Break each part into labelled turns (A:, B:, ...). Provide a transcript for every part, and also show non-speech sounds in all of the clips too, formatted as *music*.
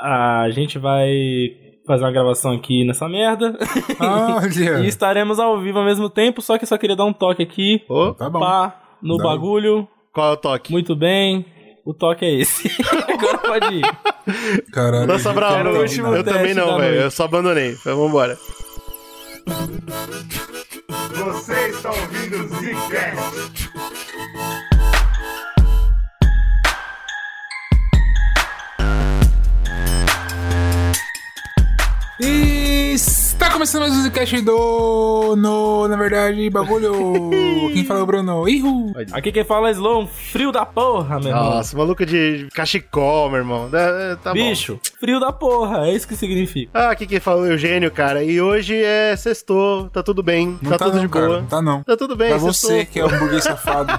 A: a gente vai fazer uma gravação aqui nessa
B: *laughs*
A: merda. *laughs*
B: Olha.
A: E estaremos ao vivo ao mesmo tempo, só que eu só queria dar um toque aqui.
C: Ô,
B: Tá bom.
A: Pá, no
B: Dá.
A: bagulho.
C: qual é o toque?
A: Muito bem. O toque é esse. *laughs* Agora pode ir.
B: Caralho.
C: Nossa, Brau,
A: quero
C: eu,
A: o último
C: eu também
A: teste
C: não,
A: da
C: velho.
A: noite.
C: Eu só abandonei. Mas vambora.
D: Você está ouvindo o Zcast.
B: E está começando mais um Zcast do... No, na
A: *laughs*
B: verdade, bagulho. Quem fala é o Bruno. Ihu.
A: Aqui quem fala é Slow, um frio da porra, meu irmão.
C: Nossa, maluco de cachecol, meu irmão. É, é, tá bom.
A: Bicho, frio da porra, é isso que significa.
C: Ah, aqui quem falou é o Eugênio, cara. E hoje é sextou, tá tudo bem,
B: Não
C: tá,
B: tá,
C: tudo
B: não,
C: de
B: cara.
C: boa.
B: Não tá não.
C: Tá tudo bem,
B: Pra
C: sextou,
B: você que é
C: pô.
B: um
A: *laughs*
B: burguês safado.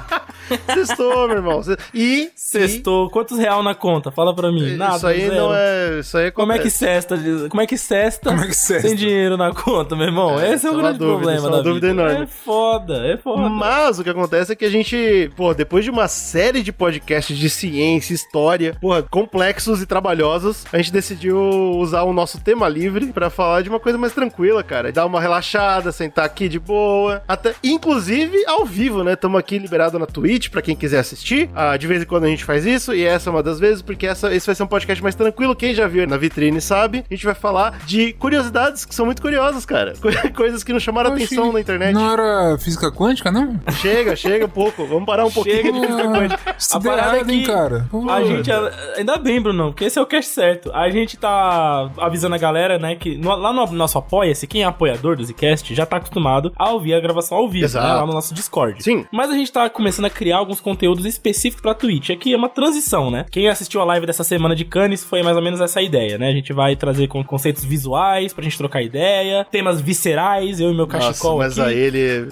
C: Sextou, meu irmão. Se- E.
A: Sextou, quantos real na conta? Fala pra mim.
C: e-
A: Nada,
C: Isso aí
A: zero.
C: não é. Isso aí é
A: Como é que cesta? diz- Como é que cesta?
B: Como é que cesta?
A: Sem dinheiro na conta, meu irmão. Esse é
C: só
A: o
C: uma
A: grande
C: dúvida,
A: problema
C: só uma
A: da
C: dúvida
A: vida.
C: enorme.
A: É foda, é foda.
C: Mas o que acontece é que a gente, pô, depois de uma série de podcasts de ciência, história, porra, complexos e trabalhosos, a gente decidiu usar o nosso tema livre pra falar de uma coisa mais tranquila, cara. Dar uma relaxada, sentar aqui de boa, até inclusive ao vivo, né? Estamos aqui liberado na Twitch pra quem quiser assistir. Ah, de vez em quando a gente faz isso e essa é uma das vezes, porque essa, esse vai ser um podcast mais tranquilo. Quem já viu na vitrine sabe, a gente vai falar de curiosidades que são muito curiosas, cara. *laughs* Coisas que não chamaram atenção na internet.
B: Não era física quântica, não?
C: Chega, chega um pouco. Vamos parar um pouquinho.
A: Chega de *laughs* física quântica.
B: Se
A: A
B: der
A: parada
B: errado,
A: é
B: hein,
A: que
B: cara. Então Pô,
A: A gente, é, ainda bem, Bruno, porque esse é o cast certo. A gente tá avisando a galera, né, que no- lá no nosso Apoia-se, quem é apoiador do Zcast já tá acostumado a ouvir a gravação ao vivo,
C: Exato.
A: né, lá no nosso Discord.
C: Sim.
A: Mas a gente tá começando a criar alguns conteúdos específicos pra Twitch. Aqui é uma transição, né? Quem assistiu a live dessa semana de Cannes foi mais ou menos essa ideia, né? A gente vai trazer con- conceitos visuais pra gente trocar ideia, temas viscerais, eu e meu cachecol
C: mas
A: aqui.
C: aí ele...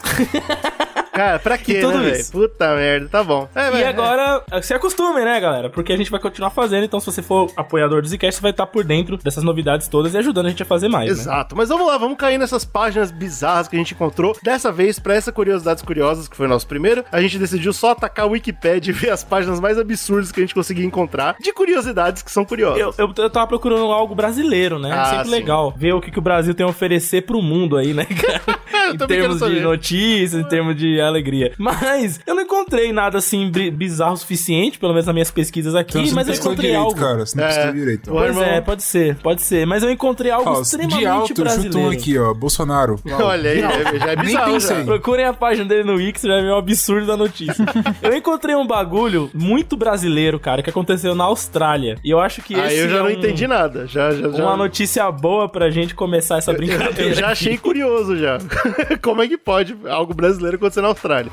C: Cara, pra quê,
A: E tudo
C: né, velho?
A: isso.
C: Puta merda, tá bom. É,
A: *laughs* E
C: velho,
A: agora, se acostumem, né, galera? Porque a gente vai continuar fazendo, então se você for apoiador do Zcast, você vai estar por dentro dessas novidades todas e ajudando a gente a fazer mais, né?
C: Exato, mas vamos lá, vamos cair nessas páginas bizarras que a gente encontrou. Dessa vez, pra essa Curiosidades Curiosas, que foi o nosso primeiro, a gente decidiu só atacar a Wikipedia e ver as páginas mais absurdas que a gente conseguia encontrar de curiosidades que são curiosas.
A: Eu, eu, eu tava procurando algo brasileiro, né?
C: Ah,
A: Sempre
C: sim.
A: legal ver o que, que o Brasil tem a oferecer pro mundo aí, né, cara?
C: É, *laughs* eu
A: em
C: também quero
A: termos de
C: saber.
A: notícias, em termos de alegria. Mas eu não encontrei nada assim bri- bizarro o suficiente, pelo menos nas minhas pesquisas aqui,
B: então você não
A: mas eu
B: pesquisou
A: encontrei
B: direito,
A: algo.
B: cara. Você não
C: É.
B: pesquisou direito.
C: Porra,
A: Pois
C: irmão.
A: é, pode ser, pode ser. Mas eu encontrei algo
B: Ó,
A: extremamente
B: de alto, chuta um
A: brasileiro.
B: aqui, ó. Bolsonaro.
C: Olha aí, é- já é
B: Nem
C: bizarro.
B: pensei.
C: já.
A: Procurem a página dele no Wix, você vai ver o absurdo da
C: *laughs*
A: notícia. eu encontrei um bagulho muito brasileiro, cara, que aconteceu na Austrália. E eu acho que
C: Aí
A: esse
C: eu já
A: é
C: não
A: um-
C: entendi nada. Já, já, já...
A: Uma notícia boa pra gente começar essa brincadeira.
C: Eu já achei curioso já. *laughs* Como é que pode algo brasileiro acontecer na Austrália?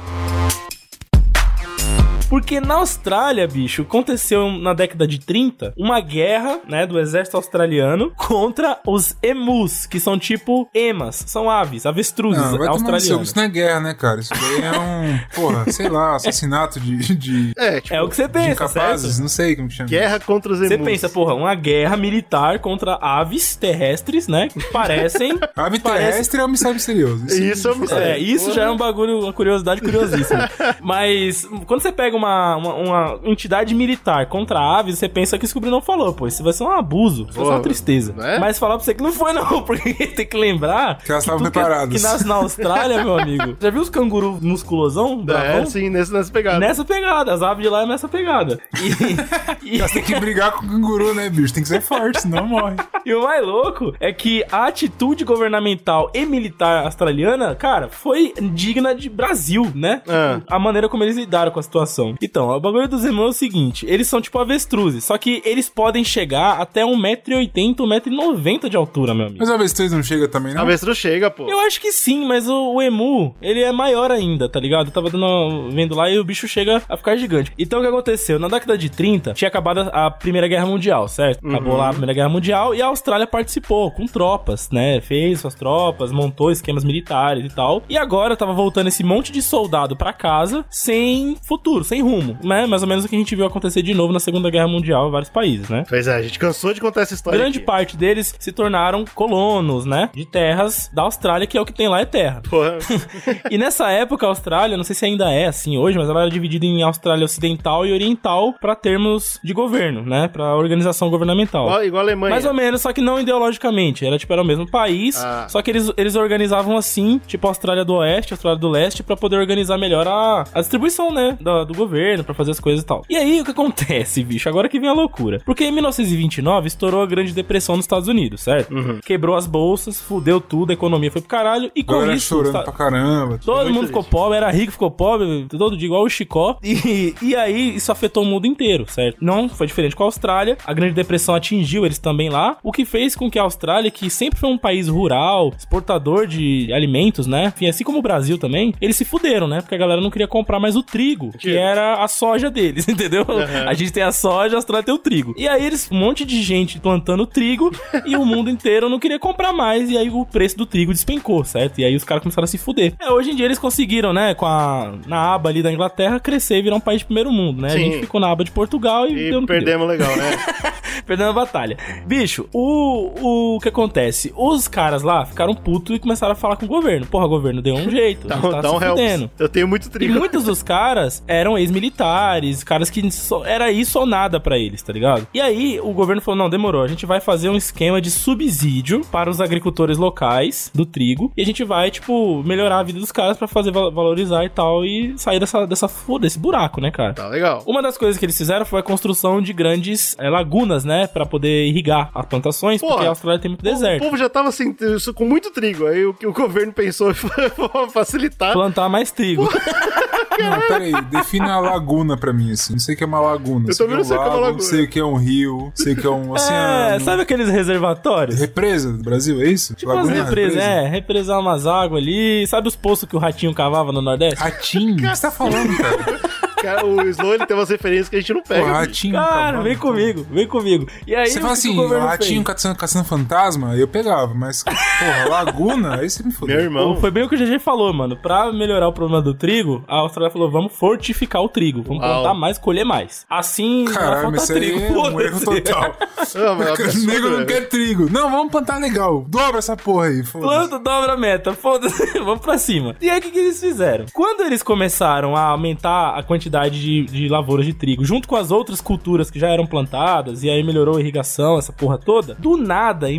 A: Porque na Austrália, bicho, aconteceu na década de 30 uma guerra, né, do exército australiano contra os emus, que são tipo emas, são aves, avestruzes
B: Não, vai tomar no seu.
A: australianas.
B: Isso não é guerra, né, cara? Isso daí é um, porra, sei lá, assassinato de, de,
C: É, tipo,
A: É o que você
B: de
A: pensa, certo? é-
B: incapazes, não sei como que chama.
C: guerra contra os emus.
A: Você pensa, porra, uma guerra militar contra aves terrestres, né? Que parecem.
B: *laughs* Ave
A: parece-
B: terrestre é um mistério misterioso.
C: Isso é um mistério.
A: É, isso já é um bagulho, uma curiosidade
B: *laughs*
A: curiosíssima. Mas quando você pega uma, uma, uma entidade militar contra aves, você pensa que isso que o Bruno falou, pô. Isso vai ser um abuso, isso vai ser
C: Pô,
A: uma tristeza.
C: não é?
A: Mas falar pra você que não foi, não, *laughs* porque tem que lembrar.
B: né? Que elas estavam
A: tu- que- é-
B: preparadas.
A: Que, nasce na Austrália, meu
B: *laughs*
A: amigo. Já viu os cangurus musculosão?
C: É,
A: bravão?
C: sim, nesse, nessa pegada.
A: Nessa pegada, as aves de lá é nessa pegada.
B: *laughs*
A: E, e-
B: Você tem que brigar com o canguru, né, bicho? Tem que ser forte, senão morre.
A: *laughs* E o mais louco é que a atitude governamental e militar australiana, cara, foi digna de Brasil, né? Tipo,
C: Ah.
A: A maneira como eles lidaram com a situação. Então, o bagulho dos irmãos é o seguinte: eles são tipo avestruzes, só que eles podem chegar até 1,80m, 1,90m de altura, meu amigo.
B: Mas a avestruz não chega também, não?
C: Avestruz chega, pô.
A: Eu acho que sim, mas o, o emu, ele é maior ainda, tá ligado? Eu tava dando- vendo lá e o bicho chega a ficar gigante. Então o
C: Uhum.
A: que aconteceu? Na década de 30, tinha acabado a Primeira Guerra Mundial, certo? Acabou lá a Primeira Guerra Mundial e a Austrália participou com tropas, né? Fez suas tropas, montou esquemas militares e tal. E agora tava voltando esse monte de soldado pra casa sem futuro, sem rumo, né? Mais ou menos o que a gente viu acontecer de novo na Segunda Guerra Mundial em vários países, né?
C: Pois é, a gente cansou de contar essa história.
A: Grande
C: aqui.
A: parte deles se tornaram colonos, né? De terras da Austrália, que é o que tem lá é terra. *laughs*
C: Porra,
A: E nessa época, a Austrália, não sei se ainda é assim hoje, mas ela era dividida em Austrália Ocidental e Oriental pra termos de governo, né? Pra organização governamental.
C: igual, igual a Alemanha.
A: Mais ou menos, só que não ideologicamente. Era tipo, era o mesmo país,
C: Ah.
A: só que eles, eles organizavam assim, tipo Austrália do Oeste, Austrália do Leste, pra poder organizar melhor a, a distribuição, né? Do, do governo, pra fazer as coisas e tal. E aí, o que acontece, bicho? Agora que vem a loucura. Porque em 1929 estourou a Grande Depressão nos Estados Unidos, certo?
B: Uhum.
A: Quebrou as bolsas, fudeu tudo, a economia foi pro caralho, e com
B: Galera
A: isso. tá- os
B: chorando
A: Estados-
B: pra caramba.
A: Todo
C: Muito
A: mundo ficou pobre, era rico, ficou pobre, todo dia igual o Chicó. *laughs* E, e aí isso afetou o mundo inteiro, certo? Não foi diferente com a Austrália. A Grande Depressão atingiu eles também lá, o que fez com que a Austrália, que sempre foi um país rural, exportador de alimentos, né? Enfim, assim como o Brasil também, eles se fuderam, né? Porque a galera não queria comprar mais o trigo, que
C: Que-
A: era a soja deles, *laughs* entendeu? A gente tem a soja, a Austrália tem o trigo. E aí eles, um monte de gente plantando trigo
C: *laughs*
A: e o mundo inteiro não queria comprar mais. E aí o preço do trigo despencou, certo? E aí os caras começaram a se fuder. É, hoje em dia eles conseguiram, né, com a. Na aba ali da Inglaterra, crescer e virar um país de primeiro mundo, né? A
C: Sim.
A: gente ficou na aba de Portugal e,
C: E
A: deu no que deu.
C: perdemos legal,
A: *laughs*
C: né?
A: Perdendo a batalha. Bicho, o, o que acontece? Os caras lá ficaram putos e começaram a falar com o governo. Porra, governo, deu um jeito.
C: Dá,
A: a gente
C: um-
A: tá
C: dá
A: se
C: um help.
A: fudendo.
C: Eu tenho muito
A: E
C: trigo.
A: muitos dos caras eram ex-militares, caras que só- era isso ou nada pra eles, tá ligado? E aí o governo falou: não, demorou, a gente vai fazer um esquema de subsídio para os agricultores locais do trigo e a gente vai, tipo, melhorar a vida dos caras pra fazer val- valorizar e tal e sair dessa, dessa foda, desse buraco, né, cara?
C: Tá legal.
A: Uma das coisas que eles fizeram foi a construção de grandes eh, lagunas, né? Pra poder irrigar as plantações,
C: Porra.
A: porque a Austrália tem muito deserto.
C: O povo já tava assim, isso com muito trigo. Aí o que o governo pensou *laughs* foi "Vou facilitar.
A: Plantar mais trigo.
B: Não, peraí, defina a laguna pra mim, assim. Não sei o que é uma laguna.
C: Eu também não sei o que é uma
B: lago,
C: laguna.
B: Não sei o que é um rio, sei o que é um oceano.
A: *laughs* É, sabe aqueles reservatórios?
B: Represa do Brasil, é isso?
A: Tipo umas represas,
B: represa?
A: é, represar umas águas ali. Sabe os poços que o ratinho cavava no Nordeste?
B: Ratinho? O que você tá falando, cara?
C: Cara, o Slow ele tem umas referências que a gente não
B: Pô,
C: pega. bicho.
B: ratinho.
A: um Cara,
B: cavalo,
A: vem
B: então.
A: comigo, vem comigo. E aí,
B: Você
A: o
B: fala
A: que que
B: assim,
A: o governo
B: ratinho
A: fez?
B: caçando, caçando fantasma, eu pegava, mas, porra, laguna, aí você me
C: Meu
B: fodeu.
C: irmão.
A: Foi bem o que o GG falou, mano. Pra melhorar o problema do trigo, a Austrália falou: vamos fortificar o trigo. Vamos
C: Uau.
A: plantar mais, colher mais. Assim, não vai
B: Caralho,
A: faltar
B: mas isso aí
A: trigo.
B: é um
A: Foda-se.
B: erro total.
C: Ah, mas é um
B: *laughs* O
C: absurdo,
B: nego não
C: né?
B: quer trigo. Não, vamos plantar legal. Dobra essa porra aí. foda-se.
A: Planta, dobra a meta, foda-se, *laughs* vamos pra cima. E aí, o que, que eles fizeram? Quando eles começaram a aumentar a quantidade de, de lavouras de trigo, junto com as outras culturas que já eram plantadas, e aí melhorou a irrigação, essa porra toda, do nada, em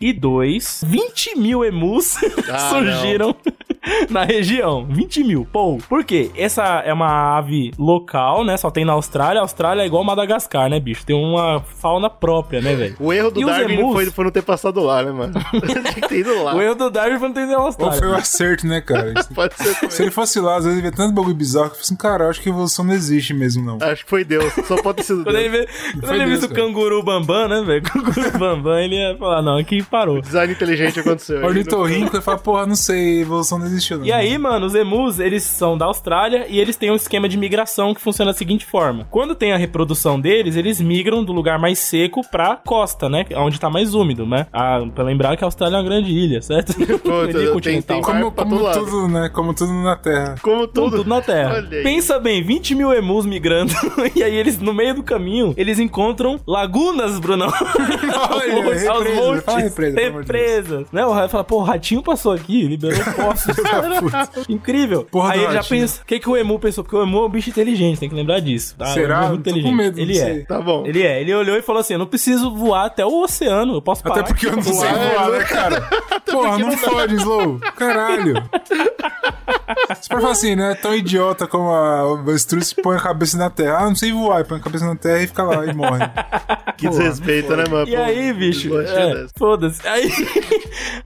A: 1932, 20 mil emus *laughs*
C: Ah,
A: surgiram *laughs* na região. 20 mil, pô. Por quê? Essa é uma ave local, né? Só tem na Austrália. A Austrália é igual Madagascar, né, bicho? Tem uma fauna própria, né, velho?
C: O erro do
A: E os
C: Darwin
A: emus?
C: foi, foi não ter passado lá,
A: *laughs*
C: né, mano? Tinha que ter ido lá.
A: O erro do Darwin foi não ter na
B: Qual
A: Austrália.
B: foi o acerto, né, cara?
C: Pode ser
B: Se
C: também.
B: ele fosse lá, às vezes ele vê tanto bagulho bizarro que eu falei assim, cara, eu acho que a evolução não existe mesmo, não.
C: Acho que foi Deus. Só pode ter sido
A: Quando ele
C: Deus.
A: vê, quando ele
B: Deus,
A: visse o
B: cara.
A: canguru bambam, né, velho? *laughs* Canguru bambam, ele ia falar, não, aqui parou.
C: Design inteligente aconteceu. Ele não-
B: Ornitorrinco, ele fala, porra, não sei, a evolução não existiu, não.
A: E aí, mano, os emus, eles são da Austrália e eles têm um esquema de migração que funciona da seguinte forma. Quando tem a reprodução deles, eles migram do lugar mais seco pra costa, né? Onde tá mais úmido, né? Ah, pra lembrar que a Austrália é uma grande ilha, certo?
C: *laughs* Pô,
A: Uma ilha
C: tem-
A: continental.
C: tem-
B: Como,
C: Vai pra
B: como
C: todo lado.
B: tudo, né? Como tudo na Terra.
C: *laughs* Como
A: Tudo,
C: tudo.
A: na Terra.
C: Olha aí.
A: Pensa bem, 20 mil emus migrando. *laughs* e aí eles, no meio do caminho, eles encontram lagunas, Brunão. *laughs*
B: Olha, represa, fala represa, pelo amor de Deus.
A: represas. Né? O raio fala, pô, o ratinho passou aqui, liberou
B: *laughs*
A: poços. Incrível.
B: Porra
A: aí
B: do
A: ele já
B: ratinho.
A: pensa, o que, que o emu pensou? Porque o emu é um bicho inteligente, tem que lembrar disso. tá?
B: Será?
A: O emu é
B: Tô
A: muito
B: com
A: inteligente.
B: medo, não
A: ele é.
B: sei.
C: Tá bom.
A: Ele é, ele olhou e falou assim: eu não preciso voar até o oceano, eu posso parar.
B: Até porque eu não
A: aqui pra
B: sei
A: voar."
B: voar,
A: *laughs*
B: né, cara? Porra, não fode, Slow. Caralho. Você pode falar assim, né? Tão idiota como a Vestruz põe a cabeça na terra. Ah, não sei voar. e Põe a cabeça na terra e fica lá e morre.
C: Que desrespeito, né, mano?
A: E aí, bicho?
C: desmanchei
A: É,
C: dessa.
A: *laughs* Foda-se. Aí,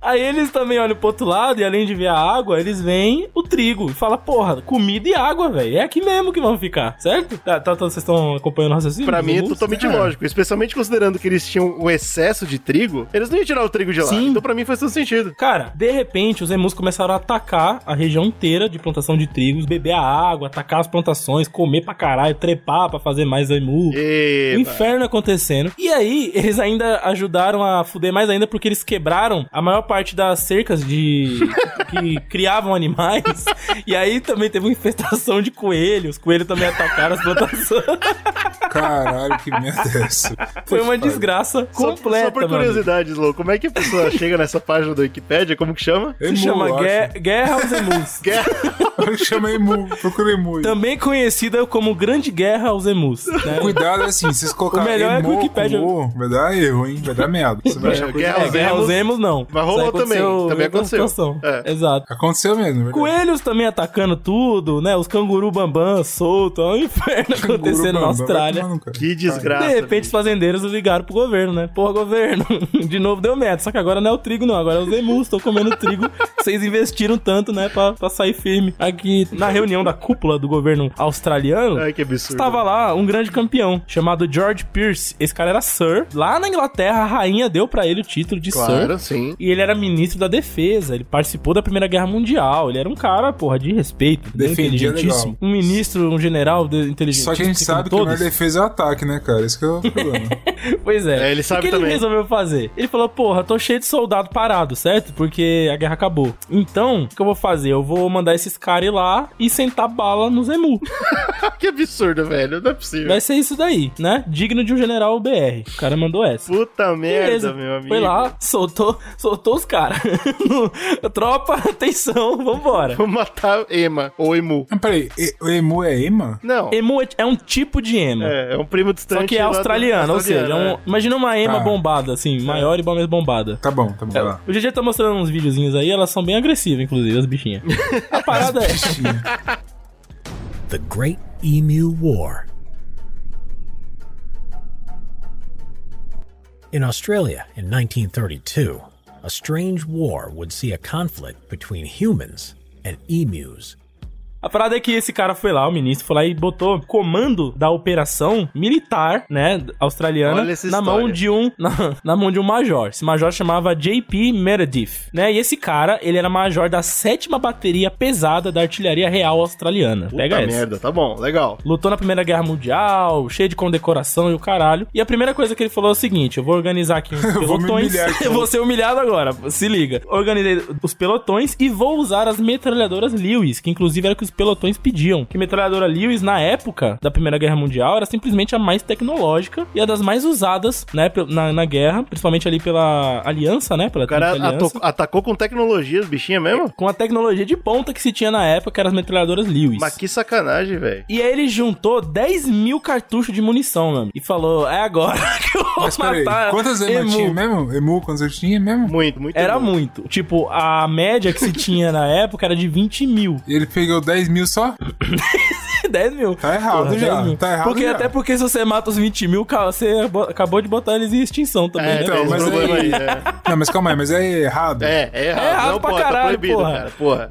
A: aí eles também olham pro outro lado e além de ver a água, água, eles veem o trigo e falam, porra, comida e água, velho. É aqui mesmo que vão ficar, certo? Tá, tá, tá- vocês estão acompanhando o raciocínio?
C: Pra
A: dos
C: mim é
A: robôs?
C: totalmente lógico, especialmente considerando que eles tinham o excesso de trigo, eles não iam tirar o trigo de lá.
A: Sim.
C: Então pra mim faz todo sentido.
A: Cara, de repente os emus começaram a atacar a região inteira de plantação de trigos, beber a água, atacar as plantações, comer pra caralho, trepar pra fazer mais emu. O
C: E...
A: Um inferno acontecendo. E aí, eles ainda ajudaram a fuder mais ainda porque eles quebraram a maior parte das cercas de. *laughs* que criavam animais. E aí também teve uma infestação de coelhos. Os coelhos também atacaram as
C: *laughs*
A: plantações.
B: Caralho, que merda é essa?
A: Foi uma
B: Puta que
A: desgraça
C: Só,
A: completa.
C: só por
A: mano.
C: curiosidade, Slow, como é que a
A: *laughs*
C: pessoa chega nessa página do Wikipedia? Como que chama?
B: pariu.
A: Se
B: Emu,
A: chama
B: eu acho.
A: Gue- Guerra aos
C: *laughs*
A: Emus.
C: Guerra.
B: Chama Emu, procura Emu. aí.
A: Também conhecida como Grande Guerra aos Emus. né?
B: Cuidado, assim, se vocês colocarem
A: melhor é
B: emo
A: que o Wikipedia-
B: com o, vai dar erro, hein? Vai dar merda. Você vai achar coisa...
C: Guerra
A: É,
C: aos
A: Guerra aos
C: Emus.
A: Emus não.
C: Mas rolou
A: Isso aí
C: também, também
A: em outra
C: aconteceu.
A: situação.
C: É.
A: Exato.
B: Aconteceu mesmo, é verdade.
A: Coelhos também atacando tudo, né? Os canguru bambam solto, é um inferno acontecendo na
B: Guru Bamba, vai
A: Austrália.
B: tomar no cu.
C: Que desgraça.
A: Tá. De repente, os
C: bicho.
A: fazendeiros ligaram pro governo, né? Porra, governo, *laughs* de novo deu merda. Só que agora não é o trigo, não. Agora é os emus, estão comendo
B: *laughs*
A: trigo. Vocês investiram tanto, né? Pra, pra sair firme. Aqui, na reunião da cúpula do governo australiano,
C: Ai, que absurdo.
A: Estava lá um grande campeão chamado George Pierce. Esse cara era Sir. Lá na Inglaterra, a rainha deu pra ele o título de Sir.
C: Claro, sim.
A: E ele era ministro da defesa, ele participou da Primeira Guerra Mundial, ele era um cara, porra, de respeito, entendeu?
B: Defendia
A: inteligentíssimo. Um ministro, um general de- inteligentíssimo.
B: Só que a gente
A: como
B: sabe que não é
A: todos.
B: defesa é o ataque, né, cara? Isso que é o problema.
A: Pois é.
C: É, ele sabe
A: o que ele
C: também.
A: resolveu fazer? Ele falou, porra, tô cheio de soldado parado, certo? Porque a guerra acabou. Então, o que eu vou fazer? Eu vou mandar esses caras ir lá e sentar bala nos emu.
C: *laughs* Que absurdo, velho. Não é possível.
A: Vai ser isso daí, né? Digno de um general BR. O cara mandou essa.
C: Puta merda,
A: Beleza.
C: meu amigo.
A: Foi lá, soltou, soltou os caras. *laughs* Tropa, atenção, vambora.
C: Vou matar Ema ou Emu.
B: Mas peraí, e- o Emu é Ema?
C: Não.
A: Emu é- é um tipo de ema.
C: É, é um primo distante.
A: Só que é
C: lá do-
A: australiano, ou seja, é um-
C: né?
A: imagina uma ema
B: Tá.
A: bombada,
C: É.
A: assim, maior e mais bombada.
B: Tá bom, tá bom, vai lá.
A: O GG tá mostrando uns videozinhos aí, elas são bem agressivas, inclusive, as
C: *laughs*
A: bichinhas. A parada é.
B: Bichinho.
E: The Great Emu War. In Australia in 1932, a strange war would see a conflict between humans and emus.
A: A parada é que esse cara foi lá, o ministro foi lá e botou comando da operação militar, né, australiana,
C: Olha essa
A: na
C: história.
A: mão de um *laughs* na, na mão de um major. Esse major chamava JP Meredith, né? E esse cara, ele era major da sétima bateria pesada da artilharia real australiana.
C: Puta
A: Pega essa.
C: merda, tá bom, legal.
A: Lutou na Primeira Guerra Mundial, cheio de condecoração e o caralho. E a primeira coisa que ele falou é o seguinte: eu vou organizar
B: *laughs*
A: aqui uns
B: Eu vou me
A: pelotões. *laughs*
B: humilhar aqui.
A: eu vou ser humilhado agora, se liga. Organizei os pelotões e vou usar as metralhadoras Lewis, que inclusive era o que os pelotões pediam. Que metralhadora Lewis, na época da Primeira Guerra Mundial, era simplesmente a mais tecnológica e a das mais usadas, né, pe- na, na guerra, principalmente ali pela Aliança, né? Pela
C: O cara
A: Tríplice Aliança.
C: ato- atacou com tecnologia os bichinhos mesmo?
A: Com a tecnologia de ponta que se tinha na época, que eram as metralhadoras Lewis.
C: Mas que sacanagem, velho.
A: E aí ele juntou 10 mil cartuchos de munição, mano. E falou, é agora *laughs* que eu vou
B: Mas
A: *laughs*
B: peraí,
A: matar.
B: quantas Emu
A: emu.
B: tinha mesmo? Emu, quantas eu tinha mesmo?
C: Muito, muito.
A: Era
C: bom.
A: muito. Tipo, a média que se tinha na época era de 20 mil. *laughs*
B: E ele pegou 10 mil só?
A: 10 mil.
B: Tá errado já,
A: 10 mil.
B: tá errado
A: Porque
B: já.
A: até porque se você mata os 20 mil, ca- você bo- acabou de botar eles em extinção também,
C: É,
A: né?
B: então,
C: tem esse
B: mas
C: problema
B: aí-
C: aí. né?
B: Não, mas calma aí, mas é errado.
C: É, é, é errado.
A: errado
C: não,
A: pra
C: pô, tá
A: caralho,
C: proibido,
A: porra.
C: cara. Porra.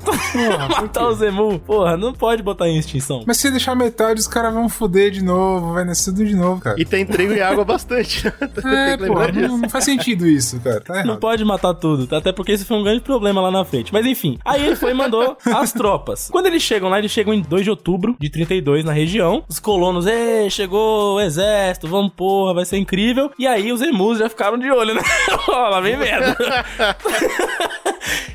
A: *laughs* Matar os emu, porra, não pode botar em extinção.
B: Mas se você deixar metade, os caras vão foder de novo, vai nascer tudo de novo, cara.
C: E tem trigo e água bastante. *laughs*
B: É,
C: tem que
B: pô,
C: lembrar disso.
B: não, não faz sentido isso, cara. Tá
A: Não
B: errado.
A: pode matar tudo, tá? até porque isso foi um grande problema lá na frente. Mas enfim, aí ele foi e mandou as tropas. Quando eles chegam lá, eles chegam em 2 de outubro de 32 na região. Os colonos, ê, chegou o exército, vamos porra, vai ser incrível. E aí os emus já ficaram de olho, né? *laughs* Ó, lá vem merda. *laughs*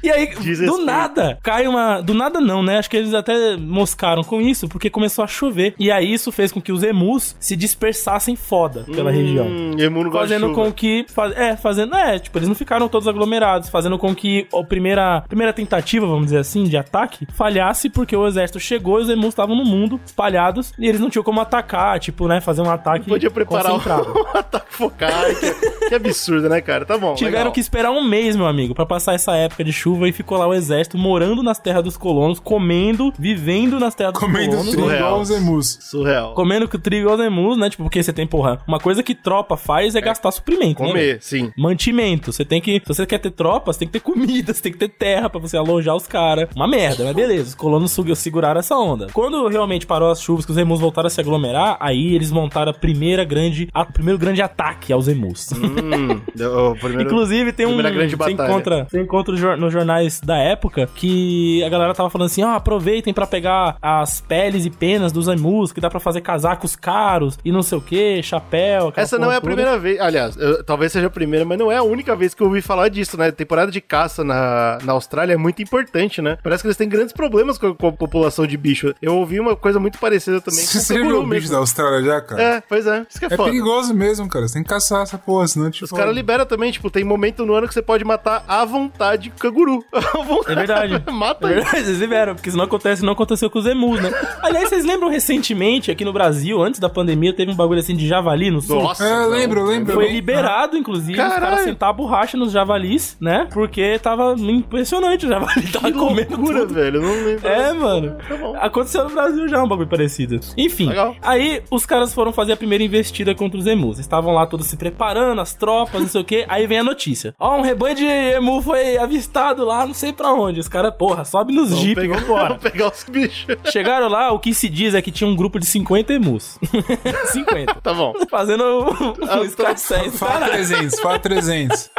A: E aí,
C: Desespero.
A: do nada, cai uma. Do nada não, né? Acho que eles até moscaram com isso, porque começou a chover. E aí isso fez com que os emus se dispersassem foda pela região
C: Hum, emu não gosta de
A: fazendo
C: chuva.
A: com que faz- é fazendo é tipo eles não ficaram todos aglomerados fazendo com que a primeira primeira tentativa vamos dizer assim de ataque falhasse porque o exército chegou e os emus estavam no mundo espalhados, e eles não tinham como atacar, tipo, né, fazer um ataque
C: Podia preparar
A: concentrado.
C: um *laughs* ataque focado. Que, que absurdo, né, cara? Tá bom.
A: Tiveram
C: legal.
A: que esperar um mês, meu amigo, pra passar essa época de chuva e ficou lá o exército morando nas terras dos colonos, comendo, vivendo nas terras
B: Comendo
A: dos
B: trigo
A: colonos.
C: surreal.
B: igual os emus.
C: Surreal.
A: Comendo que o trigo aos emus, né? Tipo, porque você tem, porra, uma coisa que tropa faz é, gastar suprimento, né? velho? *laughs*
C: Comer, sim.
A: Mantimento. Você tem que. Se você quer ter tropa, você tem que ter comida, *laughs* você tem que ter terra pra você alojar os caras. Uma merda, mas beleza. Os colonos sug- seguraram essa onda. Quando realmente parou as chuvas, que os emus voltaram a se aglomerar, aí eles montaram a primeira grande. a- o primeiro grande ataque aos emus.
C: Hum, deu- o primeiro...
A: *laughs* Inclusive, tem um.
C: Primeira
A: você
C: grande batalha.
A: encontra, você encontra jor- nos jornais da época que a galera tava falando assim: ó, aproveitem pra pegar as peles e penas dos emus, que dá pra fazer casacos caros e não sei o que, chapéu. aquela
C: Essa não
A: porra
C: é a
A: toda."
C: primeira vez, aliás, eu- talvez seja a primeira, mas não é a única vez que eu ouvi falar disso, né? Temporada de caça na, na Austrália é muito importante, né? Parece que eles têm grandes problemas com a, com a população de bicho. Eu ouvi uma coisa muito parecida também
B: Você
C: o
B: você viu
C: canguru
B: o um bicho
C: mesmo.
B: da Austrália já, cara?
C: É, pois é. Isso que é,
B: É
C: foda.
B: perigoso mesmo, cara. Você tem que caçar essa porra, senão tipo.
C: Os caras liberam também, tipo, tem momento no ano que você pode matar à vontade canguru. *laughs* À vontade.
A: É verdade.
C: *laughs* Mata
A: É
C: ele.
A: verdade, eles liberam, porque isso não acontece, não aconteceu com os emus, né? Aliás, vocês lembram recentemente, aqui no Brasil, antes da pandemia, teve um bagulho assim de javali no sul?
C: Nossa.
B: É,
C: não.
B: lembro, lembro.
A: Foi
B: lembro.
A: liberado, inclusive, os caras
C: Caralho.
A: sentar a borracha nos javalis, né? Porque tava impressionante, o javali tava
C: Que
A: comendo
C: loucura,
A: tudo.
C: velho. Eu não lembro.
A: É, mano.
C: Tá bom.
A: Aconteceu no Brasil já um bagulho parecido. Enfim,
C: Legal.
A: aí os caras foram fazer a primeira investida contra os emus. Estavam lá todos se preparando, as tropas, não sei o quê. Aí vem a notícia. Ó, um rebanho de emu foi avistado lá, não sei pra onde. Os caras, porra, sobe nos
C: Vamos
A: jeep,
C: pegar,
A: vambora.
C: vamos *laughs* pegar os bichos.
A: Chegaram lá, o que se diz é que tinha um grupo de 50 emus. *laughs* 50.
C: Tá bom.
A: Fazendo o, o
C: Ah,
A: escassez.
B: Fala
A: Caralho.
B: 300, fala 300.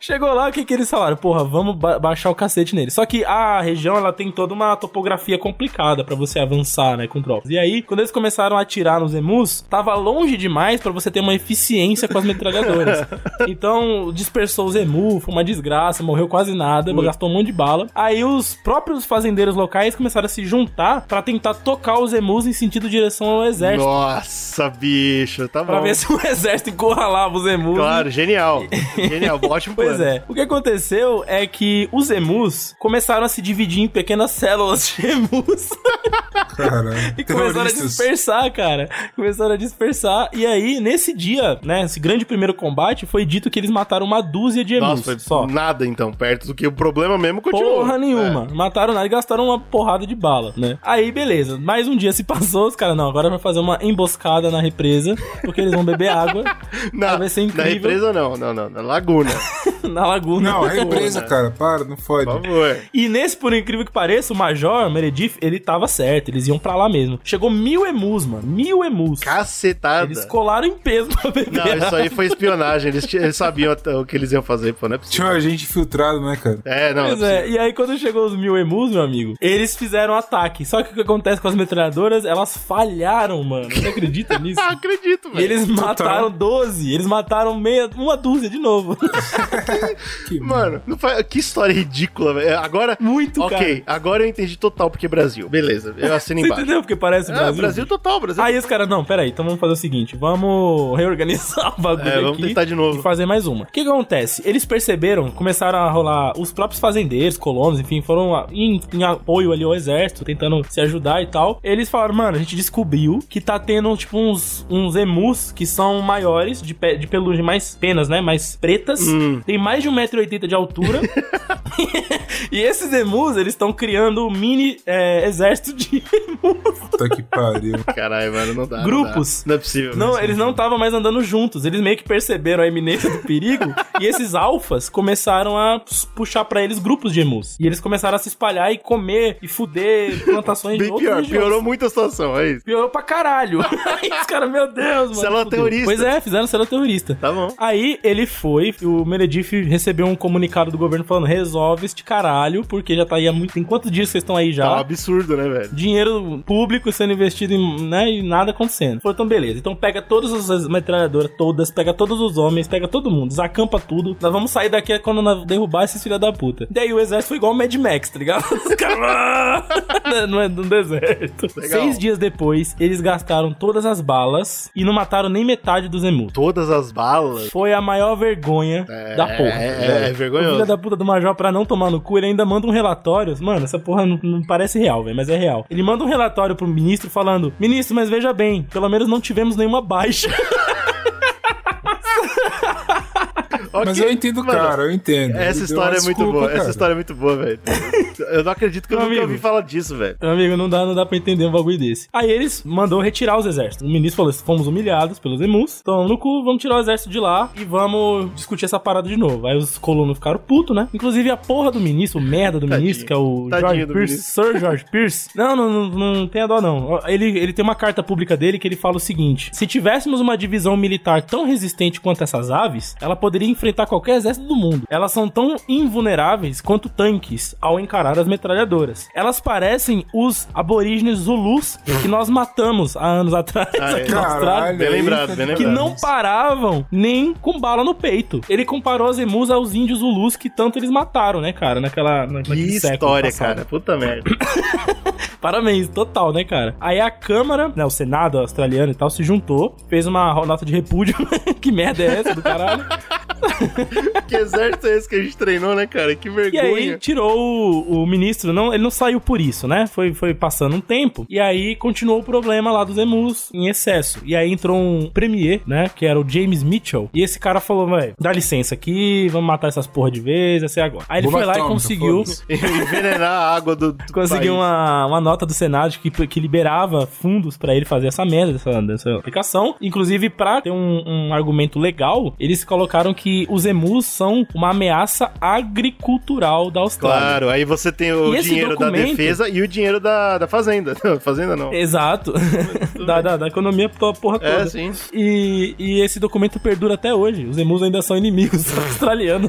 A: Chegou lá, o que, que eles falaram? Porra, vamos ba- baixar o cacete nele. Só que a região, ela tem toda uma topografia complicada pra você avançar, né, com tropas. E aí, quando eles começaram a atirar nos emus, tava longe demais pra você ter uma eficiência com as
C: *laughs*
A: metralhadoras. então, dispersou os emus, foi uma desgraça, morreu quase nada, gastou um monte de bala. Aí, os próprios fazendeiros locais começaram a se juntar pra tentar tocar os emus em sentido direção ao exército.
C: Nossa, bicho. Tá bom.
A: Pra ver se o *laughs* exército encurralava os emus.
C: Claro, genial. genial, ótimo plano.
A: Pois é. O que aconteceu é que os emus começaram a se dividir em pequenas células de emus *laughs*
C: *laughs*
B: Caralho.
A: e começaram a
B: Terroristas.
A: dispersar, cara. Começaram a dispersar. E aí, nesse dia, né, esse grande primeiro combate, foi dito que eles mataram uma dúzia de emus
C: Nossa, foi
A: é só.
C: nada então, perto do que o problema mesmo continua. É.
A: Porra nenhuma. Mataram nada e gastaram uma porrada de bala, né? Aí, beleza. Mais um dia se passou, os caras, não, agora vai fazer uma emboscada na represa, porque eles vão beber água *laughs*
C: É. Na,
A: Vai ser
C: na
A: incrível.
C: represa não, não, não, na laguna.
A: na laguna.
B: Não, represa, cara. Para, não fode.
C: né? Por
A: *laughs*
C: favor.
A: E nesse, por incrível que pareça, o Major Meredith, ele tava certo, eles iam pra lá mesmo. Chegou mil emus, mano, mil emus.
C: Cacetada.
A: Eles colaram em peso pra beber. *laughs*
C: Não, é isso aí foi espionagem, eles, ti- eles sabiam até o que eles iam fazer, pô, não é
B: Tinha
C: possível.
B: um agente infiltrado, né, cara?
C: É, não,
A: Pois
C: não
A: é, e aí quando chegou os mil emus, meu amigo, eles fizeram ataque. Só que o que acontece com as metralhadoras, elas falharam, mano. Você
C: *laughs*
A: acredita nisso?
C: Ah, acredito,
A: E
C: velho.
A: eles mataram 12, eles mataram meia, uma dúzia de novo. *laughs*
B: Que
C: Mano, não faz- que história ridícula, velho. É, Agora.
A: Muito,
C: Ok, agora eu entendi total porque Brasil. Beleza, eu assino
A: Você
C: embaixo.
A: entendeu? Porque parece
C: É,
A: Brasil.
C: Brasil, total, Brasil.
A: Aí os caras, não, peraí, então vamos fazer o seguinte, vamos *laughs* reorganizar o bagulho
C: É, vamos
A: aqui
C: tentar de novo.
A: E fazer mais uma. O que, que acontece? Eles perceberam, começaram a rolar os próprios fazendeiros, colonos, enfim, foram a- em, em apoio ali ao exército, tentando se ajudar e tal. Eles falaram, mano, a gente descobriu que tá tendo, tipo, uns, uns emus que são maiores, de, pe- de pelugem mais penas, né, mais pretas,
C: Hum.
A: tem mais de 1,80m de
C: *laughs*
A: altura. *laughs* e esses emus, eles estão criando mini é, exército de *laughs* emus.
B: puta que pariu.
C: *laughs* Caralho, mano, não dá. não
A: Grupos.
C: dá. Não, é possível.
A: Não, eles não estavam mais andando juntos. Eles meio que perceberam a iminência do
C: *laughs*
A: perigo. e esses alfas começaram a ps- puxar pra eles grupos de emus. E eles começaram a se espalhar e comer e fuder
B: é
A: plantações de
C: Bem
A: outras
C: pior,
A: regiões.
C: piorou muito a situação, é isso.
A: Piorou pra
C: *laughs*
A: caralho. *laughs* Aí os caras, meu Deus, mano.
C: Célula
A: fudeu.
C: terrorista.
A: Pois é, fizeram célula terrorista.
C: Tá bom.
A: Aí ele foi, o Meredith recebeu um comunicado do governo falando: resolve este caralho, porque já tá aí há muito. Tem quantos dias que vocês estão aí já?
C: Tá um absurdo, né, velho?
A: dinheiro público sendo investido em, né, e nada acontecendo. Falou, então beleza. Então pega todas as metralhadoras, todas, pega todos os homens, pega todo mundo, desacampa tudo. Nós vamos sair daqui quando nós derrubar esses filha da puta. Daí o exército foi igual o Mad Max, tá ligado? *laughs* Os *laughs* caras né, no, no é deserto.
C: Legal.
A: Seis dias depois, eles gastaram todas as balas e não mataram nem metade dos emus.
C: Todas as balas.
A: Foi a maior vergonha da porra.
C: É, é
A: O filho
C: vergonhoso.
A: da puta do Major, pra não tomar no cu, ele ainda manda um relatório. Mano, essa porra não, não parece real, velho, mas é real. Ele manda um relatório pro ministro falando: Ministro, mas veja bem, pelo menos não tivemos nenhuma baixa. *laughs*
B: Mas
C: Ok,
B: eu entendo,
C: mano,
B: cara, eu entendo.
C: Essa
B: Ele deu uma
C: história é muito
B: desculpa,
C: boa,
B: cara.
C: essa história é muito boa, velho. Eu não acredito que eu
A: Meu
C: nunca
A: amigo.
C: ouvi falar disso, velho.
A: Meu amigo, não dá, não dá pra entender um bagulho desse. Aí eles mandou retirar os exércitos. O ministro falou: fomos humilhados pelos emus, tomamos no cu, vamos tirar o exército de lá e vamos discutir essa parada de novo. Aí os colonos ficaram putos, né? Inclusive a porra do ministro, o merda do
C: Tadinho.
A: ministro, que é o
C: Tadinho
A: George
C: do
A: Pierce,
C: ministro.
A: Sir George Pierce. Não, não, não, não tenha dó, não. Ele, ele tem uma carta pública dele que ele fala o seguinte: se tivéssemos uma divisão militar tão resistente quanto essas aves, ela poderia enfrentar qualquer exército do mundo. Elas são tão invulneráveis quanto tanques ao encarar as metralhadoras. Elas parecem os aborígenes Zulus que nós matamos há anos atrás
C: Ah, é.
A: aqui na Austrália
B: Caralho,
C: Bem
B: aí,
C: lembrado, bem
A: que
C: lembrado.
A: não paravam nem com bala no peito. Ele comparou as emus aos índios Zulus que tanto eles mataram, né, cara? Naquela, na-
C: Que
A: naquele século
C: história,
A: é passado.
C: cara. Puta merda.
A: Parabéns, total, né, cara? Aí a Câmara, né, o Senado australiano e tal, se juntou, fez uma ro- nota de repúdio. *laughs* que merda é essa do caralho?
C: que exército é esse que a gente treinou, né, cara? Que
A: E aí
C: vergonha.
A: tirou o, o ministro, não, ele não saiu por isso, né? Foi, foi passando um tempo. E aí continuou o problema lá dos emus em excesso. E aí entrou um premier, né? Que era o James Mitchell. E esse cara falou, velho, dá licença aqui, vamos matar essas porra de vez, essa é agora. Aí ele
B: Bomba
A: foi lá e
B: atômica,
A: conseguiu.
B: foda-se.
C: *laughs* Envenenar a água do. do
A: *laughs*
C: país.
A: Conseguiu uma, uma nota do Senado que, que liberava fundos pra ele fazer essa merda dessa, dessa aplicação. Inclusive, pra ter um, um argumento legal, eles colocaram que os emus são uma ameaça agricultural da Austrália.
C: Claro, aí você tem o
A: E esse
C: dinheiro da
A: documento-
C: defesa e o dinheiro da, da fazenda. *laughs* Não, fazenda não.
A: Exato. *laughs* da, da, da economia pra porra
C: É,
A: toda.
C: sim.
A: E, e esse documento perdura até hoje. Os emus ainda são inimigos *laughs*
C: *laughs*
A: australianos.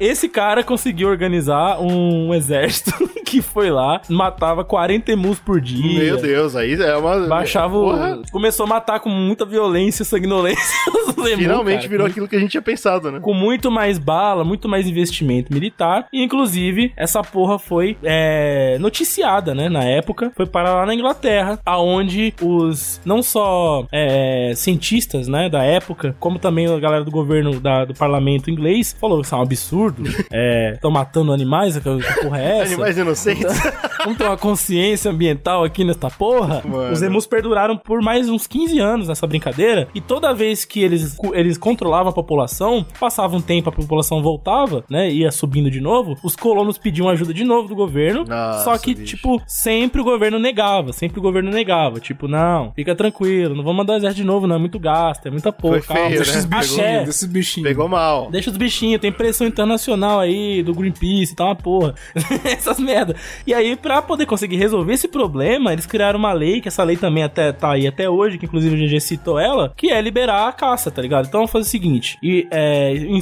A: esse cara conseguiu organizar um exército *laughs* que foi lá, matava 40 emus por dia.
C: Meu Deus, aí é uma.
A: Baixava o...
C: Porra,
A: Começou a matar com muita violência *laughs* e sanguinolência os emus,
C: Finalmente
A: cara.
C: virou aquilo que a gente tinha pensado, né?
A: Com muito mais bala, muito mais investimento militar. E, inclusive, essa porra foi é, noticiada, né? Na época, foi para lá na Inglaterra, aonde os não só é, cientistas, né, da época, como também a galera do governo da- do parlamento inglês, falou: isso é um absurdo. *laughs* Estão matando animais, que porra é essa?
C: Animais inocentes.
A: *laughs* Vamos ter uma consciência ambiental aqui nessa porra?
C: Mano.
A: Os emus perduraram por mais uns 15 anos nessa brincadeira. E toda vez que eles, eles controlavam a população, passava um tempo, a população voltava, né? Ia subindo de novo. Os colonos pediam ajuda de novo do governo.
C: Nossa,
A: só que,
C: bicho.
A: tipo, sempre o governo negava. Sempre o governo negava. Tipo, não, fica tranquilo, não vamos mandar o exército de novo, não. É muito gasto, é muita porra.
C: Foi feio,
B: Deixa esses
C: né?
A: Axé.
B: bichinhos, deixa esses bichinhos.
C: Pegou mal.
A: Deixa os bichinhos, tem pressão internacional aí do Greenpeace e tal, uma porra. *laughs* Essas merda. E aí, pra poder conseguir resolver esse problema, eles criaram uma lei, que essa lei também até, tá aí até hoje, que inclusive o GG citou ela, que é liberar a caça, tá ligado? Então, vamos fazer o seguinte: e, é, em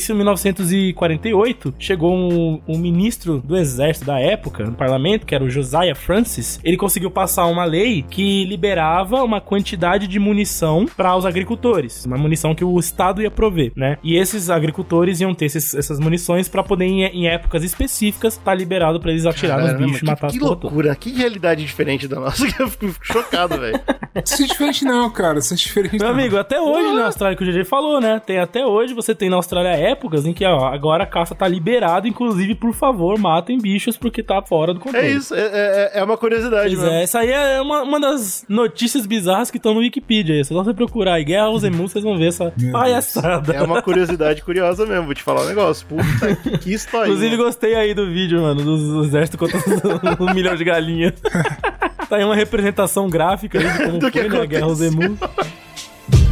A: 1948, chegou um, um ministro do exército da época, no parlamento, que era o Josiah Francis, ele conseguiu passar uma lei que liberava uma quantidade de munição para os agricultores, uma munição que o Estado ia prover, né? E esses agricultores iam ter esses- essas munições para poder, em, em épocas específicas, tá liberado para eles atirar
C: Caralho,
A: nos bichos e
C: mano,
A: matar as
C: que, que
A: porra toda.
C: loucura, que realidade diferente da nossa *laughs* que eu fico chocado, velho.
B: Isso é diferente não, cara. Isso é diferente
A: Meu
B: não.
A: amigo, até hoje na Austrália, que o GG falou, né? Tem até hoje, você tem na Austrália épocas em que ó, agora a caça tá liberada, inclusive, por favor, matem bichos porque tá fora do controle.
C: É isso, é, é- é uma curiosidade,
A: Pois
C: mano.
A: é, essa aí é uma, uma das notícias bizarras que estão no Wikipedia. É só você procurar aí, Guerra aos Emus, vocês vão ver essa
B: Meu
A: palhaçada.
C: É uma curiosidade curiosa mesmo, vou te falar um negócio. Puta, que, que história.
A: Inclusive,
B: né?
A: gostei aí do vídeo, mano, dos do exército contra
B: *laughs*
A: os- um milhão de galinhas. tá aí uma representação gráfica aí de como
C: Do que
A: foi, né, a Guerra aos
C: aconteceu.
A: Emus.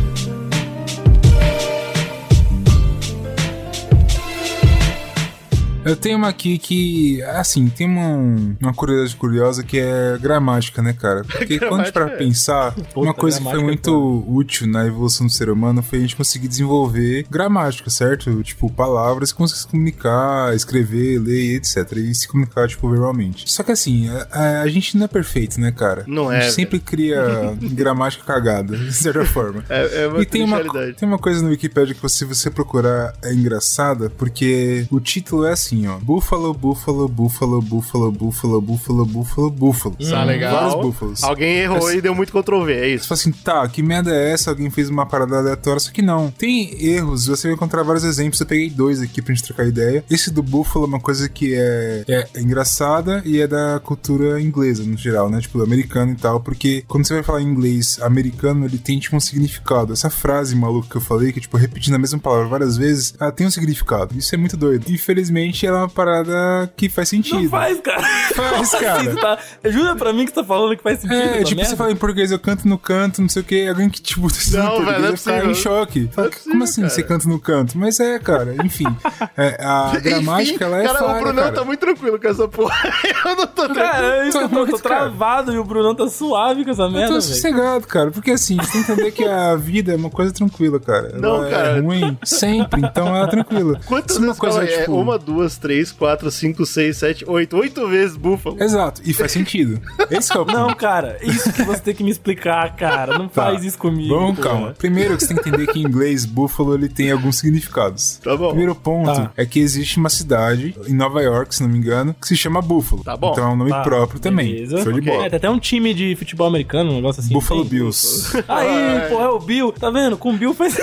B: Eu tenho uma aqui que, assim, tem uma, uma curiosidade curiosa que é gramática, né, cara?
C: *laughs*
B: Porque quando a gente para
C: Gramática é.
B: pensar, uma coisa que foi
A: gramática
B: muito
A: é
B: útil na evolução do ser humano foi a gente conseguir desenvolver gramática, certo? Tipo, palavras que conseguem se comunicar, escrever, ler, etc. E se comunicar, tipo, verbalmente. Só que assim, a, a gente não é perfeito, né, cara?
C: Não
B: A
C: é,
B: gente sempre
C: *laughs*
B: cria gramática cagada, de certa forma
C: É, é uma
B: e tem uma,
C: realidade.
B: tem uma coisa no Wikipedia que se você procurar é engraçada, porque o título é assim, assim, ó. Búfalo, búfalo, búfalo, búfalo, búfalo, búfalo, búfalo, búfalo.
C: Tá
B: Hum, Vários
C: legal.
B: búfalos.
C: Alguém errou e deu muito Ctrl V, é
B: Você
C: isso.
B: fala assim, tá, que merda é essa? Alguém fez uma parada aleatória, só que não. Tem erros, você vai encontrar vários exemplos. Eu peguei dois aqui pra gente trocar ideia. Esse do búfalo é uma coisa que é, é engraçada e é da cultura inglesa, no geral, né? Tipo, americano e tal, porque quando você vai falar em inglês americano, ele tem, tipo, um significado. Essa frase maluca que eu falei, que, tipo, repetindo a mesma palavra várias vezes, ela tem um significado. Isso é muito doido. Infelizmente, ela é uma parada que faz sentido.
A: Não faz, cara.
B: Faz, cara.
A: Você tá- Jura pra mim que você tá falando que faz sentido.
B: É,
A: essa
B: tipo,
A: merda?
B: você fala em português, eu canto no canto, não sei o que, alguém que, tipo, *laughs* tá ensinando
C: Não,
B: português
C: velho, não é
B: vai ficar
C: possível.
B: em choque. Fala,
C: Não é possível,
B: como assim
C: cara?"
B: você canta no canto? Mas é, cara, enfim. É,
C: *laughs*
B: a gramática, ela é
C: cara,
B: falha,
C: o Brunão
B: cara.
C: tá muito tranquilo com essa porra. *laughs* Eu não tô tranquilo.
A: Cara, é isso que eu tô,
B: muito,
A: tô
B: cara.
A: travado e o Brunão tá suave com essa
B: Eu
A: merda,
B: tô
A: velho.
B: sossegado, cara, porque assim, você tem que entender que a vida é uma coisa tranquila, cara. Ela
C: Não, cara.
B: É ruim sempre, então ela é tranquila.
C: Quantas
B: Se uma
C: vezes
B: coisa,
C: fala, é,
B: tipo,
C: Uma, duas, três, quatro, cinco, seis, sete, oito. Oito vezes búfalo.
B: Exato, e faz sentido. Esse que é o
A: Não,
B: ponto.
A: cara, isso que você tem que me explicar, cara. Não
B: Tá.
A: faz isso comigo.
B: Vamos,
A: pô.
B: calma. Primeiro, que você tem que entender que em inglês, búfalo, ele tem alguns significados.
C: Tá bom.
B: Primeiro ponto
A: Tá.
B: é que existe uma cidade, em Nova York, se não me engano, que se chama Buffalo.
C: Tá bom.
B: Então é um nome
A: Tá,
B: próprio também.
A: beleza.
B: Show de
A: Ok. É,
B: bola.
A: tem até um time de futebol americano, um negócio assim.
B: Buffalo
A: tem?
B: Bills. *laughs*
A: Aí, pô, é o Bill. Tá vendo? Com o Bill faz.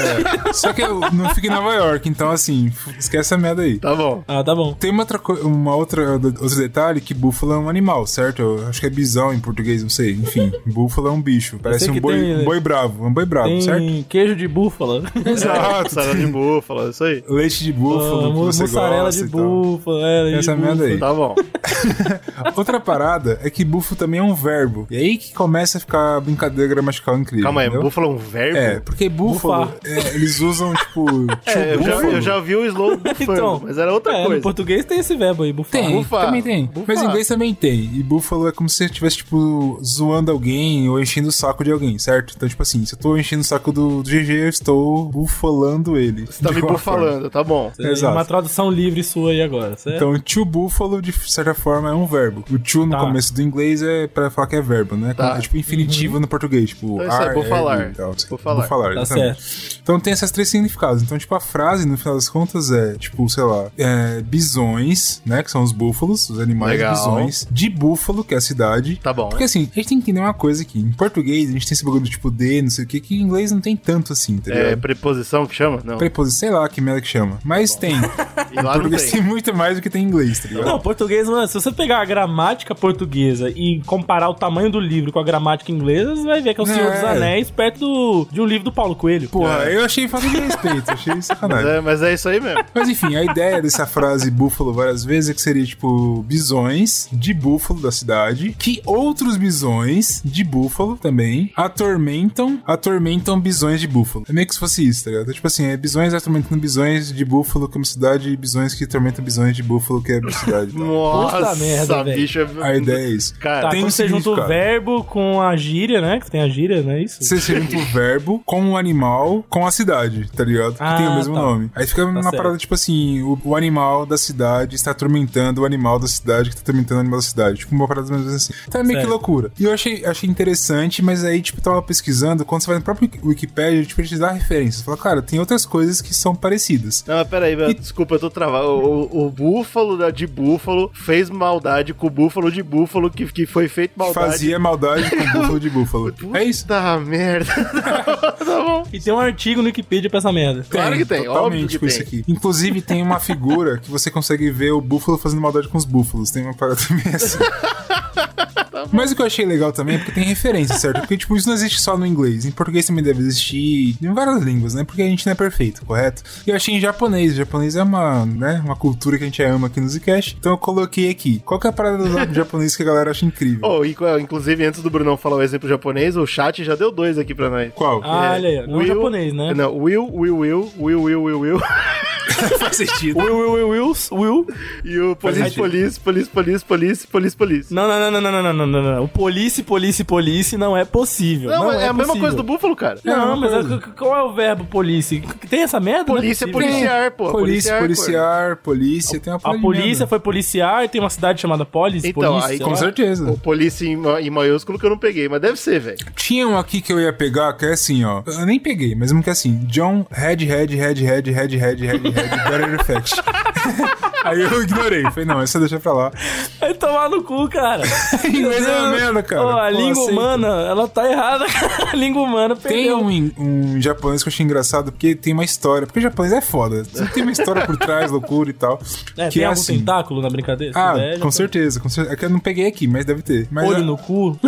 B: Só que eu não fica em Nova York, então assim, f- esquece essa merda aí.
C: Tá bom.
A: *laughs* Ah, tá bom.
B: Tem uma outra, co- uma outra outro detalhe que búfalo é um animal, certo? Eu acho que é bisão em português, não sei. Enfim, búfalo é um bicho. Parece
A: sei
B: um
A: que
B: boi,
A: tem-
B: um boi bravo, um boi bravo,
A: Tem
B: certo?
A: queijo de búfala.
B: Exato.
C: Sarada de búfalo, isso aí.
B: Leite de búfalo,
A: Ah,
B: que
A: mu-
B: você
A: mussarela
B: gosta
A: de
B: e tal.
A: búfala. É, de
B: Essa
A: búfala.
B: merda aí.
C: Tá bom.
B: Outra parada é que búfalo também é um verbo. E aí que começa a ficar a brincadeira gramatical incrível.
C: Calma aí,
B: entendeu?
C: búfalo é um verbo?
B: É, porque búfalo,
A: Bufar.
B: é, eles usam, tipo, tio
C: *laughs* É, eu já,
B: búfalo.
C: eu já vi o slow
A: *laughs*
C: bufando,
A: Então,
C: mas era outra
A: É, no
C: coisa.
A: português tem esse verbo aí, bufar.
B: Tem,
C: Bufar.
B: também tem.
C: Bufar.
B: Mas em inglês também tem. E búfalo é como se você estivesse, tipo, zoando alguém ou enchendo o saco de alguém, certo? Então, tipo assim, se eu tô enchendo o saco do, do GG, eu estou bufalando ele.
C: Você tá
B: De
C: me
B: alguma forma.
C: bufalando, tá bom.
A: Tem
B: Exato.
A: é Uma tradução livre sua aí agora, certo?
B: Então, tio búfalo, de certa forma, é um verbo. O tio no
A: Tá.
B: começo do inglês é pra falar que é verbo, né?
C: Tá.
B: É tipo infinitivo no português. Tipo,
C: Então, isso é
B: ar,
C: bufalar.
B: ergue e tal. assim.
C: Bufalar.
B: Bufalar,
A: Uhum. Tá
B: exatamente. Então tem esses três significados. Então, tipo, a frase, no final das contas, é, tipo, sei lá, é, bisões, né? Que são os búfalos, os animais
C: Legal.
B: bisões. De búfalo, que é a cidade.
C: Tá bom.
B: Porque assim, a gente tem que entender uma coisa aqui. Em português, a gente tem esse bagulho do tipo D, não sei o que, que em inglês não tem tanto assim, tá
C: É
B: ligado?
C: preposição que chama? Não.
B: Preposição, sei lá que merda que chama. Mas tem.
C: E *laughs* lá não
B: Português tem
C: tem.
B: muito mais do que tem em inglês, tá ligado?
A: Não, português, mano, se você pegar a gramática portuguesa e comparar o tamanho do livro com a gramática inglesa, você vai ver que é o Senhor
B: É.
A: dos Anéis perto do- de um livro do Paulo Coelho.
C: É.
B: Porra, eu achei falta de respeito, achei
C: Mas
B: sacanagem.
C: é, mas é isso aí mesmo.
B: Mas enfim, a ideia dessa frase búfalo várias vezes é que seria tipo bisões de búfalo da cidade, que outros bisões de búfalo também atormentam, atormentam bisões de búfalo. É meio que se fosse isso, tá ligado? Então, Tipo assim, é bisões atormentando bisões de búfalo que é uma cidade e bisões que atormentam bisões de búfalo que é uma cidade. e tal.
C: Nossa,
A: merda, velho.
C: bicho.
B: a ideia é isso.
C: Cara,
A: Tá,
B: tem
A: quando
B: um
A: você junta o
B: significado.
A: verbo com a gíria, né? Que tem a gíria, não é isso?
B: Você junta o verbo com o animal com a cidade, tá ligado? Que
A: Ah,
B: tem o mesmo
A: tá.
B: nome. Aí fica uma
A: certo.
B: parada tipo assim: o, o animal da cidade está atormentando o animal da cidade que está atormentando o animal da cidade. Tipo, uma parada mais ou menos assim. Tá meio que
A: Certo.
B: loucura. E eu achei, achei interessante, mas aí, tipo, eu tava pesquisando. Quando você vai no próprio Wiki- Wikipedia, tipo, ele te dá referências. Fala, cara, tem outras coisas que são parecidas.
C: Não, mas peraí, meu, desculpa, eu tô travado. O, o- o búfalo da- de búfalo fez maldade com o búfalo de búfalo que, que foi feito maldade.
B: Fazia maldade com o búfalo de búfalo. é isso.
C: Puta merda. *laughs* tá bom.
A: E tem um artigo no Wikipedia pra essa merda.
C: Claro que tem,
B: totalmente
C: óbvio que
B: com
C: tem.
B: isso aqui. Inclusive, tem uma figura que você consegue ver o búfalo fazendo maldade com os búfalos. Tem uma parada
C: *laughs*
B: também assim.
C: Tá
B: Mas o que eu achei legal também é porque tem referência, certo? Porque, tipo, isso não existe só no inglês. Em português também deve existir em várias línguas, né? Porque a gente não é perfeito, correto? E eu achei em japonês. O japonês é uma, né, uma cultura que a gente ama aqui no Zcash. Então eu coloquei aqui. Qual que é a parada
C: *laughs*
B: do japonês que a galera acha incrível?
C: Oh, e, qual- inclusive, antes do Brunão falar o exemplo japonês, o chat já deu dois aqui pra nós.
B: Qual?
A: Ah, olha aí, ó. não é
C: Will-
A: japonês, né?
C: Não, Will, Will, Will, Will, Will, Will, Will. *laughs*
B: faz sentido.
A: Will, Will, Will, Will, Will.
C: E o police,
B: sentido.
C: police, police, police, police, police, police.
A: Não, não, não, não, não, não, não, não, não. O police, police, police não é possível.
C: Não,
A: Não,
C: é, a mesma
A: possível.
C: coisa do búfalo, cara.
B: É a
A: Não,
B: mesma
A: mas
B: coisa.
A: é- c- qual é o verbo police? Tem essa merda? Não é
C: Polícia é
A: possível.
C: policiar, pô.
B: Polícia,
C: pô.
B: policiar, polícia, tem uma
A: A
B: parada de
A: polícia
B: merda.
A: foi policiar, tem uma cidade chamada Polis,
C: Então,
A: polícia,
C: aí
A: sei *laughs*
B: Com
A: lá.
B: certeza.
C: O polícia em, ma- em maiúsculo que eu não peguei, mas deve ser, velho.
B: Tinha um aqui que eu ia pegar, que é assim, ó. Eu nem peguei, *laughs* mas um que é assim. John Red, Red, Red, Red, Red, Red, Red, Red, Better Effect. Aí eu ignorei. Falei, não, essa deixa pra lá.
A: Vai tomar no cu, cara.
B: *laughs* Inglês é uma
A: Entendeu?
B: merda, cara.
A: Ó, a
B: Pô,
A: língua
B: aceita.
A: humana, ela tá errada. *laughs* cara. A língua humana
B: Tem
A: perdeu.
B: um, in- um japonês que eu achei engraçado porque tem uma história. Porque o japonês é foda. Sempre tem uma história por trás, *laughs* loucura e tal.
A: É,
B: que
A: tem
B: é
A: algum
B: assim.
A: tentáculo na brincadeira? Se
B: Ah,
A: tiver, já
B: com
A: tá-
B: certeza, com certeza. É que eu não peguei aqui, mas deve ter. Mas é,
A: Olho
B: a-
A: no
B: *laughs*
A: cu.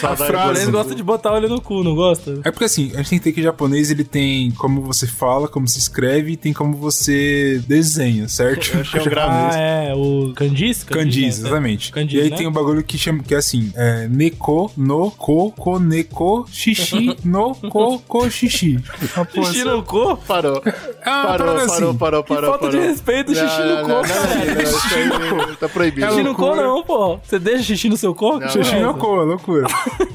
C: Saudade
B: frase-
C: do-
A: Eles gostam de botar olho no cu, não gosta?
B: É porque assim, a gente tem que ter que o japonês ele tem como você fala, como se escreve e tem como você desenha, certo?
C: Eu
B: *laughs*
C: achei um
A: Ah,
C: grave.
A: é. O Candice?
B: Kanjis,
A: né?
B: exatamente.
A: Kanjis,
B: e aí
A: né?
B: tem um bagulho que chama que é assim, é, neko no ko ko neko
A: *laughs*
B: xixi no ko ko xixi. Uma porra
A: Xixi
B: assim.
A: no cu?
C: Parou.
B: Ah,
C: Parou,
B: parou,
C: parou,
B: assim.
C: parou, parou.
A: falta de
C: parou.
A: respeito,
C: Não,
A: xixi no
C: não,
A: cu,
C: não, não,
A: cara.
C: não, não, isso aí Tá proibido.
A: Xixi no cu
B: é loucura.
A: não, pô. Você deixa xixi no seu corpo?
B: Xixi não coa, loucura.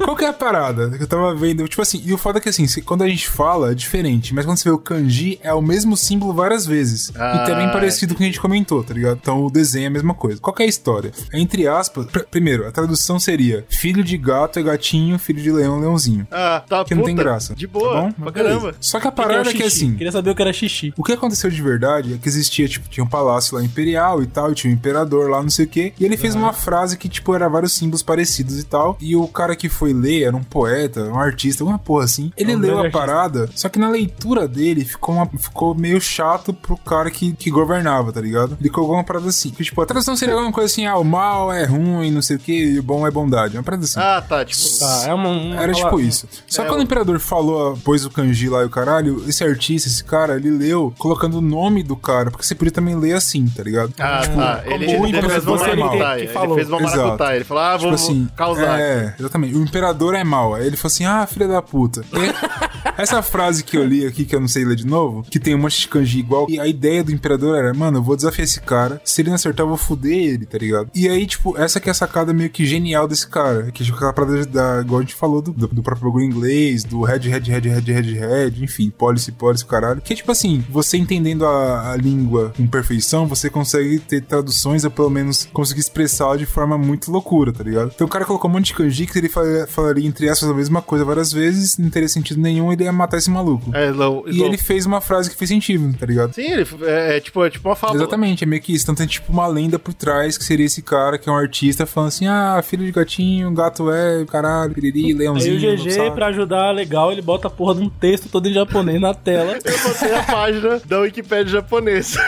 B: Qual que é a parada que eu tava vendo? Tipo assim, e o foda é que assim, se- quando a gente fala é diferente, mas quando você vê o kanji é o mesmo símbolo várias vezes.
C: Ah,
B: e também parecido com o que a gente comentou, tá ligado? Então o desenho é a mesma coisa. Qual que é a história? Entre aspas, pr- primeiro, a tradução seria filho de gato é gatinho, filho de leão é leãozinho.
C: Ah, tá
B: que não tem
C: puta.
B: graça.
C: De boa,
B: tá bom?
C: pra
B: Mas beleza.
C: caramba.
B: Só que a
A: O que que é o
B: parada é que
A: xixi?
B: assim.
A: Queria saber o que era xixi.
B: O que aconteceu de verdade é que existia, tipo, tinha um palácio lá imperial e tal, e tinha um imperador lá, não sei o quê. E ele fez uma frase que, tipo, era vários símbolos parecidos e tal. E o cara que foi ler era um poeta, um artista, alguma porra assim. Ele
A: É um
B: leu a
A: grande artista.
B: parada, só que na leitura dele ficou, uma- ficou meio chato pro cara que, que governava, tá ligado? Ele colocou uma parada assim. Que, tipo, a tradução seria alguma coisa assim, ah, o mal é ruim, não sei o quê, e o bom é bondade. Uma parada assim.
C: Ah, tá, tipo...
A: Tá, é uma, uma
B: Era tipo
A: palavra-
B: isso. Só
C: É,
B: que quando o imperador falou, ah, pôs o kanji lá e o caralho, esse artista, esse cara, ele leu colocando o nome do cara, porque você podia também ler assim, tá ligado?
C: Ah, tá.
A: Tipo,
C: Ele,
B: como
C: ele
B: você
C: fez uma
B: tem que-
C: maracutaia.
A: que
C: Ele
A: falou.
C: fez uma
B: Exato.
C: maracutaia. Ele falou, ah,
B: Tipo
C: vamos
B: assim,
C: causar.
B: É, exatamente. O imperador é mau. Aí ele falou assim: ah, filha da puta. E *laughs* Essa frase que eu li aqui, que eu não sei ler de novo, que tem um monte de kanji igual. E a ideia do imperador era: mano, eu vou desafiar esse cara. Se ele não acertar, eu vou foder ele, tá ligado? E aí, tipo, essa que é a sacada meio que genial desse cara. Que tipo, aquela parada da. Igual a gente falou do, do, do próprio bagulho inglês, do red, red, red, red, red, red, enfim, policy, policy, caralho. Que é tipo assim: você entendendo a, a língua com perfeição, você consegue ter traduções, ou pelo menos conseguir expressá-la de forma muito loucura, tá ligado? Então o cara colocou um monte de kanji que ele fala- falaria, entre aspas, a mesma coisa várias vezes, não teria sentido nenhum, ele ia matar esse maluco.
C: É, slow,
B: E
C: slow.
B: ele fez uma frase que fez sentido, tá ligado?
C: Sim, ele é, é tipo, é tipo uma fábula.
B: Exatamente, é meio que isso. Então tem tipo uma lenda por trás que seria esse cara que é um artista falando assim: ah, filho de gatinho, gato é, caralho, piriri,
A: Aí
B: leãozinho.
A: o GG,
B: sabe?
A: pra ajudar legal, ele bota a porra de um texto todo em japonês na tela.
C: Eu botei a página da Wikipédia
A: *laughs*
C: japonesa.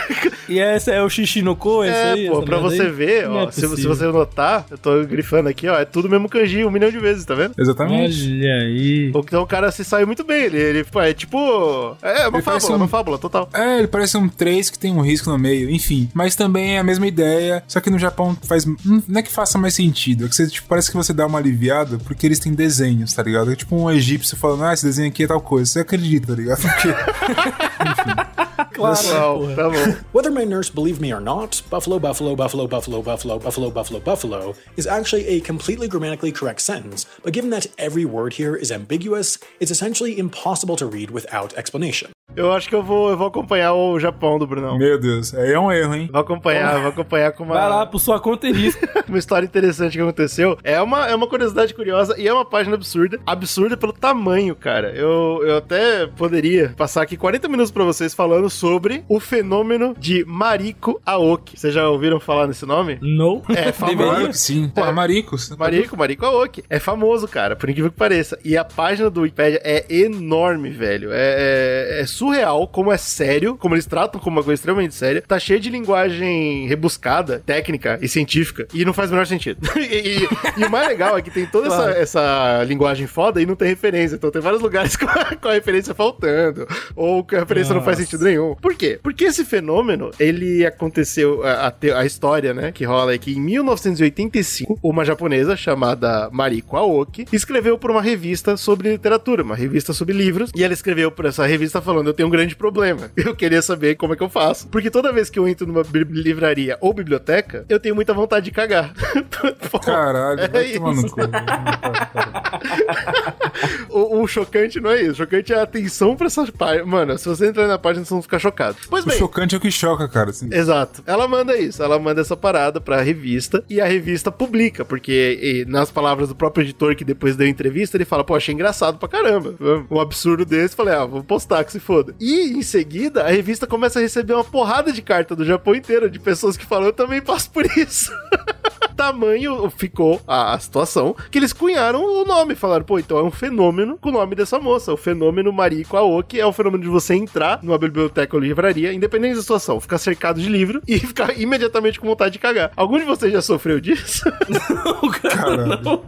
A: E esse é o xixi no cu, esse
C: É,
A: aí?
C: pô,
A: essa
C: pra
A: merda
C: você
A: aí?
C: ver,
A: Não
C: ó,
A: é
C: se, se
A: possível.
C: você notar, eu tô grifando aqui, ó, é tudo mesmo kanji um milhão de vezes, tá vendo?
B: Exatamente.
A: Olha aí.
C: Então o cara se saiu muito bem, ele, ele pô, é tipo. É uma
B: Ele parece
C: fábula,
B: um-
C: uma fábula total.
B: É, ele parece um 3 que tem um risco no meio, enfim. Mas também é a mesma ideia, só que no Japão faz. hum, Não é que faça mais sentido, é que você, tipo, parece que você dá uma aliviada porque eles têm desenhos, tá ligado? É tipo um egípcio falando, ah, esse desenho aqui é tal coisa. Você acredita, tá ligado? *laughs* Porque.
A: Claro,
C: Uau,
A: porra.
C: tá bom.
E: Whether my nurse believed me or not, buffalo, buffalo, buffalo, buffalo, buffalo, buffalo, buffalo, buffalo is actually a completely grammatically correct sentence, but given that every word here is ambiguous, it's essentially impossible to read without explanation.
C: Eu acho que eu vou, eu vou acompanhar o Japão do Brunão.
B: Meu Deus, aí é um erro, hein?
C: Vou acompanhar, vou acompanhar com uma.
A: Vai lá, por sua conta e risco.
C: *laughs*
B: É,
C: uma história interessante que aconteceu. É uma, é uma curiosidade curiosa e é uma página absurda. Absurda pelo tamanho, cara. Eu, eu até poderia passar aqui 40 minutos pra vocês falando sobre o fenômeno de Mariko Aoki. Vocês já ouviram falar nesse nome?
A: *laughs* Não.
B: Claro
C: É
A: Deveria?
C: famoso.
B: que sim. Pô, Maricos.
C: Mariko, Mariko Aoki. É famoso, cara, por incrível que pareça. E a página do Wikipedia é enorme, velho. É, é- é surreal como é sério, como eles tratam como uma coisa extremamente séria. Tá cheio de linguagem rebuscada, técnica e científica. E não faz o menor sentido. *laughs* e, e- e o mais legal é que tem toda
A: Claro.
C: essa, essa linguagem foda e não tem referência. Então tem vários lugares *laughs* com a, com a referência faltando. Ou que a referência não faz
A: Nossa.
C: sentido nenhum. Por quê? Porque esse fenômeno, ele aconteceu, a, a te- a história, né, que rola é que em 1985, uma japonesa chamada Mariko Aoki escreveu para uma revista sobre literatura, uma revista sobre livros, e ela escreveu para essa revista falando, eu tenho um grande problema, *laughs* eu queria saber como é que eu faço. Porque toda vez que eu entro numa bib- livraria ou biblioteca, eu tenho muita vontade de cagar. *laughs* Pô,
B: Caralho, vai
C: É
B: tomar no
C: isso.
B: cu.
C: o, o chocante não é isso, o chocante é a atenção para essa página. Mano, se você entrar na página, você não ficar chocado. Pois
B: O
C: bem,
B: chocante é o que choca, cara. assim.
C: Exato. Ela manda isso, ela manda essa parada pra revista e a revista publica, porque e, nas palavras do próprio editor que depois deu entrevista, ele fala, pô, achei engraçado pra caramba. Um absurdo desse, falei, ah, vou postar que se foda. todo. E, em seguida, a revista começa a receber uma porrada de carta do Japão inteiro, de pessoas que falam, eu também passo por isso. *laughs* Tamanho ficou a, a situação que eles cunharam o nome. Falaram, pô, então é um fenômeno com o nome dessa moça. O fenômeno Mariko Aoki é o fenômeno de você entrar numa biblioteca ou livraria, independente da situação, ficar cercado de livro e *laughs* ficar imediatamente com vontade de cagar. Algum de vocês já sofreu disso?
A: Não, cara,
B: *laughs* Caralho.
A: não.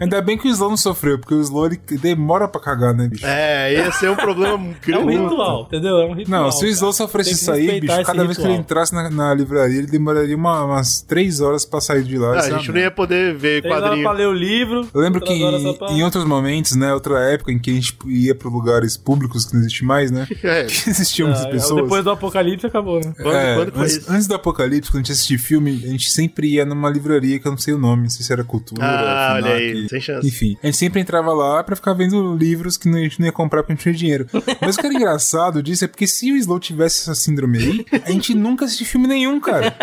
B: Ainda bem que o Slow não sofreu, porque o Slow ele demora pra cagar, né, bicho?
C: É, esse é um problema
A: *laughs* É um
C: grande.
A: ritual, entendeu? É um ritual.
B: Não, se o Slow
A: cara.
B: sofresse
A: Tem que
B: isso aí, bicho,
A: respeitar
B: cada
A: esse
B: vez que ele
A: ritual.
B: entrasse na, na livraria, ele demoraria uma- umas três horas pra sair de lá.
C: Ah,
B: Isso é
C: a
B: uma
C: gente não
B: merda.
C: ia poder ver
A: Três horas
C: quadrinho.
A: pra ler o livro.
B: Eu lembro que
A: outras horas
B: em,
A: só pra-
B: em outros momentos, né, outra época em que a gente ia pra lugares públicos que não existe mais, né, *laughs*
C: É,
B: que existiam muitas
A: Ah,
B: pessoas.
A: Depois do apocalipse acabou, né?
C: *laughs* quando,
B: É,
C: quando foi
B: antes,
C: isso?
B: antes do Apocalipse, quando a gente assistia filme, a gente sempre ia numa livraria que eu não sei o nome, não sei se era Cultura.
C: Ah,
B: Fnac,
C: olha aí, sem chance.
B: Enfim, a gente sempre entrava lá pra ficar vendo livros que não- a gente não ia comprar porque não tinha dinheiro. Mas o que era engraçado disso é porque se o Slow tivesse essa síndrome aí, a gente nunca assistiu filme nenhum, cara.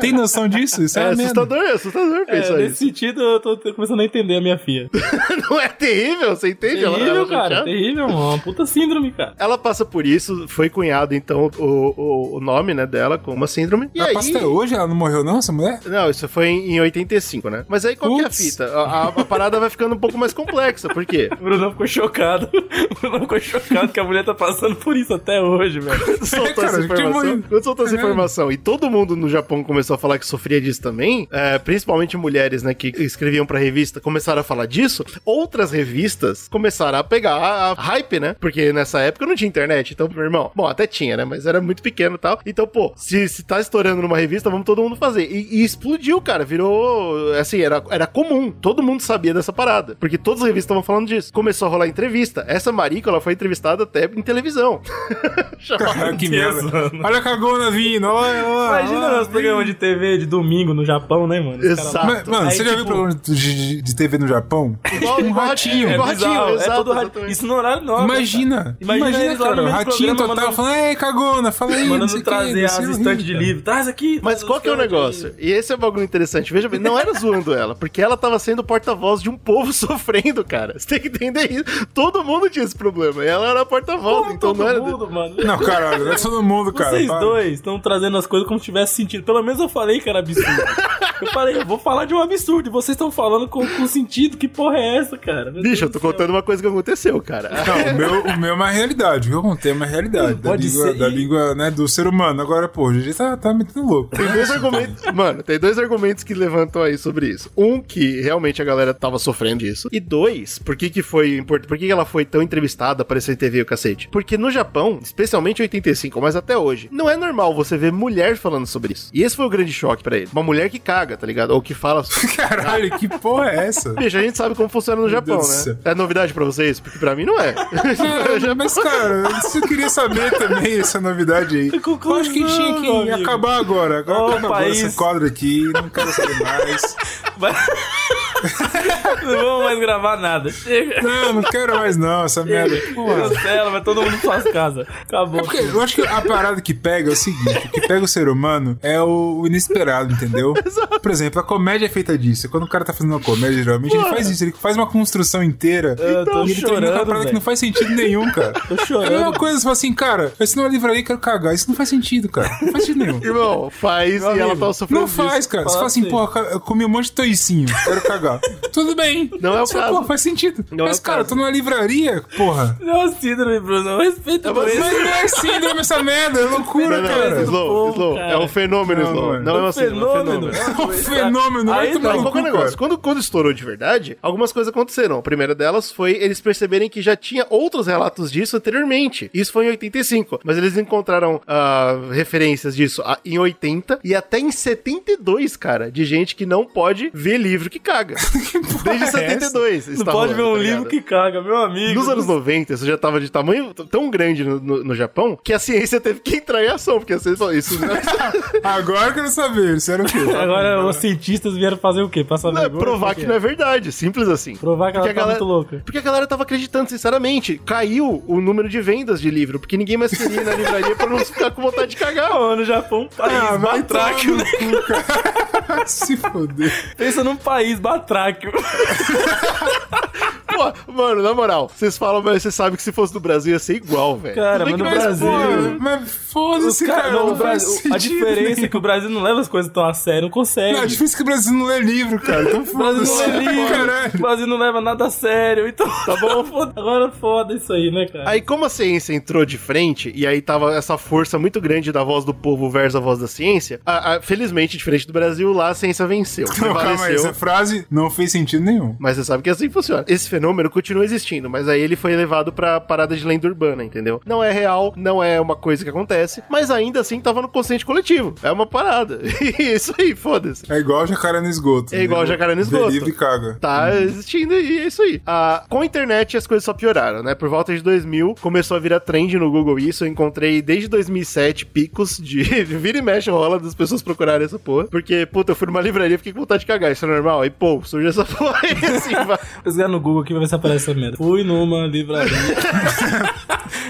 B: Tem noção disso? Isso
C: É,
B: é, uma merda.
C: assustador, é assustador
A: É,
C: pensar
A: nesse
C: isso.
A: sentido, eu tô tô começando a entender a minha
B: *laughs*
A: filha.
C: *laughs* Não é terrível, você entende? Ela-
A: terrível,
C: ela
A: cara.
C: chateada?
A: Terrível, mano. Uma puta síndrome, cara.
C: Ela passa por isso, foi cunhado então o, o, o nome né, dela com uma síndrome. E aí...
B: Rapaz, até é hoje ela não morreu, não, essa mulher?
C: Não, isso foi em em 85, né? Mas aí qual que é a
B: Putz.
C: fita? A, a- a parada vai ficando um pouco mais complexa, por quê?
A: O Brunão ficou chocado. *laughs* O Brunão ficou chocado que a mulher tá passando por isso até hoje, velho.
C: Quando soltou
B: Cara,
C: essa
B: eu tinha
C: informação,
B: morrido.
C: quando soltou essa
B: Caralho.
C: informação e todo mundo no Japão começou a falar que sofria disso também, é, principalmente mulheres, né, que escreviam pra revista, começaram a falar disso, outras revistas começaram a pegar a, a hype, né? Porque nessa época não tinha internet, então, meu irmão, bom, até tinha, né? Mas era muito pequeno e tal. Então, pô, se, se tá estourando numa revista, vamos todo mundo fazer. E, e explodiu, cara, virou, assim, era, era comum, todo mundo sabia dessa parada, porque todas as revistas estavam falando disso. Começou a rolar entrevista, essa Mariko, ela foi entrevistada até em televisão. *laughs*
A: *laughs*
C: Chamaram
B: Cara, Ah, que
A: Deus,
B: merda. Ah,
A: mano.
B: é. Olha a cagona vindo, olha, olha.
A: Imagina
B: olha.
A: nos programas de TV de domingo no Japão, né, mano? Os caras
C: Exato.
B: Mas, mano,
A: Aí,
B: você já viu
A: tipo-
B: programa de, de- de TV no Japão?
C: Igual-
B: um
C: igual
B: ratinho.
A: É
C: igual ratinho,
A: bizarro, é
C: exato,
A: todo ra-
C: exatamente.
A: Isso no horário nobre.
B: Imagina.
A: cara. Imagina, eles lá no
B: cara.
A: mesmo programa
B: Ratinho total
A: mandando-
B: falando, ei, cagona, fala aí. não sei
A: Mandando
B: o quê,
A: trazer
B: você
A: as
B: é
A: estantes de
B: horrível."
A: livro. Traz aqui.
C: Mas
A: traz
C: qual que é o
A: aqui.
C: negócio? E esse é o bagulho interessante. Veja bem, não era zoando ela, porque ela tava sendo o porta-voz de um povo *laughs* sofrendo, cara. Você tem que entender isso. Todo mundo tinha esse problema. E ela era a
A: Pô,
C: porta-voz, então
A: todo
C: não era.
A: mundo, mano.
B: Não, caralho, não é todo mundo, cara.
A: Vocês
B: para.
A: dois estão trazendo as coisas como se tivesse sentido. Pelo menos eu falei que era absurdo. eu falei, eu vou falar de um absurdo. E vocês estão falando com, com sentido. Que porra é essa, cara? Meu
C: Bicho, eu
A: Deus
C: tô
A: do céu.
C: contando uma coisa que aconteceu, cara.
B: Não, o meu, o meu é uma realidade, o que eu contei é uma realidade. Da
A: Pode
B: língua,
A: ser,
B: da
A: e-
B: língua né, do ser humano. Agora, pô, o GG tá, tá metendo louco.
C: Tem dois argumentos. Mano, tem dois argumentos que levantam aí sobre isso. Um, que realmente a galera tava sofrendo disso. E dois, por que que foi importante? Por que que ela foi tão entrevistada, apareceu em TV e o cacete? Porque no Japão, especialmente em 85, mas até hoje, não é normal você ver mulher falando sobre isso. E esse foi o grande choque pra ele. Uma mulher que caga, tá ligado? Ou que fala.
B: Caralho, que porra é essa?
C: *laughs* Bicho, a gente sabe como funciona no Japão,
B: Deus do céu.
C: né? É novidade pra vocês? Porque pra mim não é.
B: Cara, mas, cara, isso eu queria saber também, essa novidade aí. Eu
A: Conclusão,
B: acho que tinha que
A: meu amigo.
B: acabar agora. Agora
A: Ó,
B: acaba agora
A: país.
B: esse quadro aqui, não quero saber mais.
A: *laughs* Não vamos mais gravar nada. Chega.
B: Não, não quero mais não, essa merda. Porra.
A: Cancela, vai todo mundo pra suas casas. Acabou.
B: É porque eu acho que a parada que pega é o seguinte: o que pega o ser humano é o o inesperado, entendeu?
C: *laughs*
B: Por exemplo, a comédia é feita disso. Quando o cara tá fazendo uma comédia, geralmente ele faz isso, ele faz uma construção inteira.
A: Eu tô
B: e ele termina com uma
A: chorando,
B: parada que
A: velho.
B: não faz sentido nenhum,
C: *laughs*
B: cara.
A: Tô
B: É a mesma
A: chorando.
B: coisa, você fala assim, cara, eu assino uma livraria e quero cagar. Isso não faz sentido, cara. Não faz sentido
C: *laughs*
B: nenhum.
C: Irmão, faz e ela tava sofrendo.
B: Não faz,
C: disso.
B: cara. Você
A: fala
B: fala assim,
A: assim.
B: porra, cara, eu comi um monte de toicinho, quero
C: *laughs*
B: cagar. Tudo bem.
C: Não é o
B: Você fala,
C: caso.
B: Pô, faz sentido.
C: Não é
B: Mas,
C: o
B: cara, eu
C: caso.
B: tô numa livraria, porra.
A: Não é uma síndrome, Bruno. Respeita
C: É uma
A: doença.
B: Mas não é síndrome essa merda, é loucura,
C: Não, não,
B: cara.
C: Slow,
A: Pô,
C: slow.
A: cara.
C: É um fenômeno,
B: Não,
C: slow.
B: mano.
C: Não é uma síndrome, é um fenômeno.
B: um fenômeno, vai
A: Aí
B: tomar
A: não,
B: no
C: Não,
B: cu,
C: qual que é o
B: cara.
C: negócio? Quando, quando estourou de verdade, algumas coisas aconteceram. A primeira delas foi eles perceberem que já tinha outros relatos disso anteriormente. Isso foi em 85. Mas eles encontraram ah, referências disso ah, em 80 e até em 72, cara, de gente que não pode ver livro
A: *laughs*
C: que caga. Desde *laughs*
B: é
C: 72. isso
A: Não
C: tá
A: pode ver
C: rolando,
A: um
C: tá
A: livro
C: ligado?
A: que caga, meu amigo.
C: Nos anos 90, isso já tava de tamanho t- tão grande no, no- no Japão que a ciência teve que entrar em ação, porque a ciência falou, isso não é
B: Agora eu quero saber, isso era o quê?
C: *laughs*
A: Agora os cientistas vieram fazer o quê? Passar
C: Não, é
A: vergonha?
C: provar que não é verdade, simples assim.
A: Provar que ela
C: Porque
A: tá muito louca.
C: Porque a galera tava acreditando, sinceramente. Caiu o número de vendas de livro, porque ninguém mais queria ir na livraria pra não ficar com vontade
A: *laughs*
C: de cagar.
A: Mano, o Japão é um país
B: Ah, vai
A: batráquio,
B: tomar
A: né?
B: no cu, cara. Se foder.
A: Pensa num país batráquio.
C: Pô, mano, na moral, vocês falam, mas você sabe que se fosse do Brasil ia ser igual, velho.
A: Cara,
B: é
C: Tudo bem
A: mas
C: que
A: no
C: vai-
A: Brasil-
B: Pô, mas
A: Os
B: foda-se,
A: cara-
B: cara.
A: não,
B: não
A: o
B: faz
A: Brasil- a
B: sentido,
A: diferença
B: né?
A: é que o Brasil não leva as coisas tão a sério, não consegue.
B: Não, é difícil que o Brasil não lê livro, cara. Então
A: O Brasil
B: foda-se.
A: não é livre, o
B: Caralho.
A: Brasil não leva nada a sério, então tá bom, *laughs* foda, agora foda isso aí, né, cara?
C: Aí, como a ciência entrou de frente, e aí tava essa força muito grande da voz do povo versus a voz da ciência, a- a- felizmente, diferente do Brasil, lá a ciência venceu.
B: Não, Então, calma aí,
C: prevaleceu.
B: essa frase não fez sentido nenhum.
C: Mas você sabe que assim funciona. Esse fenômeno continua existindo, mas aí ele foi levado pra parada de lenda urbana, entendeu? Não é real, não é uma coisa que acontece, mas ainda assim tava no consciente coletivo. É uma parada. *laughs* Isso aí, foda-se.
B: É igual jacaré no esgoto.
C: É igual jacaré no esgoto.
B: Vê livro e caga.
C: Tá existindo e é isso aí. Ah, com a internet as coisas só pioraram, né? Por volta de 2000 começou a virar trend no Google isso. Eu encontrei desde 2007 picos de *laughs* vira e mexe rola das pessoas procurarem essa porra. Porque, puta, eu fui numa livraria fiquei com vontade de cagar. Isso é normal? Aí, pô, surgiu essa *laughs* porra e assim vai.
A: Pesquisar no Google aqui pra ver se aparece essa merda. Fui numa livraria.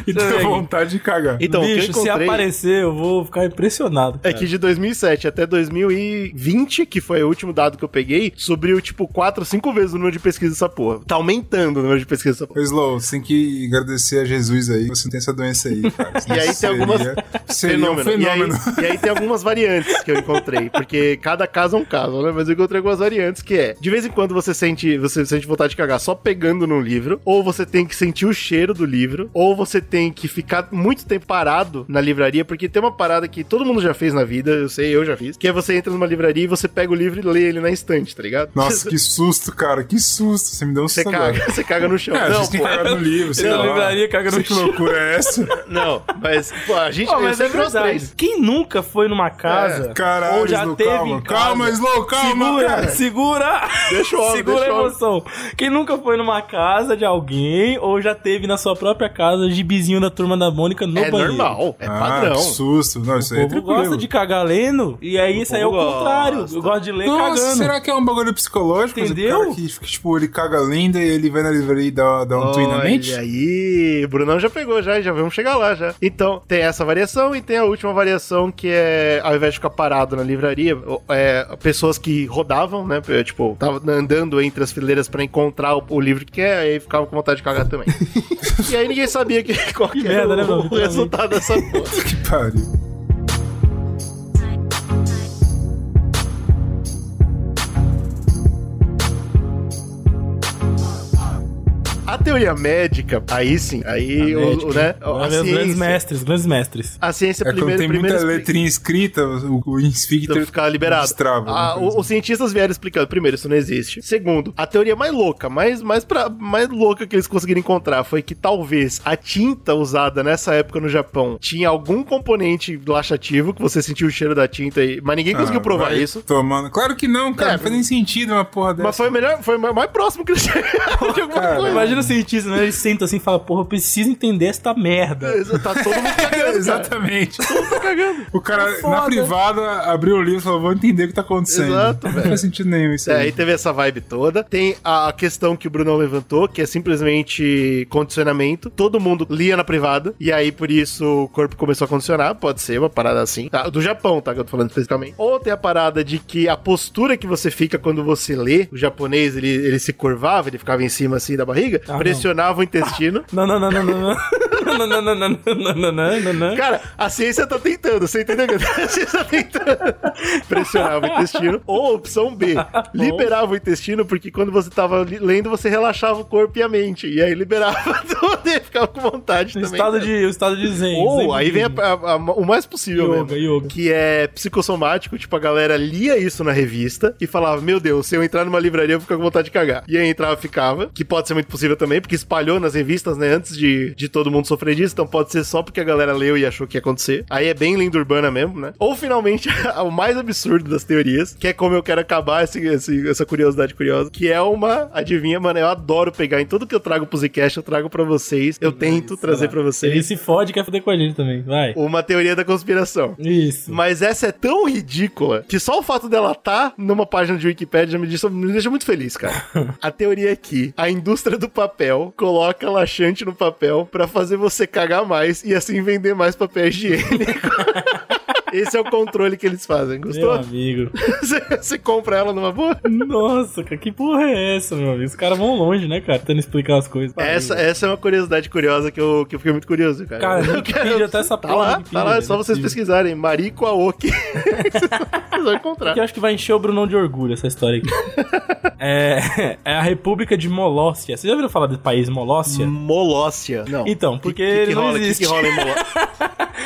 B: E
A: Tem.
B: deu vontade de cagar.
C: Então, o que eu
A: Bicho, se
C: encontrei-
A: aparecer, eu vou ficar impressionado.
C: É
A: cara.
C: que de 2007 até 2020, que foi o último dado que eu peguei, subiu tipo 4, 5 vezes o número de pesquisa dessa porra. Tá aumentando o número de pesquisa dessa
B: Ô,
C: porra.
B: Slow, você tem que agradecer a Jesus aí. Você não tem essa doença aí, cara.
C: E aí tem algumas.
B: Seria um fenômeno.
C: E, aí, e aí tem algumas variantes que eu encontrei. Porque cada caso é um caso, né? Mas eu encontrei algumas variantes que é. De vez em quando você sente, você sente vontade de cagar só pegando num livro. Ou você tem que sentir o cheiro do livro. Ou você tem que ficar muito tempo parado na livraria. Porque tem uma parada que todo mundo já fez na vida, eu sei, eu já fiz. Que é você entra numa livraria e você pega o livro e lê ele na estante, tá ligado? *laughs*
B: Nossa, que susto, cara. Que susto. Você me deu um
C: Você
B: susto agora.
C: caga, *laughs* você caga no chão.
B: É, a
C: não,
B: gente tem
C: pô,
B: cagado no livro, sei
A: na
B: lá.
A: livraria, caga no
B: Sei
A: chão.
B: Que loucura é essa?
C: *laughs* não, mas, pô, a gente
A: Pô,
C: eu
A: mas é
C: sempre É, nós
A: verdade.
C: três.
A: Quem nunca foi numa casa
B: Caralho,
A: ou já
B: Slow,
A: teve
B: calma.
A: em casa?
B: Calma, Slow, calma,
A: segura,
B: cara.
A: segura,
C: Deixa o homem,
A: segura
C: deixa o
A: a
C: homem.
A: emoção. Quem nunca foi numa casa de alguém ou já teve na sua própria casa gibizinho da turma da Mônica no
C: É
A: banheiro?
C: normal, é
B: Ah,
C: padrão.
B: que susto. Não, isso
A: O
B: aí é
A: povo
B: tranquilo.
A: gosta de cagar lendo e aí isso aí é o
C: povo gosta.
A: contrário. Eu gosto de ler
B: Nossa,
A: cagando.
B: será que é um bagulho psicológico? Por exemplo,
A: Entendeu?
B: o cara que, fica, tipo, ele caga lenda e ele vai na livraria e dá, dá um twin na mente? *laughs*
C: Olha aí, o Brunão já pegou já, já vamos chegar lá já. Então, tem essa variação e tem a última variação que é, ao invés de ficar parado na livraria, é, pessoas que rodavam, né, tipo, tava andando entre as fileiras pra encontrar o, o livro que quer, aí ficava com vontade de cagar também. e aí ninguém sabia que, qual que era
A: merda, né,
C: o,
A: mano?
C: o resultado dessa porra.
B: Que pariu.
C: A teoria médica, aí sim, aí,
A: A
C: o,
A: médica.
C: o, né, a
A: Olha, os grandes
C: ciência,
A: mestres, grandes mestres.
C: a ciência
B: É quando
C: primeiro,
B: tem muita
C: primeiro explica.
B: letrinha escrita, o, o
C: Então
B: esfíncter
C: ficar liberado.
B: destrava. né?
C: Ah,
B: alguma
C: o-
B: coisa.
C: os cientistas vieram explicando, primeiro, isso não existe. Segundo, a teoria mais louca, mais, mais, pra, mais louca que eles conseguiram encontrar foi que talvez a tinta usada nessa época no Japão tinha algum componente laxativo, que você sentiu o cheiro da tinta aí, mas ninguém conseguiu
B: Ah,
C: provar
B: vai
C: isso.
B: Tomando. Claro que não, cara.
C: É,
B: não faz nem sentido uma porra dessa.
C: Mas foi o melhor, foi o mais próximo que eles *laughs* chegaram de alguma
B: Cara.
C: coisa.
A: Imagina o cientista, né? Ele senta assim e fala, porra, eu preciso entender esta
C: *laughs*
A: merda.
C: Tá todo
B: *laughs* É,
C: mundo cagando, cara. *laughs* tá
B: Exatamente.
C: cagando.
B: O cara,
A: É Foda.
B: na privada, abriu o livro e falou: vou entender o que tá acontecendo.
C: Exato,
B: não
C: velho.
B: faz sentido nenhum isso
C: É,
B: aí.
C: aí teve essa vibe toda. Tem a questão que o Brunão levantou, que é simplesmente condicionamento. Todo mundo lia na privada, e aí por isso o corpo começou a condicionar. Pode ser uma parada assim. tá? Do Japão, tá? Que eu tô falando especificamente. Ou tem a parada de que a postura que você fica quando você lê, o japonês ele, ele se curvava, ele ficava em cima assim da barriga,
A: Ah, não.
C: pressionava o intestino.
A: Não, não, não, não, não, *laughs* não. Não, não, não, não, não, não, não, não, não.
C: Cara, a ciência tá tentando, você entendeu? *laughs* A ciência tá tentando. Pressionava o intestino. Ou opção B, liberava o intestino, porque quando você tava li- lendo, você relaxava o corpo e a mente. E aí liberava *laughs* tudo e ficava com vontade
A: O
C: *laughs* também.
A: estado de, o estado de zen.
C: Ou
A: zen
C: aí vem a-
A: budismo.
C: a- a- o mais possível
A: Yoga,
C: mesmo,
A: yoga.
C: que é psicossomático, tipo, a galera lia isso na revista e falava, meu Deus, se eu entrar numa livraria, eu vou ficar com vontade de cagar. E aí entrava, ficava, que pode ser muito possível também, porque espalhou nas revistas, né, antes de, de todo mundo sofrer disso, então pode ser só porque a galera leu e achou que ia acontecer. Aí é bem lenda urbana mesmo, né? Ou, finalmente, *laughs* o mais absurdo das teorias, que é como eu quero acabar esse- esse- essa curiosidade curiosa, que é uma, adivinha, mano, eu adoro pegar em tudo que eu trago pro Zcast, eu trago pra vocês, eu tento trazer pra vocês
A: Ele se fode e quer foder com a gente também, vai.
C: uma teoria da conspiração.
A: Isso.
C: Mas essa é tão ridícula que só o fato dela estar numa página de Wikipedia já me, deixa, me deixa muito
A: *laughs*
C: feliz, cara. a teoria é que a indústria do papel coloca
A: *laughs*
C: laxante no papel pra fazer você cagar mais e assim vender mais papel higiênico. Esse é o controle que eles fazem.
A: Meu
C: Gostou?
A: amigo.
C: *laughs*
A: *laughs*
C: Você, você compra ela numa boa?
A: Nossa, cara, que porra é essa, meu amigo? Os caras vão longe, né, cara? Tentando explicar as coisas.
C: Essa, essa é uma curiosidade curiosa que eu, que eu fiquei muito curioso, cara. *laughs*
A: Cara,
C: eu
A: no Wikipedia tá essa
C: Tá
A: porra
C: lá,
A: no
C: tá
A: Wikipedia,
C: lá, é
A: não
C: só
A: é
C: vocês
A: possível.
C: pesquisarem. Marico Aoki. *laughs* vocês vão encontrar.
A: Que eu acho que vai encher o Brunão de orgulho essa história
C: *laughs*
A: aqui. é, *laughs* é a República de Molócia. Vocês já ouviram falar do país Molócia?
C: Molócia. Não.
A: Então, porque
C: que,
A: ele
C: que
A: não
C: rola, que,
A: existe.
C: que rola
A: *laughs*
C: em Molócia?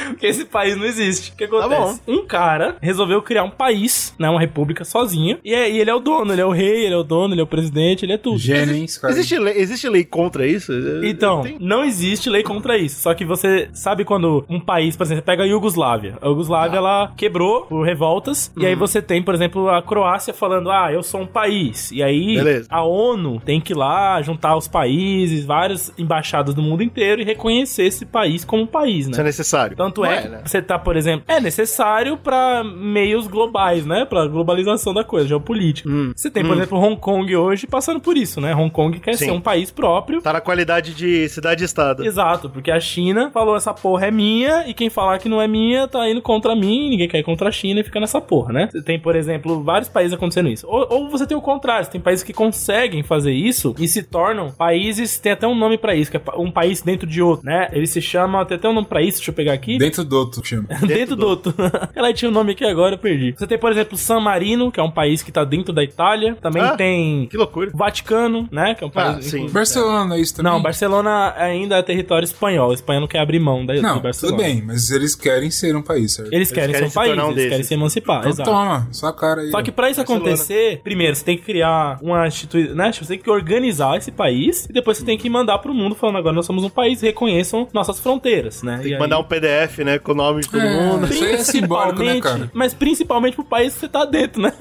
A: Porque esse país não existe. O que acontece? Um cara resolveu criar um país, né? Uma república sozinha. E, é- e ele é o dono, ele é o rei, ele é o dono, ele é o presidente, ele é tudo.
B: Gênio, hein, esse cara.
C: existe, lei, existe lei contra isso?
A: Então,
C: Tem-
A: não existe lei contra isso. Só que você sabe quando um país, por exemplo, você pega a Iugoslávia. A Iugoslávia, ela quebrou por revoltas. E aí você tem, por exemplo, a Croácia falando, ah, eu sou um país. E aí
C: Beleza.
A: a ONU tem que ir lá juntar os países, várias embaixadas do mundo inteiro e reconhecer esse país como um país, né?
C: Isso é necessário.
A: Tanto
C: Não
A: é, que
C: né?
A: você tá, por exemplo, é necessário pra meios globais, né? Pra globalização da coisa, geopolítica.
C: Hum.
A: Você tem, por exemplo, Hong Kong hoje passando por isso, né? Hong Kong quer
C: Sim.
A: ser um país próprio.
C: Tá na qualidade de cidade-estado.
A: Exato, porque a China falou essa porra é minha e quem falar que não é minha tá indo contra mim, ninguém quer ir contra a China e fica nessa porra, né? Você tem, por exemplo, vários países acontecendo isso. Ou, ou você tem o contrário, você tem países que conseguem fazer isso e se tornam países, tem até um nome pra isso, que é pa- um país dentro de outro, né? Ele se chama, tem até um nome pra isso, deixa eu pegar aqui.
B: Dentro do outro chama.
A: Dentro, do outro. *laughs* Ela tinha o nome aqui agora, eu perdi. Você tem, por exemplo, San Marino, que é um país que tá dentro da Itália. Também
C: Ah.
A: tem
C: Que loucura.
A: Vaticano, né? Que é um país.
C: Ah, sim.
B: Barcelona, é isso também?
A: Não, Barcelona ainda é território espanhol. A Espanha não quer abrir mão da, do
B: Não, tudo
A: Barcelona.
B: bem, mas eles querem ser um país, certo?
A: Eles querem,
C: querem
A: ser
C: se
A: um país,
C: tornar um
A: eles querem
C: desses.
A: se emancipar.
B: Então
A: exato.
B: toma, só a cara aí.
A: Só que pra isso
C: Barcelona.
A: acontecer, primeiro você tem que criar uma instituição, né? Tipo, Você tem que organizar esse país e depois você tem que mandar pro mundo falando agora nós somos um país, reconheçam nossas fronteiras, né?
C: Tem
A: E
C: que
A: aí-
C: mandar um PDF, né? Com o nome de todo mundo.
B: Isso aí é simbólico, né, cara?
A: mas principalmente pro país que você tá dentro, né?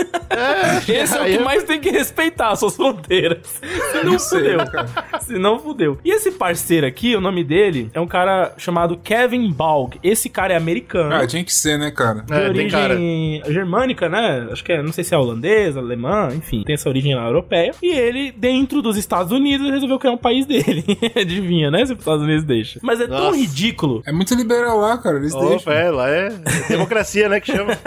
A: Esse é o
C: aí
A: que
C: eu-
A: mais tem que respeitar, suas fronteiras. Se não
B: Isso aí, né,
A: fudeu.
B: cara.
A: Se não fudeu. E esse parceiro aqui, o nome dele é um cara chamado Kevin Balg. Esse cara é americano.
B: Ah, tinha que ser, né, cara?
A: de
C: É, tem cara.
A: origem germânica, né? Acho que é, não sei se é holandesa, alemã, enfim, tem essa origem lá europeia. E ele, dentro dos Estados Unidos, resolveu criar um país dele. *laughs* Adivinha, né? Se os Estados Unidos deixam. Mas é tão
C: Nossa.
A: ridículo
B: É muito liberal lá, cara. Eles
C: Opa,
B: deixam.
C: é, lá é democracia, né,
A: *laughs*
C: que chama.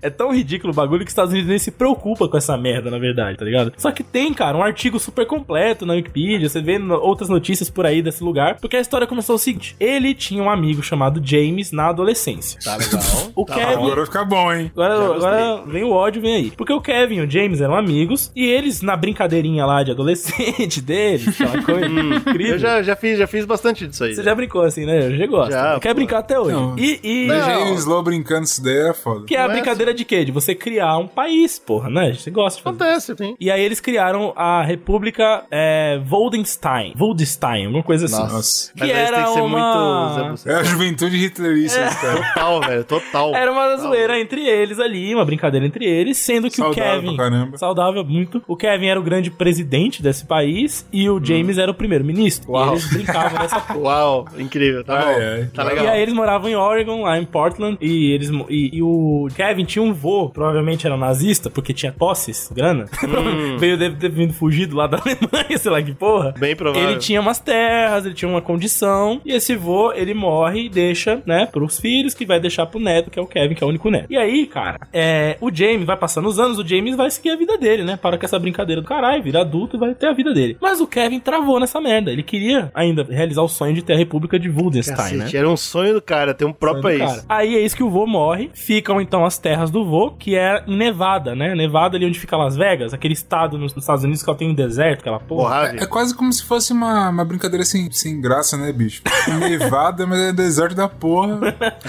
A: É tão ridículo o bagulho que os Estados Unidos nem se preocupa com essa merda, na verdade, tá ligado? Só que tem, cara, um artigo super completo na Wikipedia, você vê no- outras notícias por aí desse lugar, porque a história começou o seguinte: ele tinha um amigo chamado James na adolescência.
C: Tá legal.
A: O Kevin.
B: Ah, Agora fica bom, hein?
A: Agora,
C: gostei.
A: agora vem o ódio, vem aí. Porque o Kevin e o James eram amigos, e eles, na brincadeirinha lá de adolescente *laughs* deles, aquela coisa incrível.
C: Hum, Eu já, já, fiz, já fiz bastante disso aí.
A: Você já brincou assim, né? Eu já gosto.
C: Já,
A: Quer
C: pô.
A: brincar até hoje.
B: Não.
A: E, e-
B: Não. James Slow brincando isso daí era foda.
A: Que é a
C: Não é
A: brincadeira de quê? De você criar um país, porra, né? Você gosta de fazer.
C: Acontece, sim.
A: E aí eles criaram a República é, Woldenstein. Woldenstein, alguma coisa assim.
B: Nossa.
A: Que era uma-
C: Zé Buceta.
B: É a juventude hitlerista,
A: É.
C: É.
B: cara.
C: Total, velho, total.
A: Era uma zoeira entre eles ali, uma brincadeira entre eles, sendo que
B: Saudável
A: o Kevin.
B: pra caramba.
A: Saudável muito. O Kevin era o grande presidente desse país e
B: Hum.
A: o James era o primeiro-ministro. E
C: Uau.
A: eles brincavam dessa
B: *laughs*
A: porra.
C: Uau, incrível, tá
B: Ai,
C: bom.
B: ai.
C: Tá
A: E
C: legal.
A: aí eles moravam em Oregon, lá em Portland, e eles mo- e, e o Kevin tinha um vô, provavelmente era nazista, porque tinha posses, grana. *laughs* Veio deve ter vindo fugido lá da *laughs* Alemanha, sei lá que porra.
C: Hum. Bem provável.
A: Ele tinha umas terras, ele tinha uma condição, e esse vô, ele morre e deixa, né, pros filhos, que vai deixar pro neto, que é o Kevin, que é o único neto. E aí, cara, é, o James vai passando os anos, o James vai seguir a vida dele, né, para com essa brincadeira do caralho, vira adulto e vai ter a vida dele. Mas o Kevin travou nessa merda, ele queria ainda realizar o sonho de ter a República de Woldenstein, né?
C: Cacete, era um sonho do cara ter um próprio
A: Foi do
C: país.
A: cara. Aí é isso que o vô morre. Ficam então as terras do vô, que é em Nevada, né? Nevada ali onde fica Las Vegas, aquele estado nos nos Estados Unidos que só tem um deserto, aquela porra.
C: Porra,
B: É quase como se fosse uma, uma brincadeira sem, sem graça, né, bicho? Nevada, mas é deserto da porra.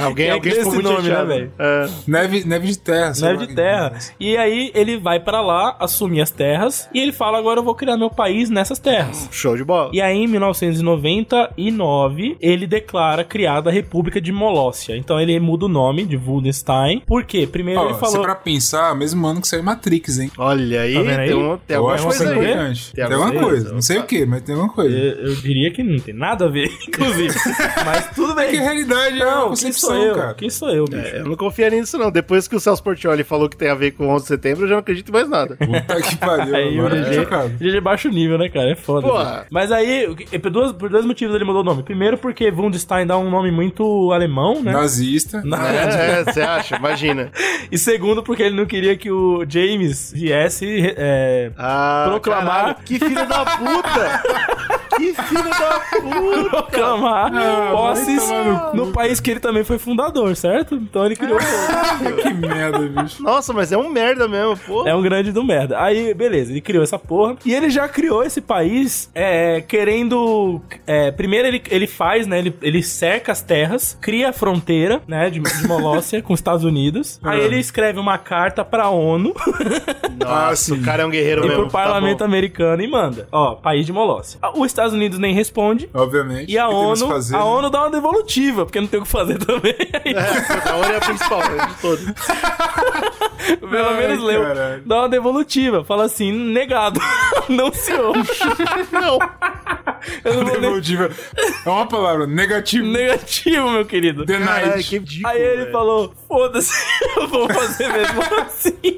C: alguém,
A: é
C: alguém
A: esse
C: ficou muito
A: nome, né,
C: chateado.
A: velho?
C: É.
B: Neve, neve de terra. sei
A: Neve
B: lá. é
A: de terra. E aí ele vai pra lá, assume as terras, e ele fala: agora eu vou criar meu país nessas terras.
C: Show de bola.
A: E aí, em 1999, ele declara criada a República de Molócia. Então ele muda o nome de Woldenstein. Por quê? Primeiro
B: Ó,
A: ele
B: se
A: falou.
B: pra pensar, mesmo ano que saiu Matrix, hein?
C: Olha aí,
A: Tá vendo aí?
C: tem, um, tem
B: Eu
C: alguma
B: acho que
C: coisa
B: é
C: aí.
B: importante.
C: Tem
B: Tem
C: alguma
B: alguma coisa.
C: coisa.
B: Não sei o que, mas tem alguma coisa.
A: Eu, eu diria que não tem nada a ver, *laughs* inclusive. Mas tudo bem.
B: Que realidade é uma
A: Não, quem sou
B: concepção,
A: eu?
B: cara.
A: Quem sou eu, bicho?
C: É, Eu não confia nisso, não. Depois que o Celso Portioli falou que tem a ver com 11 de setembro, eu já não acredito em mais nada.
A: *laughs*
B: Puta que pariu,
A: Aí o
B: agora eu tô
A: GG,
B: chocado.
A: GG baixo nível, né, cara? É foda.
C: Pô.
A: né? Mas aí, o que- por dois, por dois motivos ele mudou o nome. Primeiro, porque Wundstein dá um nome muito alemão, né?
B: Nazista.
C: *laughs* É, você acha? Imagina.
A: E segundo, porque ele não queria que o James viesse é,
C: Ah,
A: Proclamar.
C: caralho, que filho da puta! que filho da puta!
A: proclamar
B: Ah, vai
A: posses
B: tomar
A: no país que ele também foi fundador, certo? Então ele criou.
B: *laughs* que merda, bicho.
C: Nossa, mas é um merda mesmo, pô.
A: É um grande do merda. Aí, beleza, ele criou essa porra. E ele já criou esse país é, querendo. é, primeiro ele, ele faz, né? Ele, ele cerca as terras, cria a fronteira, né? De, de Molócia com os Estados
B: *laughs*
A: Unidos. Aí ele escreve uma carta pra ONU
B: Ah,
C: Nossa,
B: sim.
C: o cara é um guerreiro
A: e
C: mesmo.
B: tá
A: pro parlamento americano e manda. Ó, país de Molócia. Os Estados Unidos nem responde.
B: Obviamente.
A: E a
B: O que temos que
A: ONU,
B: fazer,
A: a
B: né? *laughs*
A: ONU dá uma devolutiva, porque não tem o que fazer *laughs* também.
C: Tá bom. É, a ONU é a principal né, de todos.
A: Pelo
B: Ai,
A: menos leu.
B: É, caralho.
A: Dá uma devolutiva. Fala assim, negado. *laughs* não, senhor.
C: Não.
A: Eu
B: *laughs*
A: não vou nem...
B: Devolutiva. É uma palavra. Negativo.
A: Negativo, meu querido.
C: Caralho,
B: Denied.
C: que ridículo,
A: Aí ele
C: velho.
A: falou, foda-se, *laughs* eu vou fazer mesmo assim.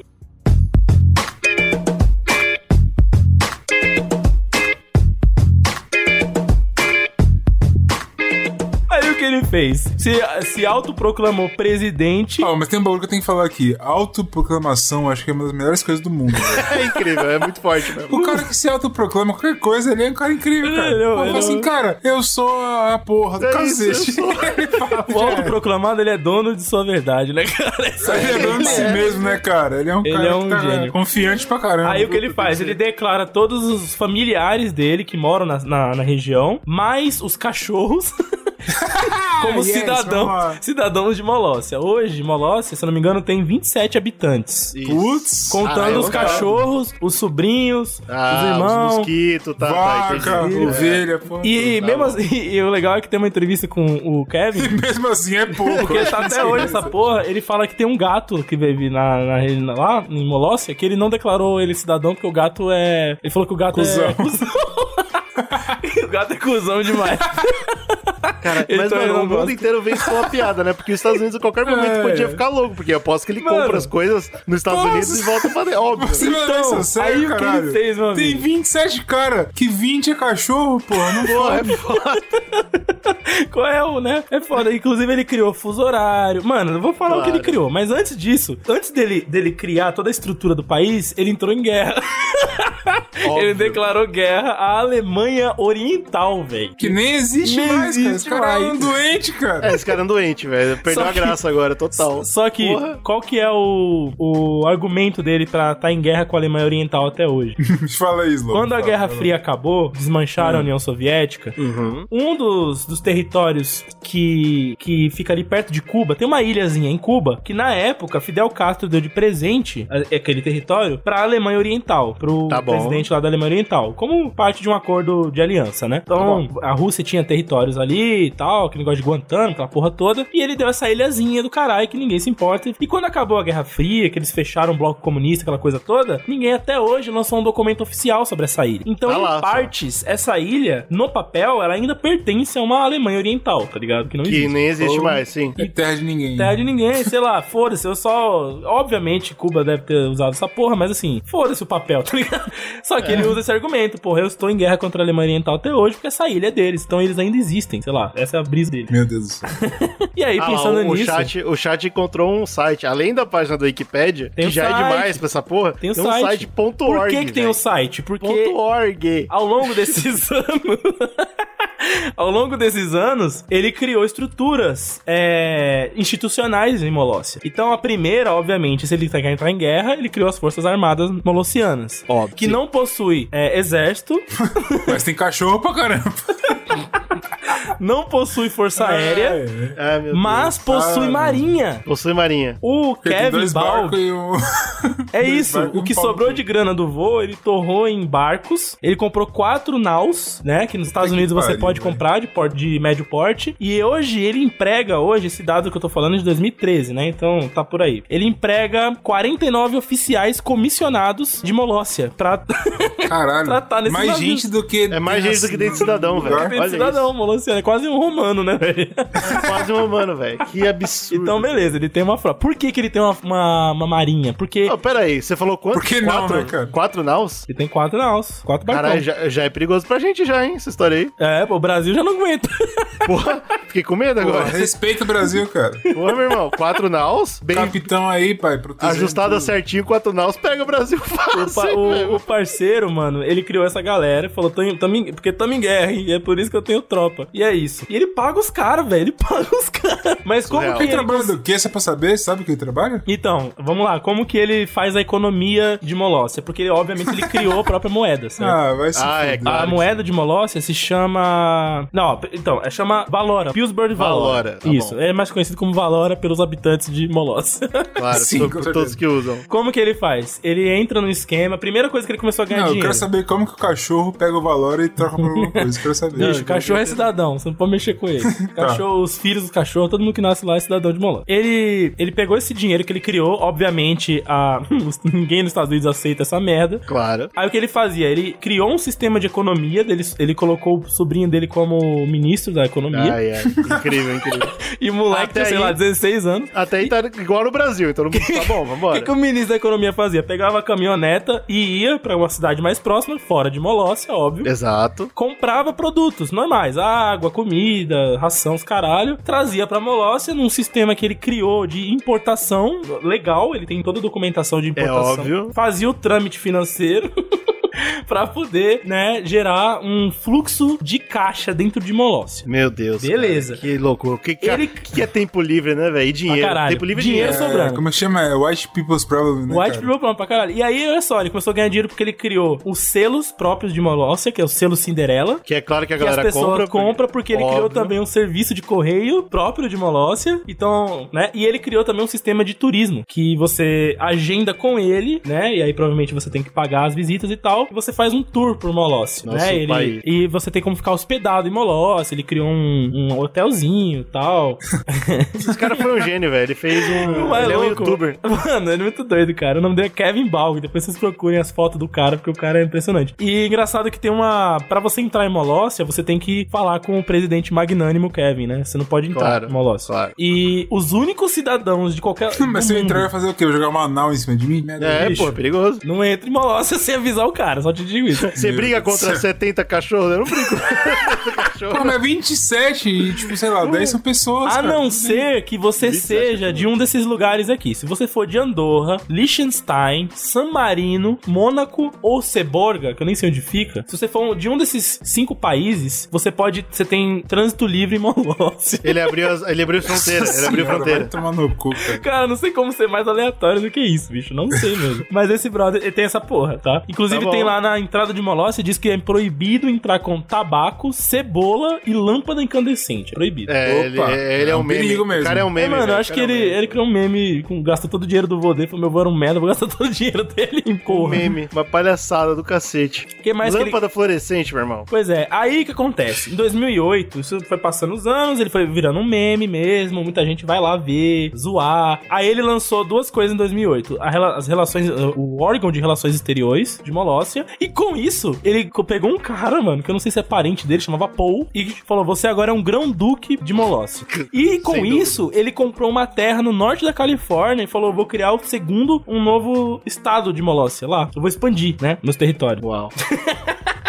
A: Aí o que ele fez? Se, se autoproclamou presidente.
B: Ah, mas tem um bagulho que eu tenho que falar aqui. Autoproclamação acho que é uma das melhores coisas do mundo. velho.
C: É incrível, é muito forte mesmo.
B: O cara que se autoproclama qualquer coisa, ele é um cara incrível, cara.
A: Ele é-
B: Ele fala
A: ele é-
B: assim, cara, eu sou a porra do
C: É isso,
B: cacete.
C: eu sou.
B: *laughs* Ele fala,
A: O autoproclamado, ele é dono de sua verdade, né, cara? Isso aí
B: Ele é dono de si mesmo, né, cara? Ele é um
A: um Ele
B: cara
A: é um
B: que tá
A: gênio.
B: confiante pra caramba.
A: Aí o que ele faz? Ele declara todos os familiares dele que moram na, na, na região, mais os cachorros. *laughs* Como
B: yes, vamos
A: cidadão,
B: lá.
A: cidadãos de Molócia. Hoje, Molócia, se eu não me engano, tem 27 habitantes.
B: Putz,
A: Contando
C: Ah,
A: os
C: é,
A: cachorros, os sobrinhos, os
C: Ah, os
A: irmãos.
C: mosquitos, tá,
A: Ah,
B: vaca,
C: tá, entendi.
B: ovelha, pô.
A: É. e
C: tá
A: mesmo
C: bom.
A: assim, *laughs* e o legal é que tem uma entrevista com o Kevin.
B: *laughs* Mesmo assim é
A: *laughs*
B: pouco.
A: Porque tá até hoje
B: *laughs*
A: essa porra, ele fala que tem um gato que vive na, na, na- lá, em Molócia, que ele não declarou ele cidadão, porque o gato é. Ele falou que o gato é.
B: Cusão.
A: Cusão. *laughs* o gato é cuzão
B: *laughs*
A: demais.
C: Cara,
A: Ele
C: mas,
A: tá
C: mano,
A: olhando
C: o mundo
A: bosta.
C: inteiro veio com uma piada, né? Porque os Estados Unidos a qualquer momento
B: É.
C: podia ficar louco, porque eu aposto que ele
A: Mano.
C: compra as coisas nos Estados
B: Nossa.
C: Unidos e volta pra dentro. Óbvio.
B: Você vai
A: Então,
B: então, isso, sério,
A: aí o que ele
B: caralho?
A: fez, meu
B: Tem
A: amigo?
B: 27 cara, que 20 é cachorro, porra. Não
C: Porra, é foda.
A: Qual é o, né? É foda. Inclusive, ele criou fuso horário. Mano, não vou falar o que ele
C: Claro.
A: criou, mas antes disso, antes dele, dele criar toda a estrutura do país, ele entrou em guerra. *laughs* Ele
C: Óbvio.
A: declarou guerra à Alemanha Oriental, velho.
B: que nem existe
A: Nem
B: mais, cara. Esse
A: existe
B: cara é um
A: mais.
B: doente, cara.
C: É, esse cara é um doente, velho. Perdeu
A: Só
C: a
A: que-
C: graça agora, total.
A: Só que,
C: Porra.
A: qual que é o, o argumento dele pra estar em guerra com a Alemanha Oriental até
C: *laughs*
A: hoje?
B: *laughs* Fala aí, Slow.
A: Quando a
B: Fala,
A: Guerra
B: fala.
A: Fria acabou, desmancharam a União Soviética,
C: Uhum.
A: um dos, dos territórios que, que fica ali perto de Cuba, tem uma ilhazinha em Cuba, que na época Fidel Castro deu de presente a- aquele território pra Alemanha Oriental, pro
C: Tá bom.
A: presidente lá da Alemanha Oriental, como parte de um acordo de aliança, né?
C: Tá
A: Então, a Rússia tinha territórios ali e tal, aquele negócio de Guantánamo, aquela porra toda, e ele deu essa ilhazinha do caralho que ninguém se importa. E quando acabou a Guerra Fria, que eles fecharam o bloco comunista, aquela coisa toda, ninguém até hoje lançou um documento oficial sobre essa ilha. Então,
C: Tá
A: em
C: lá, só.
A: partes, essa ilha, no papel, ela ainda pertence a uma Alemanha Oriental, tá ligado? Que não
C: Que
A: existe.
C: nem existe
B: Ou-
C: mais, sim.
B: É terra de ninguém.
A: Terra de ninguém, sei lá, foda-se, eu só. Obviamente Cuba deve ter usado essa porra, mas assim, foda-se o papel, *laughs* tá ligado? Só
C: É.
A: que ele usa esse argumento, porra, eu estou em guerra contra a Alemanha Oriental até hoje porque essa ilha é deles, então eles ainda existem, sei lá, essa é a brisa dele. *laughs*
B: Meu Deus do céu.
A: E aí,
C: Ah, lá,
A: pensando
C: o, o
A: nisso.
C: chat, o chat encontrou um site, além da página do Wikipedia,
A: Tem
C: que
A: o
C: já
A: site.
C: é demais pra essa porra,
A: Tem o
C: um
A: site.
C: site ponto
A: Por
C: .org,
A: que, que tem
C: velho.
A: o site? Porque
C: Ponto .org.
A: ao longo desses *laughs* anos. ao longo desses anos, ele criou estruturas é, institucionais em Molócia. Então, a primeira, obviamente, se ele quer entrar em guerra, ele criou as Forças Armadas Molossianas.
C: Óbvio.
A: Que não possui é,
C: *laughs*
A: exército,
B: Mas tem cachorro pra caramba.
A: não possui força aérea,
B: É, é.
C: Ah, meu
A: mas possui
B: Ah,
A: marinha.
C: Deus. Possui marinha.
A: O
B: Porque tem
A: Kevin
B: dois
A: Ball
B: barcos e um... *laughs*
A: É
B: Dois
A: isso.
B: barcos e
A: O
B: um
A: que
B: pau no
A: sobrou
B: cu.
A: de grana do voo, ele torrou em barcos. Ele comprou quatro naus, né? Que nos Estados
B: que
A: Unidos você
B: pariu, né?
A: pode
B: velho.
A: comprar de, por- de médio porte. E hoje ele emprega, hoje, esse dado que eu tô falando é de 2013, né? Então tá por aí. Ele emprega 49 oficiais comissionados de Molócia
B: *laughs*
A: pra
B: Caralho.
A: Tá, tá nesse
B: mais
A: navio.
B: gente do que... assim.
C: É mais gente do que tem de cidadão, velho.
B: lugar.
A: Tem
C: Olha
A: cidadão, Molociano. É quase um romano, né, velho?
C: Quase um humano, velho. Que absurdo.
A: Então, beleza, ele tem uma frota. Por que, que ele tem uma, uma, uma marinha? Porque
B: Ah,
C: Oh, pera aí, você falou quantos?
B: Por que não,
C: quatro?
B: né, cara?
C: Quatro naus?
A: ele tem quatro naus, quatro
C: Caralho,
A: barcões.
C: já, já é perigoso pra gente já, hein? Essa história
B: *laughs*
C: aí.
A: É, pô, o Brasil já não aguenta. *laughs*
C: Porra, fiquei com medo
B: Pô,
C: agora.
B: respeita o Brasil, cara.
C: Porra, meu irmão, quatro naus, bem
B: Capitão aí, pai, protegendo.
C: ajustada
B: tudo.
C: certinho, quatro naus, pega o Brasil
A: O, pa-
C: fácil,
A: o- o
C: velho.
A: parceiro, mano, ele criou essa galera e falou: "Tamo em- tamo em- porque tamo em guerra, e é por isso que eu tenho tropa. E é isso. E ele paga os caras, velho. Ele *laughs* paga os caras. Mas como
C: Surreal.
A: que
B: Ele
A: ele.
B: trabalha do quê? Você é pra saber? Sabe o que ele trabalha?
A: Então, vamos lá, como que ele faz a economia de Molócia? Porque ele, obviamente, ele criou a própria moeda, certo?
B: *laughs* Ah, vai se
C: Ah, é,
B: fuder.
C: claro.
A: A moeda de Molócia se chama. Não, então, é chama Valora. Pillsbury Valora.
C: Valora, tá
A: Isso,
C: bom.
A: é mais conhecido como Valora pelos habitantes de Molócia.
B: *laughs*
C: Claro,
B: Sim,
C: to-
B: com
C: todos
B: certeza.
C: que usam.
A: *laughs* como que ele faz? Ele entra no esquema, a primeira coisa que ele começou a ganhar
B: Não, eu
A: É dinheiro.
B: quero saber como que o cachorro pega o valor e troca por alguma coisa. Eu Quero saber.
C: então,
A: Bicho, cachorro é cidadão, você não pode mexer
C: *laughs*
A: com ele.
B: Tá.
A: Cachorro, os filhos do cachorro, todo mundo que nasce lá é cidadão de Molócia. Ele, ele pegou esse dinheiro que ele criou, obviamente, a... *laughs* ninguém nos Estados Unidos aceita essa merda.
C: Claro.
A: Aí o que ele fazia? Ele criou um sistema de economia, dele, ele colocou o sobrinho dele como ministro da economia.
C: Ai, ai, incrível, incrível.
A: E moleque,
C: Até
A: tinha, sei
C: aí-
A: lá, 16 anos.
C: Até aí tá igual no Brasil, então não... tá bom,
A: O
C: vambora.
A: *laughs* que, que o ministro da Economia fazia? Pegava a caminhoneta e ia pra uma cidade mais próxima, fora de Molócia, óbvio.
C: Exato.
A: Comprava produtos normais, água, comida, ração, os caralho. Trazia pra Molócia num sistema que ele criou de importação legal. Ele tem toda a documentação de importação.
C: É óbvio.
A: Fazia o trâmite financeiro. *laughs* pra poder, né, gerar um fluxo de caixa dentro de Molócia.
C: Meu Deus.
A: Beleza.
C: cara, que loucura. O que, que,
A: Ele-
C: que é tempo livre, né, velho? E dinheiro.
A: Pra caralho.
C: Tempo livre e
A: Dinheiro
C: dinheiro.
A: é sobrando.
B: Como é que chama? É White People's Problem,
C: é,
B: né,
A: White
B: cara?
A: People Problem pra caralho. E aí, olha só, ele começou a ganhar dinheiro porque ele criou os selos próprios de Molócia, que é o selo Cinderela.
C: Que é claro que a
A: Que as
C: galera
A: pessoas
C: compra.
A: compram porque ele criou
C: Óbvio.
A: também um serviço de correio próprio de Molócia. Então, né? E ele criou também um sistema de turismo que você agenda com ele, né? E aí provavelmente você tem que pagar as visitas e tal. E você faz um tour por Molócia,
C: Nossa,
A: né?
C: o pai.
A: Ele, e você tem como ficar hospedado em Molócia. Ele criou um, um hotelzinho e tal.
C: Esse cara foi um gênio, velho. Ele fez um.
A: Mas
C: ele é um
A: louco.
C: youtuber.
A: *laughs* Mano, ele é muito doido, cara. O nome dele é Kevin Balg. Depois vocês procurem as fotos do cara, porque o cara é impressionante. E engraçado que tem uma. Pra você entrar em Molócia, você tem que falar com o presidente magnânimo Kevin, né? Você não pode entrar
C: Claro,
A: em Molócia.
C: claro.
A: E os únicos cidadãos de
C: *laughs*
A: qualquer.
B: *laughs* Mas
A: do
B: se eu
A: mundo
B: entrar, vai fazer o quê? Vai jogar uma anal em cima de mim? Merda.
C: É,
A: bicho.
C: pô, é perigoso.
A: Não entra em Molócia *laughs* sem avisar o cara, só te digo isso.
C: Você
B: Meu
C: briga
B: Deus
C: contra
B: do
C: 70 cachorros? Eu não *laughs* brigo.
B: Pô, mas é 27 e, tipo, sei lá, 10 são pessoas,
A: A
B: cara.
A: Ah, não ser que você
C: é
A: seja de um desses lugares aqui. Se você for de Andorra, Liechtenstein, San Marino, Mônaco ou Seborga, que eu nem sei onde fica. Se você for de um desses cinco países, você pode. Você tem trânsito livre *laughs* em Molócia.
C: Ele abriu, as, ele abriu fronteira. Ele abriu
B: Senhora,
C: fronteira.
B: Vai tomar no cu, cara.
A: Cara, não sei como ser mais aleatório do que isso, bicho. Não sei
C: *laughs*
A: mesmo. Mas esse brother ele tem essa porra, tá? Inclusive
C: Tá bom.
A: tem lá na entrada de Molócia, diz que é proibido entrar com tabaco, cebola e lâmpada incandescente. É Proibido.
C: É, ele,
B: Opa,
C: é, ele é
B: é
C: um
B: um
C: meme.
B: perigo
C: O
B: mesmo.
C: cara é um meme.
A: É, mano,
C: velho.
A: eu
C: O
A: acho que
C: cara é
A: ele,
C: um meme.
A: ele criou um meme, com, gastou todo o dinheiro do vô dele, falou, meu vô era um merda, vou gastar *laughs* todo o dinheiro dele em
C: Um
A: porra.
C: meme. Uma palhaçada do cacete.
A: que mais que ele-
C: Lâmpada fluorescente, meu irmão.
A: Pois é, aí que acontece? Em 2008, isso foi passando os anos, ele foi virando um meme mesmo, muita gente vai lá ver, zoar. Aí ele lançou duas coisas em 2008, a rela- as relações, o órgão de relações exteriores de Molócia, e com isso, ele co- pegou um cara, mano, que eu não sei se é parente dele, chamava Paul, e falou, você agora é um grão-duque de Molócia. E com
C: Sem dúvida.
A: isso, ele comprou uma terra no norte da Califórnia e falou, vou criar o segundo, um novo estado de Molócia lá, eu vou expandir, né, meus territórios.
C: Uau.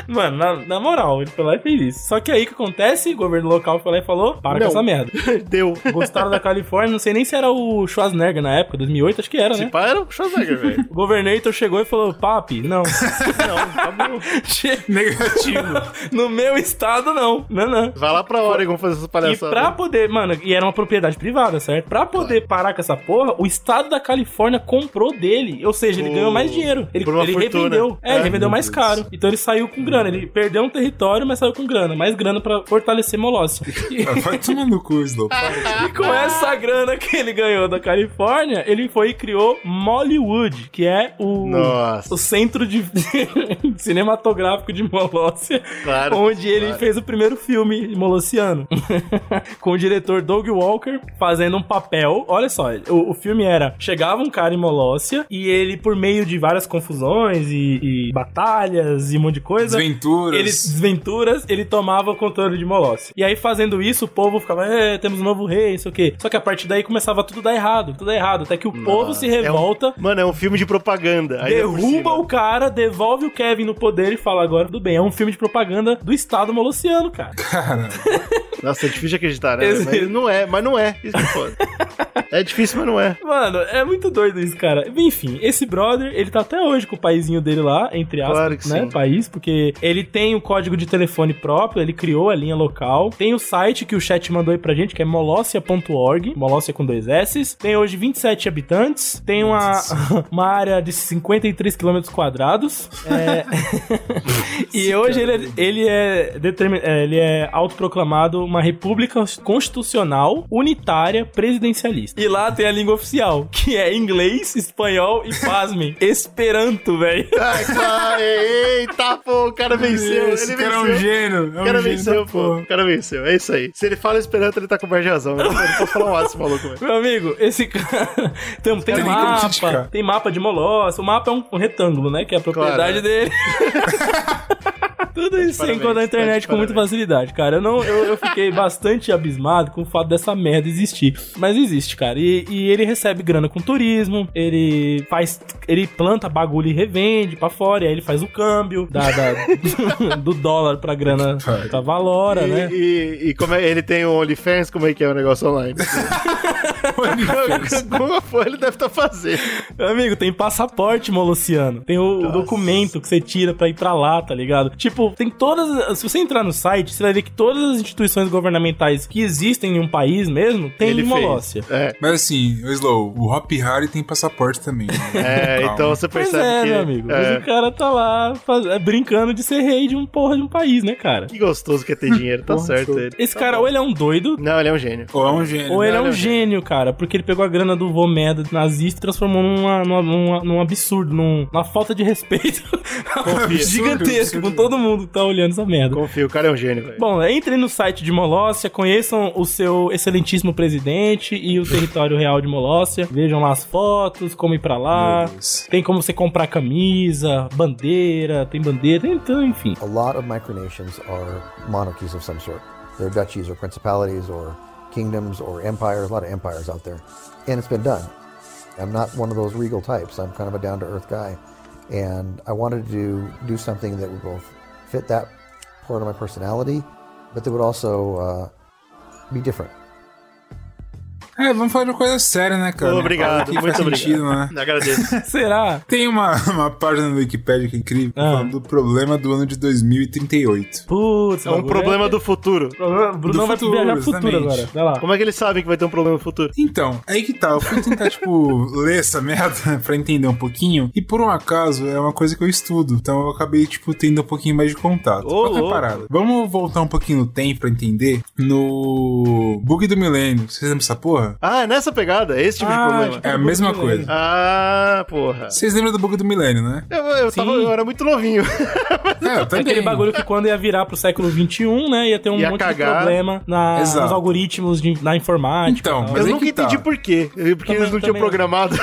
A: Mano, na, na moral, ele foi lá e fez isso. Só que aí o que acontece? O governo local foi lá e falou: para
C: Não.
A: com essa merda.
C: *laughs* Deu.
A: Gostaram da Califórnia, não sei nem se era o Schwarzenegger na época, 2008, acho que era,
C: Se
A: né?
C: pá, Tipo, ah, era o Schwarzenegger, velho.
A: O governator chegou e falou: papi, não.
C: *laughs* Não, tá bom.
A: Che-
B: Negativo.
A: no meu estado, não. Não, não.
C: Vai lá pra Oregon fazer essas
A: E
C: palhaçadas.
A: pra poder, mano, e era uma propriedade privada, certo? Pra poder parar com essa porra, o estado da Califórnia comprou dele. Ou seja, ele
C: Por-
A: ganhou mais dinheiro. Ele,
C: por uma
A: ele
C: fortuna.
A: revendeu. É,
C: É,
A: ele revendeu
B: meu
A: mais
B: Deus.
A: caro. Então ele saiu com grana. Ele perdeu um território, mas saiu com grana. Mais grana pra fortalecer Molossi.
C: *laughs*
A: E-
B: Vai tomar no cu, Slow.
C: Ah,
A: E com essa grana que ele ganhou da Califórnia, ele foi e criou Mollywood, que é o,
C: Nossa.
A: o centro de *laughs* cinematográfico de Molócia,
C: Claro,
A: onde ele
C: claro.
A: fez o primeiro filme molossiano, *laughs* com o diretor Doug Walker fazendo um papel. Olha só, o, o filme era: chegava um cara em Molócia e ele, por meio de várias confusões e, e batalhas e um monte de coisa,
B: Desventuras.
A: Ele, desventuras, ele tomava o controle de Molossi. E aí, fazendo isso, o povo ficava, é, temos um novo rei, isso aqui. Só que a partir daí começava tudo dar errado, tudo dar errado. Até que o povo se
C: É um- é
A: revolta,
C: Mano, é um filme de propaganda. ainda por
A: derruba
C: cima.
A: o cara, devolve o Kevin no poder e fala agora, tudo bem. É um filme de propaganda do Estado Molossiano, cara.
C: Nossa, é difícil de acreditar, né?
A: Esse-
C: Mas não é, mas não é. Isso que
B: *laughs*
C: é foda. é difícil, mas não é.
A: Mano, é muito doido isso, cara. Enfim, esse brother, ele tá até hoje com o paizinho dele lá, entre aspas,
C: Claro que
A: né?
C: sim.
A: País, porque ele tem o código de telefone próprio, ele criou a linha local. Tem o site que o chat mandou aí pra gente, que é molossia.org, molossia com dois S's. Tem hoje 27 habitantes, tem uma, *laughs* uma área de 53 quilômetros quadrados. É... *laughs* e hoje ele, é- ele, é determin... é, ele é autoproclamado uma república constitucional, unitária, presidencialista. E lá tem a língua oficial, que é inglês, espanhol e, pasmem, *laughs* esperanto, velho.
C: Ai, claro. Eita, pô, o cara venceu.
B: Esse
C: ele
B: cara é um
C: venceu.
B: gênio. É um
C: O cara
B: gênio
C: venceu,
B: da
C: pô.
B: porra.
C: O cara venceu. É isso aí. Se ele fala esperando, ele tá com mais de razão. Eu não posso falar nada desse maluco, velho.
A: Meu amigo, esse cara. *laughs* Tem, tem
B: nem como
A: mapa.
B: criticar.
A: Tem mapa de Moloss. O mapa é um, um retângulo, né? Que é a propriedade
C: Claro. *laughs*
A: dele. Tudo isso você
C: parabéns,
A: encontra na
C: tá de
A: internet com muita
C: parabéns.
A: facilidade, cara. Eu, não, eu, eu fiquei bastante abismado com o fato dessa merda existir. Mas existe, cara. E, e ele recebe grana com turismo, ele faz. Ele planta bagulho e revende pra fora, e aí ele faz o câmbio da, da- *laughs* do dólar pra grana da
B: É,
A: valora,
C: E,
A: né?
C: e- e como é, ele tem o OnlyFans, como é que é o negócio
B: *laughs*
C: online? *laughs* Alguma foi ele deve estar fazendo.
A: Meu Amigo, tem passaporte, Moluciano. Tem o documento que você tira pra ir pra lá, tá ligado? Tipo, tem todas. Se você entrar no site, você vai ver que todas as instituições governamentais que existem em um país mesmo tem
C: ele
A: em
C: fez.
A: Molócia.
C: É,
B: Mas assim, o Slow, o Hop Harry tem passaporte também. né?
C: *laughs* é
B: Calma.
C: então você
A: Pois
C: percebe
A: é,
C: que...
A: meu amigo.
C: é.
A: Mas o cara tá lá faz- é, brincando de ser rei de um porra de um país, né, cara?
C: Que gostoso que
B: *laughs*
C: é ter dinheiro, tá
B: Porra,
C: certo
B: show.
C: ele.
A: Esse cara, ou ele é um doido,
C: Não, ele é um gênio.
B: Ou é um gênio.
A: Ou ele é
C: Não,
A: um
C: não,
A: gênio, cara, porque ele pegou a grana do vô merda nazista e transformou numa, numa- numa- num absurdo, num- numa falta de respeito *laughs* gigantesco
B: absurdo.
A: com todo mundo que tá olhando essa merda.
C: Confio, o cara é um gênio, velho.
A: Bom, entrem no site de Molócia, conheçam o seu excelentíssimo presidente e o território real de Molócia. Vejam lá as fotos, como ir pra lá.
B: Meu Deus.
A: Tem como você comprar camisa, bandeira, tem bandeira, tem- então,
B: *laughs*
A: enfim.
F: A lot of micronations are monarchies of some sort. They're duchies or principalities or kingdoms or empires, a lot of empires out there. And it's been done. I'm not one of those regal types. I'm kind of a down to earth guy. And I wanted to do, do something that would both fit that part of my personality, but that would also uh, be different.
B: É, vamos falar de uma coisa séria, né, cara? Uma
C: obrigado,
B: parada que
C: muito
B: faz
C: obrigado.
B: sentido,
C: *laughs*
B: né?
C: Agradeço.
A: Será?
B: Tem uma, *laughs* uma página no Wikipedia que é incrível que
A: Ah.
B: fala do problema do ano de 2038.
A: Putz,
C: É um problema do futuro.
A: Problema, Brunão vai
B: é futuro,
A: viajar pro futuro
B: exatamente.
A: agora. Vai lá.
C: Como é que ele sabe que vai ter um problema no futuro?
B: Então, aí que tá. Eu fui tentar, tipo, *laughs* ler essa merda *laughs* pra entender um pouquinho. E por um acaso, é uma coisa que eu estudo. Então eu acabei, tipo, tendo um pouquinho mais de contato.
C: Ô,
B: Qual que é a
C: louco.
B: parada? Vamos voltar um pouquinho no tempo pra entender. No Bug do Milênio. Vocês lembram dessa porra?
C: Ah, é nessa pegada? É esse tipo de
A: Ah,
C: problema.
A: tipo-
B: É a mesma coisa.
C: Ah, porra.
B: Vocês lembram do Bug do Milênio, né?
C: Eu, eu, tava,
A: Sim.
C: eu era muito novinho.
B: É, eu também.
A: Aquele bagulho que quando ia virar pro século XXI, né? Ia ter um
C: Ia
A: monte de
C: cagar.
A: problema na, nos
B: Exato.
A: algoritmos de, na informática.
B: Então,
A: e tal.
B: Mas
C: eu
B: aí
C: nunca
B: que tá.
C: entendi por quê. Porque
A: Também-
C: eles não tinham
A: também não.
B: *laughs*
C: programado.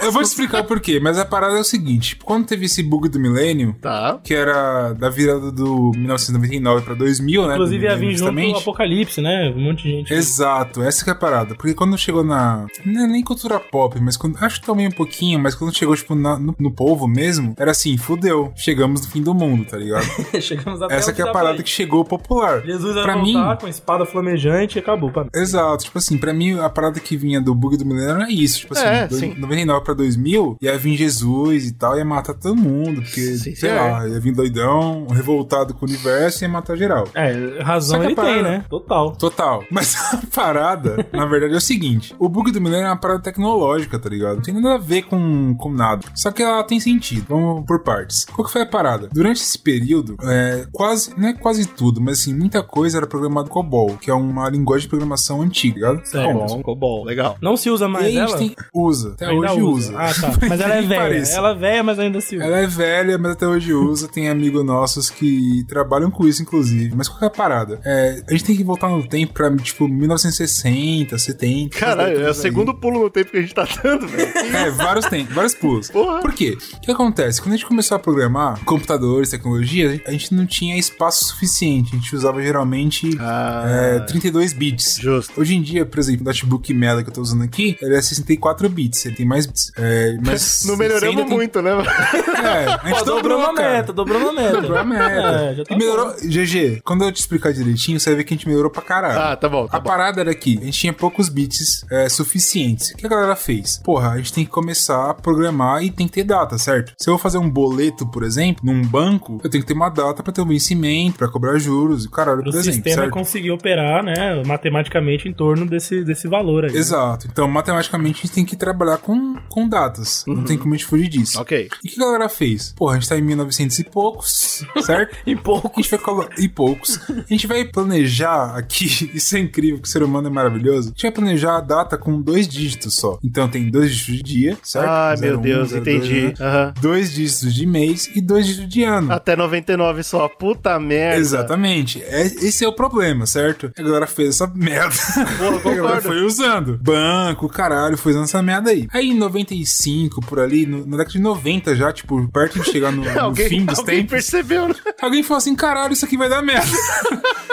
B: Eu vou te explicar por quê, mas a parada é o seguinte: quando teve esse bug do milênio,
C: tá.
B: que era da virada do 1999 pra 2000, né?
A: Inclusive ia vir junto o
B: justamente.
A: Apocalipse, né? Um monte de
B: *laughs*
A: gente.
B: Exato, essa que é a parada. Porque quando chegou na. Não é nem cultura pop, mas quando. Acho que também um pouquinho, mas quando chegou, tipo, na- no, no povo mesmo, era assim, fudeu. Chegamos no fim do mundo, tá ligado?
A: Chegamos até
B: essa
A: onde
B: que é a
A: dá
B: parada
A: pra ir.
B: que chegou popular.
A: Jesus é vai
B: pra mim,
A: voltar com a espada flamejante e acabou. Pra...
B: Exato, tipo assim, pra mim a parada que vinha do bug do milênio era isso, tipo assim,
C: É,
B: do-
C: sim.
B: 99 pra 2000, ia vir Jesus e tal, ia matar todo mundo, porque,
C: Sim,
B: sei
C: é. sim,
B: lá, ia vir doidão, revoltado com o universo e ia matar geral.
A: É,
B: Só
A: razão
B: que a
A: ele tem,
B: parada-
A: né? Total.
B: Total. Mas *laughs* a parada, na verdade, é o seguinte: o bug do milênio é uma parada tecnológica, tá ligado? Não tem nada a ver com, com nada. Só que ela tem sentido. Vamos por partes. Qual que foi a parada? Durante esse período, é, quase, não é quase tudo, mas assim, muita coisa era programada em COBOL, que é uma linguagem de programação antiga, tá ligado? Bom,
A: Cobol, Cobol.
C: Legal.
A: Não se usa mais
B: e a gente
A: ela?
B: tem- usa, até hoje usa.
A: Ah, tá. Mas
B: *laughs*
A: ela é
B: Que
A: velha.
B: pareça.
A: Ela é velha, mas ainda se usa.
B: *laughs* Ela é velha, mas até hoje usa. Tem amigos nossos que trabalham com isso, inclusive. Mas qual que é a parada? É, a gente tem que voltar no tempo pra, tipo, 1960, 70. essas
C: Caralho, é o
B: décadas aí.
C: segundo pulo no tempo que a gente tá dando, velho.
B: É, vários tem, vários pulos.
C: Porra.
B: Por quê? O que acontece? Quando a gente começou a programar computadores, tecnologia, a gente não tinha espaço suficiente. A gente usava geralmente
C: Ah.
B: é, 32 bits.
C: Justo.
B: Hoje em dia, por exemplo, o notebook Mela que eu tô usando aqui, ele é 64 bits, ele tem mais bits. É, mas
C: *laughs* Não
B: você ainda
C: melhoramos
B: tem-
C: muito, né? *laughs*
B: É, a gente
A: Ó, dobrou a
B: cara.
A: meta, dobrou a meta.
B: Dobrou a meta.
A: É, já tá
B: e melhorou. GG, quando eu te explicar direitinho, você vai ver que a gente melhorou pra caralho.
C: Ah, tá bom, tá
B: a
C: bom.
B: parada era que a gente tinha poucos bits é, suficientes. O que a galera fez? Porra, a gente tem que começar a programar e tem que ter data, certo? Se eu vou fazer um boleto, por exemplo, num banco, eu tenho que ter uma data pra ter um vencimento, pra cobrar juros e o caralho,
A: O
B: por exemplo,
A: sistema
B: certo?
A: conseguiu operar, né, matematicamente em torno desse, desse valor aí. né?
B: Exato. Então, matematicamente, a gente tem que trabalhar com, com datas. Não tem como a gente fugir disso.
C: Uhum. Ok.
B: E o que a galera fez? Porra, a gente tá em 1900 e
C: *laughs*
B: poucos, certo?
A: Em pouco.
B: A gente vai colo... E poucos. A gente vai planejar aqui. *laughs* Isso é incrível, que o ser humano é maravilhoso. A gente vai planejar a data com dois dígitos só. Então tem dois dígitos de dia, certo?
C: Ai, meu
B: 01,
C: Deus,
B: 02,
C: entendi.
B: né?
C: Aham.
B: Dois dígitos de mês e dois dígitos de ano.
C: Até 99 só. Puta merda.
B: Exatamente. É- esse é o problema, certo? A galera fez essa merda.
C: *laughs* eu
B: a galera
C: concordo.
B: foi usando. Banco, caralho, foi usando essa merda aí. Aí em 95, por ali, no- na década de 90 já, tipo, perto de chegar no, no
C: *laughs* Alguém,
B: fim dos
C: alguém
B: tempos.
C: percebeu, né?
B: Alguém falou assim, caralho, isso aqui vai dar merda. *laughs*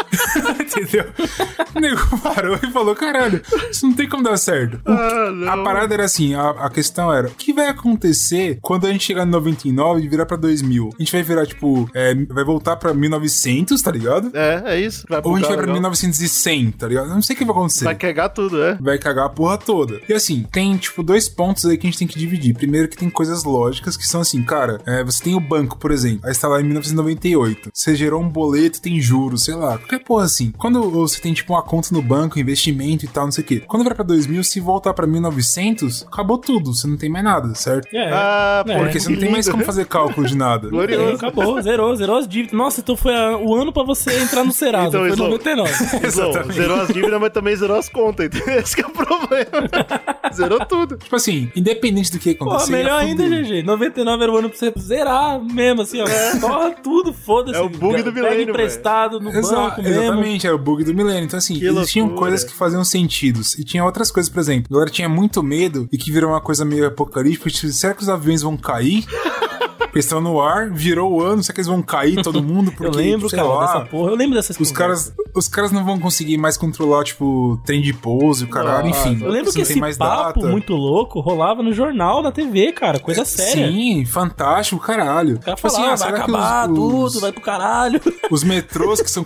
B: Entendeu? O nego parou e falou, caralho, isso não tem como dar certo. O-
C: Ah, não.
B: a parada era assim, a, a questão era, o que vai acontecer quando a gente chegar no 99 e virar pra 2000? A gente vai virar, tipo, é, vai voltar pra 1900, tá ligado?
C: É, é isso. Vai
B: Ou a gente
C: bugar
B: vai pra
C: o negócio.
B: 19100, tá ligado? Eu Não sei o que vai acontecer
C: Vai cagar tudo, é.
B: vai cagar a porra toda. E assim, tem tipo dois pontos aí que a gente tem que dividir. Primeiro que tem coisas lógicas que são assim, cara, é, você tem o banco, por exemplo, aí está lá em 1998. Você gerou um boleto, tem juros, sei lá, qualquer porra assim. Quando você tem tipo uma conta no banco, investimento e tal, não sei o quê. Quando vai pra 2000, se voltar pra 1900, acabou tudo, você não tem mais nada, certo?
A: É.
C: Ah,
A: É.
C: pô,
B: Porque você não
A: *laughs*
B: tem mais como fazer cálculo de nada.
A: É,
C: Glorioso.
A: acabou, zerou, zerou as dívidas. Nossa, então foi a- o ano pra você entrar no Serasa,
C: Então,
A: foi
C: Slow.
A: 99.
C: Slow, zerou as dívidas, mas também zerou as contas. entendeu? *laughs* Esse que é o problema. zerou tudo.
B: Tipo assim, independente do que
A: Pô,
B: acontecer.
A: melhor
B: é
A: ainda,
B: fudido.
A: GG. 99 era o ano pra você zerar mesmo, assim, ó. Torra tudo, foda-se.
C: É o bug do
A: Pega
C: milênio,
A: emprestado no
B: Exa-
A: banco mesmo.
B: Exatamente, era o bug do milênio. Então, assim,
C: Que
B: existiam
C: loucura.
B: coisas que faziam sentido. E tinha outras coisas, por exemplo, a galera tinha muito medo e que virou uma coisa meio apocalíptica. Tipo, será que os aviões
A: *laughs*
B: vão cair? Porque estão no ar, virou o ano, será que eles vão cair todo mundo?
A: *laughs*
B: Porque,
A: Eu lembro,
B: sei
A: cara,
B: lá,
A: dessa porra. Eu lembro dessas
B: Os caras, os caras não vão conseguir mais controlar, tipo, trem de pouso, e o caralho,
C: Nossa.
B: enfim.
A: Eu lembro
B: você
A: que
B: não tem
A: esse
B: mais
A: papo
B: data. É,
A: muito louco rolava no jornal, na TV, cara. Coisa séria.
B: Sim, Tipo ah, fantástico, caralho. assim,
A: O cara falava, vai acabar tudo, vai pro caralho. *laughs*
B: os metrôs que são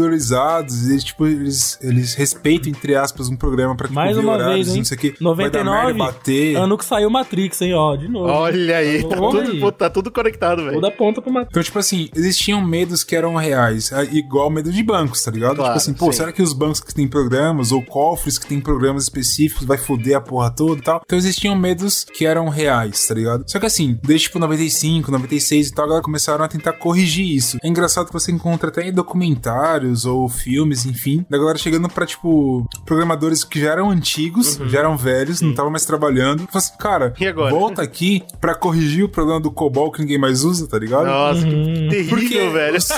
B: computadorizados, eles, tipo, eles, eles respeitam, entre aspas, um programa pra que
A: Mais
B: cobrir
A: uma
B: horários,
A: vez, hein?
B: não sei o quê. Vai
A: 99,
B: dar merda, bater.
A: ano que saiu Matrix, hein, ó. De novo.
C: Olha aí, tá
A: Olha
C: tudo,
A: aí.
C: pô, tá tudo conectado, velho.
A: Toda ponta pro Matrix.
B: Então, tipo assim, existiam medos que eram reais, é, igual medo de bancos, tá ligado?
C: Claro,
B: tipo assim, pô,
C: sim.
B: será que os bancos que têm programas ou cofres que têm programas específicos vai foder a porra toda e tal? Então existiam medos que eram reais, tá ligado? Só que assim, desde tipo 95, 96 e tal, galera começaram a tentar corrigir isso. É engraçado que você encontra até em documentários ou filmes, enfim, da galera chegando pra, tipo, programadores que já eram antigos, já eram velhos, não estavam mais trabalhando. Falando assim, cara,
C: Uhum. E agora?
B: volta aqui pra corrigir o problema do COBOL que ninguém mais usa, tá ligado?
C: Nossa,
A: Uhum.
C: que
B: Porque
C: terrível, velho. *laughs*
B: os-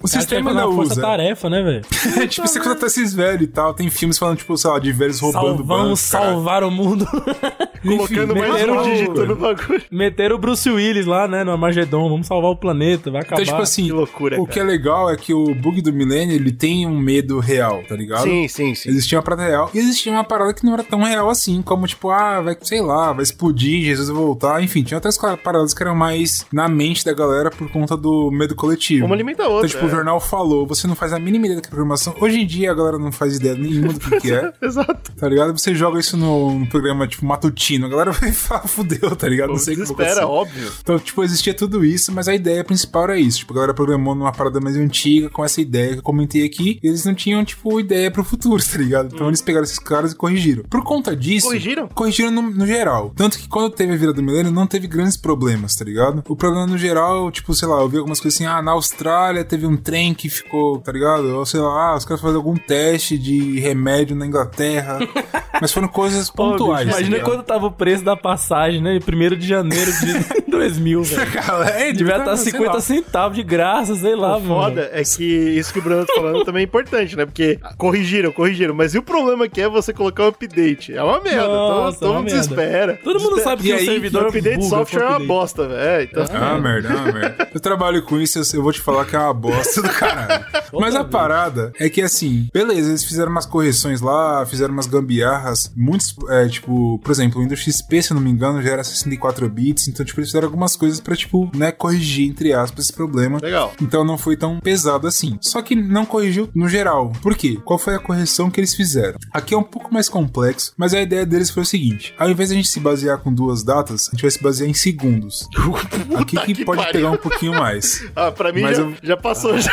B: O, sistema
A: da
B: ainda
A: força
B: usa.
A: tarefa, né, velho?
B: *laughs* tipo, você contrata esses velhos e tal. Tem filmes falando, tipo, sei lá, de velhos roubando
A: Salvão,
B: bancos. cara.
A: um salvar o mundo. *laughs*
C: Colocando
B: Enfim,
C: mais
B: meteram-
C: um dígito no bagulho.
A: Meteram o Bruce Willis lá, né, no Armagedon. Vamos salvar o planeta, vai acabar.
B: Então, tipo assim,
C: Que loucura,
B: o
C: cara.
B: que é legal é que o bug do milênio, ele tem um medo real, tá ligado?
C: Sim, sim, sim.
B: Existia uma parada real e existia uma parada que não era tão real assim, como tipo, ah, vai, sei lá, vai explodir, Jesus vai voltar, enfim, tinha outras cara- paradas que eram mais na mente da galera por conta do medo coletivo.
C: Uma alimenta a outra,
B: Então, tipo,
C: é.
B: o jornal falou, você não faz a mínima ideia do que é programação. Hoje em dia a galera não faz ideia nenhuma do que, que
C: *laughs*
B: é,
C: Exato.
B: tá ligado? Você joga isso no, no programa, tipo, matutino, a galera *laughs* vai falar, fudeu, tá ligado?
C: Pô,
B: não sei como
C: desespera,
B: aconteceu.
C: óbvio.
B: Então, tipo, existia tudo isso, mas a ideia principal era isso. Tipo, a galera programou numa parada mais antiga, com essa ideia que eu comentei aqui, e eles não tinham, tipo, ideia pro futuro, *laughs* tá ligado?
A: Hum.
B: Então eles pegaram esses caras e corrigiram. Por conta disso.
C: Corrigiram?
B: Corrigiram no, no geral. Tanto que quando teve a virada do milênio, não teve grandes problemas, tá ligado? O problema no geral, tipo, sei lá, eu vi algumas coisas assim, ah, na Austrália teve um trem que ficou, tá ligado? Ou sei lá, os caras fazem algum teste de remédio
A: *laughs*
B: na Inglaterra. mas foram coisas
A: Pô, bicho,
B: pontuais.
A: imagina
B: tá
A: quando tava o preço da passagem, né? 1 de janeiro
B: *laughs*
A: de 2000, velho.
B: ligado? Cara, *laughs* é,
A: Devia
B: tá-
A: estar
B: sei
A: 50
B: lá.
A: centavos de graça, sei lá,
C: O
A: mano.
C: foda é que isso que o Bruno tá falando também é importante, né? Porque corrigiram, corrigiram. Mas e o problema que é você colocar um update? É uma merda.
A: Nossa,
C: todo
A: é uma
C: mundo
A: merda.
C: desespera.
A: Todo mundo sabe que
B: E
A: o
B: aí,
A: servidor
C: O update
A: buga
C: de
A: com
C: software é uma
A: update.
C: bosta, velho. É, então.
B: É uma merda, é uma merda. *laughs* Eu trabalho com isso, eu- eu vou te falar que é uma bosta do caralho. Mas a parada é que, assim, beleza, eles fizeram umas correções lá, fizeram umas gambiarras. Muitos, é, tipo, por exemplo, o Windows XP, se eu não me engano, já era 64 bits. Então, tipo, eles fizeram algumas coisas pra, tipo, né, corrigir, entre aspas, esse problema.
C: Legal.
B: Então não foi tão pesado assim. Só que não corrigiu no geral. Por quê? Qual foi a correção que eles fizeram? Aqui é um pouco mais complexo, mas a ideia deles foi o seguinte: ao invés de a gente se basear com duas datas, a gente vai se basear em
C: *laughs*
B: segundos. Aqui que,
C: que
B: pode
C: pariu.
B: pegar um pouquinho
C: *laughs*
B: mais. *laughs*
C: Ah, pra mim
B: Mas
C: já,
B: eu- Ah.
C: já passou. já.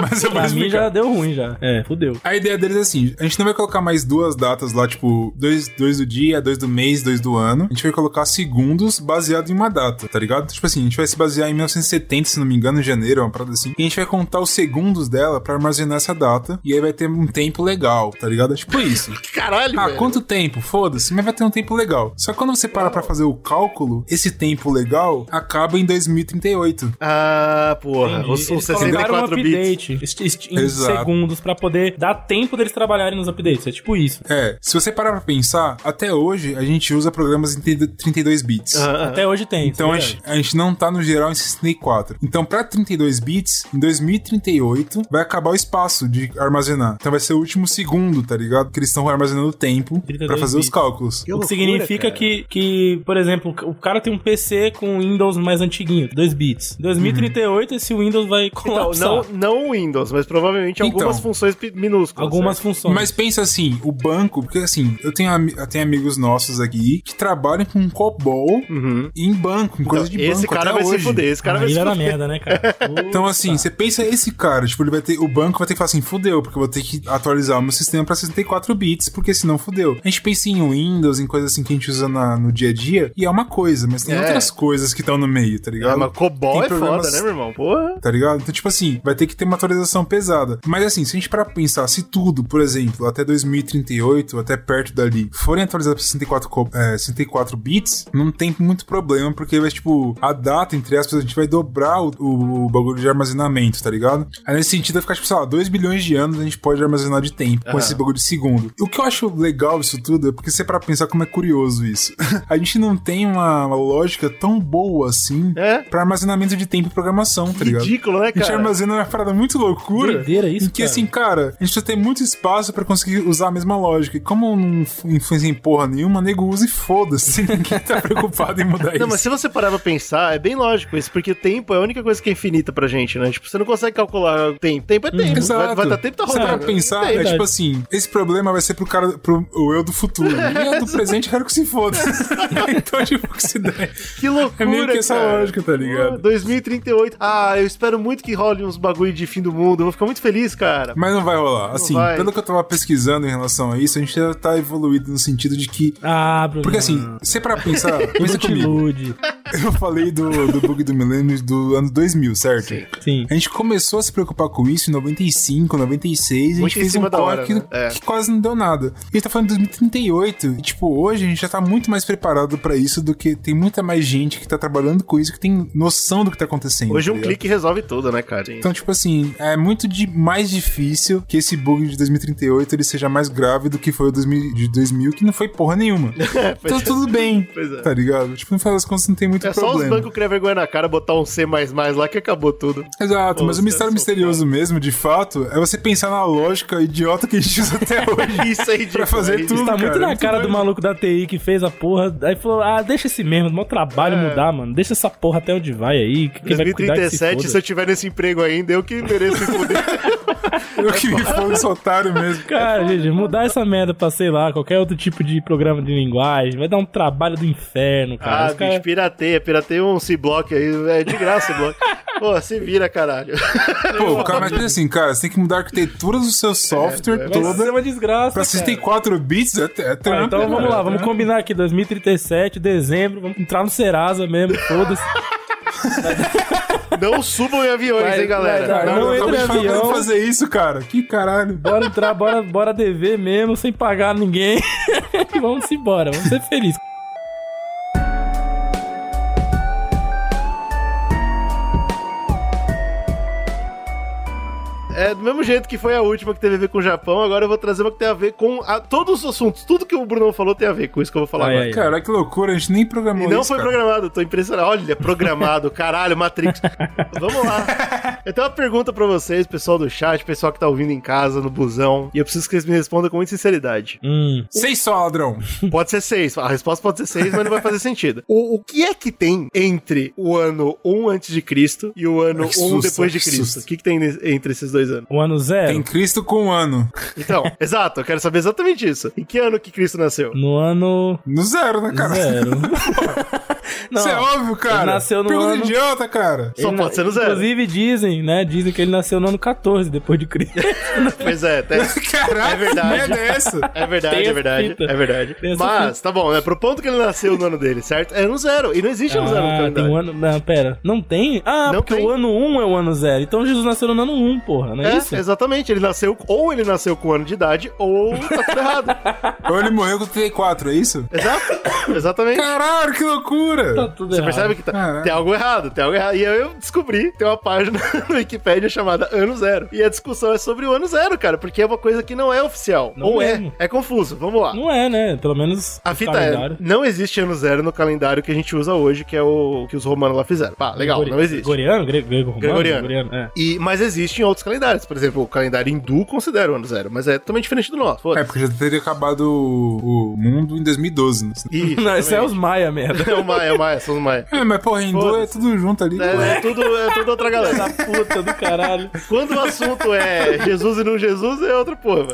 B: mas é eu vou
A: Pra mim
B: explicar.
A: já deu ruim já. É, fudeu.
B: A ideia deles é assim: a gente não vai colocar mais duas datas lá, tipo, dois, dois do dia, dois do mês, dois do ano. A gente vai colocar segundos baseado em uma data, tá ligado? Tipo assim, a gente vai se basear em 1970, se não me engano, em janeiro, uma parada assim. E a gente vai contar os segundos dela pra armazenar essa data. E aí vai ter um tempo legal, tá ligado? É tipo isso.
C: Caralho,
B: Ah,
C: velho.
B: quanto tempo? Foda-se, mas vai ter um tempo legal. Só que quando você para pra fazer o cálculo, esse tempo legal acaba em 2038.
C: Ah, porra.
A: Entendi.
C: Os, os
A: Eles colocaram um
C: 64 bits.
A: update est- est- em
B: Exato.
A: segundos pra poder dar tempo deles trabalharem nos updates. É tipo isso.
B: É, se você parar pra pensar, até hoje a gente usa programas em 32 bits.
C: Aham.
A: Até hoje tem.
B: Então a
A: isso é
B: gente, a gente não tá no geral em 64. Então pra 32 bits, em 2038 vai acabar o espaço de armazenar. Então vai ser o último segundo, tá ligado? Que eles estão armazenando o tempo pra
A: 32
B: fazer os
A: bits.
B: cálculos.
A: O que significa que, que, por exemplo, o cara tem um PC com Windows mais antiguinho, 2 bits. Em 2038, esse Windows vai
C: Então,
A: colapsar
C: não, não Windows, mas provavelmente algumas
B: Então.
C: funções pi- minúsculas.
A: algumas
C: né?
A: funções.
B: Mas pensa assim, o banco, porque assim, eu tenho, ami- eu tenho amigos nossos aqui que trabalham com COBOL em banco, em coisa de banco.
C: Uhum. Então, Esse cara
B: até
C: vai
B: hoje. é
C: se fuder, esse cara vai
A: Aí
C: se
A: vai
C: fuder.
A: na merda, né, cara?
B: Então, assim, você pensa esse cara, tipo, ele vai ter. O banco vai ter que falar assim, fudeu, porque eu vou ter que atualizar o meu sistema pra 64 bits, porque senão fudeu. A gente pensa em Windows, em coisas assim que a gente usa na- no dia a dia, e é uma coisa, mas tem
C: É.
B: outras coisas que estão no meio, tá ligado?
C: Ah, mas Cobol
B: Tem
C: é foda,
B: programas-
C: né, meu irmão? Porra.
B: Tá ligado? Então, tipo assim, vai ter que ter uma atualização pesada. Mas assim, se a gente parar pra pensar, se tudo, por exemplo, até 2038, até perto dali, forem atualizados pra 64, co- é, 64 bits, não tem muito problema, porque vai, tipo, a data, entre aspas, a gente vai dobrar o, o- o bagulho de armazenamento, tá ligado? Aí nesse sentido vai ficar, tipo, sei lá, 2 bilhões de anos a gente pode armazenar de tempo com esse bagulho de segundo. E o que eu acho legal isso tudo é porque você para pensar como é curioso isso. *laughs* a gente não tem uma, uma lógica tão boa assim
C: É.
B: pra armazenamento de tempo e programação, tá ligado?
C: Ridículo,
B: A
C: né,
B: gente
C: cara?
B: armazena uma parada muito loucura.
A: Doideira isso,
B: em que
A: cara.
B: assim, cara, a gente precisa ter muito espaço pra conseguir usar a mesma lógica. E como não f- influencia em porra nenhuma, nego usa e foda-se. *laughs* Ninguém tá preocupado em mudar isso.
C: Não, mas se você parar pra pensar, é bem lógico isso, porque tempo é a única coisa que é infinita pra gente, né? Tipo, você não consegue calcular o tempo. Tempo é tempo. Vai, vai dar tempo, tá
B: Hum. Você
C: rodando.
B: vai pensar, é
A: verdade.
B: tipo assim, esse problema vai ser pro cara, pro o eu do
C: *laughs*
B: futuro. E eu do presente, eu quero que se foda. *laughs* então, tipo, que se der.
C: Que loucura,
B: É meio que essa
C: cara.
B: lógica, tá ligado?
C: Pô, 2038. Ah, eu espero muito que role uns bagulho de fim do mundo. Eu vou ficar muito feliz, cara.
A: Hum,
B: Mas não vai rolar. Assim,
C: vai.
B: pelo que eu tava pesquisando em relação a isso, a gente já tá evoluído no sentido de que.
A: Ah, Bruno.
B: Porque assim, você pra
C: *laughs*
B: pensar, pensa
A: não te
B: comigo.
A: ilude.
B: Eu falei do, do bug do milênio do ano 2000, certo?
A: Sim.
B: A gente começou a se preocupar com isso em 95, 96, a
C: Muito
B: gente
C: em
B: fez um
C: cima da hora,
B: corre que,
C: né? É.
B: que quase não deu nada. E a gente tá falando de 2038, e tipo, hoje a gente já tá muito mais preparado pra isso do que tem muita mais gente que tá trabalhando com isso, que tem noção do que tá acontecendo.
C: Hoje
B: tá
C: um
B: ligado?
C: clique resolve tudo, né, cara?
B: Então, tipo assim, é muito de- mais difícil que esse bug de 2038 ele seja mais grave do que foi o 2000 de 2000, que não foi
A: *laughs*
B: porra nenhuma.
A: É,
B: então, tudo bem,
C: Pois é.
B: tá ligado? Tipo, no final das contas, não tem muito
C: É só
B: problema.
C: os bancos criar vergonha na cara, botar um C lá que
B: *laughs*
C: acabou tudo.
B: Exato,
C: Pô,
B: mas o
C: os
A: é
B: mistério
C: caras são
B: misterioso mesmo, de fato, é você pensar na lógica idiota que a gente usa até
A: *laughs*
B: hoje.
C: Isso é aí,
B: Pra fazer tudo.
A: Tá muito
B: cara,
A: na
B: muito
A: cara do
B: doido.
A: maluco da TI que fez a porra. Aí falou: ah, deixa esse mesmo, mó trabalho mudar, mano. Deixa essa porra até onde vai aí. Que quem vai cuidar que se
C: 2037, se, eu
A: foda.
C: tiver nesse emprego ainda, eu que mereço
A: *laughs*
C: me fuder.
B: Eu que me foda esse otário mesmo.
A: Cara, gente, mudar essa merda pra, sei lá, qualquer outro tipo de programa de linguagem, vai dar um trabalho do inferno, cara.
C: Ah,
A: Os cara-
C: bicho, pirateia, pirateia um C-Block aí, é de
A: *laughs*
C: graça C-Block. Pô, se vira, caralho. *laughs*
B: Pô, cara, mas pensa assim, cara, você tem que mudar a arquitetura do
A: É,
B: seu software
C: É
A: Vai ser
B: toda
A: é uma desgraça.
B: pra
A: cara.
B: 64 bits, é, é
A: Ah,
B: trampo,
A: então vamos lá,
B: cara, é
A: vamos
C: né?
B: trampo.
A: combinar aqui,
C: *laughs*
A: 2037, dezembro, vamos entrar no Serasa mesmo, todas.
C: Não subam em aviões,
A: Vai-
C: hein, galera.
A: vai dar-
B: Cara, Então,
A: Não
B: eu
A: entra
B: acabei
A: em
B: de falar pra
A: avião.
B: não é fazer isso, cara. Que caralho.
A: Bora entrar, bora, bora dever mesmo, sem pagar ninguém. *laughs* e vamos embora, vamos ser felizes.
C: É do mesmo jeito que foi a última que teve a ver com o Japão, agora eu vou trazer uma que tem a ver com a- todos os assuntos. Tudo que o Bruno falou tem a ver com isso que eu vou falar
A: Ai,
C: agora.
A: ai.
B: Cara, que loucura, a gente nem
C: E
B: programou
C: não
B: isso,
C: foi
B: cara.
C: programado, tô impressionado. Olha, é programado, *laughs* caralho, Matrix.
B: *laughs*
C: Vamos lá. Eu tenho uma pergunta pra vocês, pessoal do chat, pessoal que tá ouvindo em casa, no busão. E eu preciso que vocês me respondam com muita sinceridade.
A: Hum, *laughs*
B: Seis só, ladrão.
C: Pode ser seis, a resposta pode ser seis, mas não vai fazer sentido. O, o que é que tem entre o ano 1 antes de Cristo e o ano
B: Ai, que
C: 1
B: susto,
C: depois de
B: que
C: Cristo?
B: susto.
C: O que, que tem ne- entre esses dois anos?
A: o ano zero.
B: Tem Cristo com um ano.
A: *laughs*
C: Então, exato, eu quero saber exatamente isso. Em que ano que Cristo nasceu?
A: No ano
B: No zero, né, cara?
C: *laughs*
A: zero. Não,
C: um
B: Isso é óbvio, cara.
A: ele nasceu no
B: Pergunta
A: ano-
B: idiota, cara. *laughs*
C: Só
A: ele
C: pode
A: na-
C: ser no zero.
A: Inclusive dizem, né? Dizem que ele nasceu no ano 14, depois de
C: *laughs*
A: Cristo.
C: Pois é, até.
B: Caralho,
C: É verdade.
B: que merda é essa?
C: É verdade,
A: *laughs* Tem
C: é
A: essa
C: verdade,
A: fita.
C: é verdade.
A: Tem essa
C: Mas, tá bom, né? Propondo que ele nasceu no ano dele, certo? É no zero. E não existe no zero no
A: Ah, tem
C: calendário.
A: um ano. Não, pera. Não tem? Ah,
C: Não
A: porque
C: tem.
A: o ano 1 é o ano zero. Então Jesus nasceu no ano 1, porra, não é, isso?
C: É, exatamente. Ele nasceu, ou ele nasceu com um ano de idade, ou tá
A: *laughs*
C: tudo errado.
B: Ou ele morreu com 34, é isso?
C: Exato, exatamente.
B: Caralho, que
A: Tá
B: loucura.
A: tudo
C: Você
A: errado.
C: percebe que tá-
B: Caralho.
C: tem algo errado, tem algo errado. E aí eu descobri, tem uma página *laughs* no Wikipedia chamada Ano Zero. E a discussão é sobre o ano zero, cara, porque é uma coisa que não é oficial.
A: Não
C: ou
A: mesmo.
C: é. É confuso. Vamos lá.
A: Não é, né? Pelo menos
C: A
A: o
C: fita é,
A: calendário.
C: não existe ano zero no calendário que a gente usa hoje, que é o que os romanos lá fizeram. Pá, legal,
A: Gregori-
C: não existe.
A: Gregoriano? Gre- Grego-romano?
C: Gregoriano.
A: é.
C: E, mas existem outros calendários. Por exemplo, o calendário hindu considera o ano zero, mas é totalmente diferente do nosso.
B: É,
C: Foda-se.
B: porque já teria acabado o, o mundo em 2012. Né?
C: Isso,
A: *laughs* Não, esse é os Maia, merda.
C: *laughs* é o Maia, é o Maia, são os Maia.
B: É, mas porra, hindu é
C: Foda-se.
B: tudo junto ali.
C: É, é tudo, é tudo outra galera.
A: da *laughs* puta do caralho.
C: Quando o assunto é Jesus e não Jesus, é outra porra.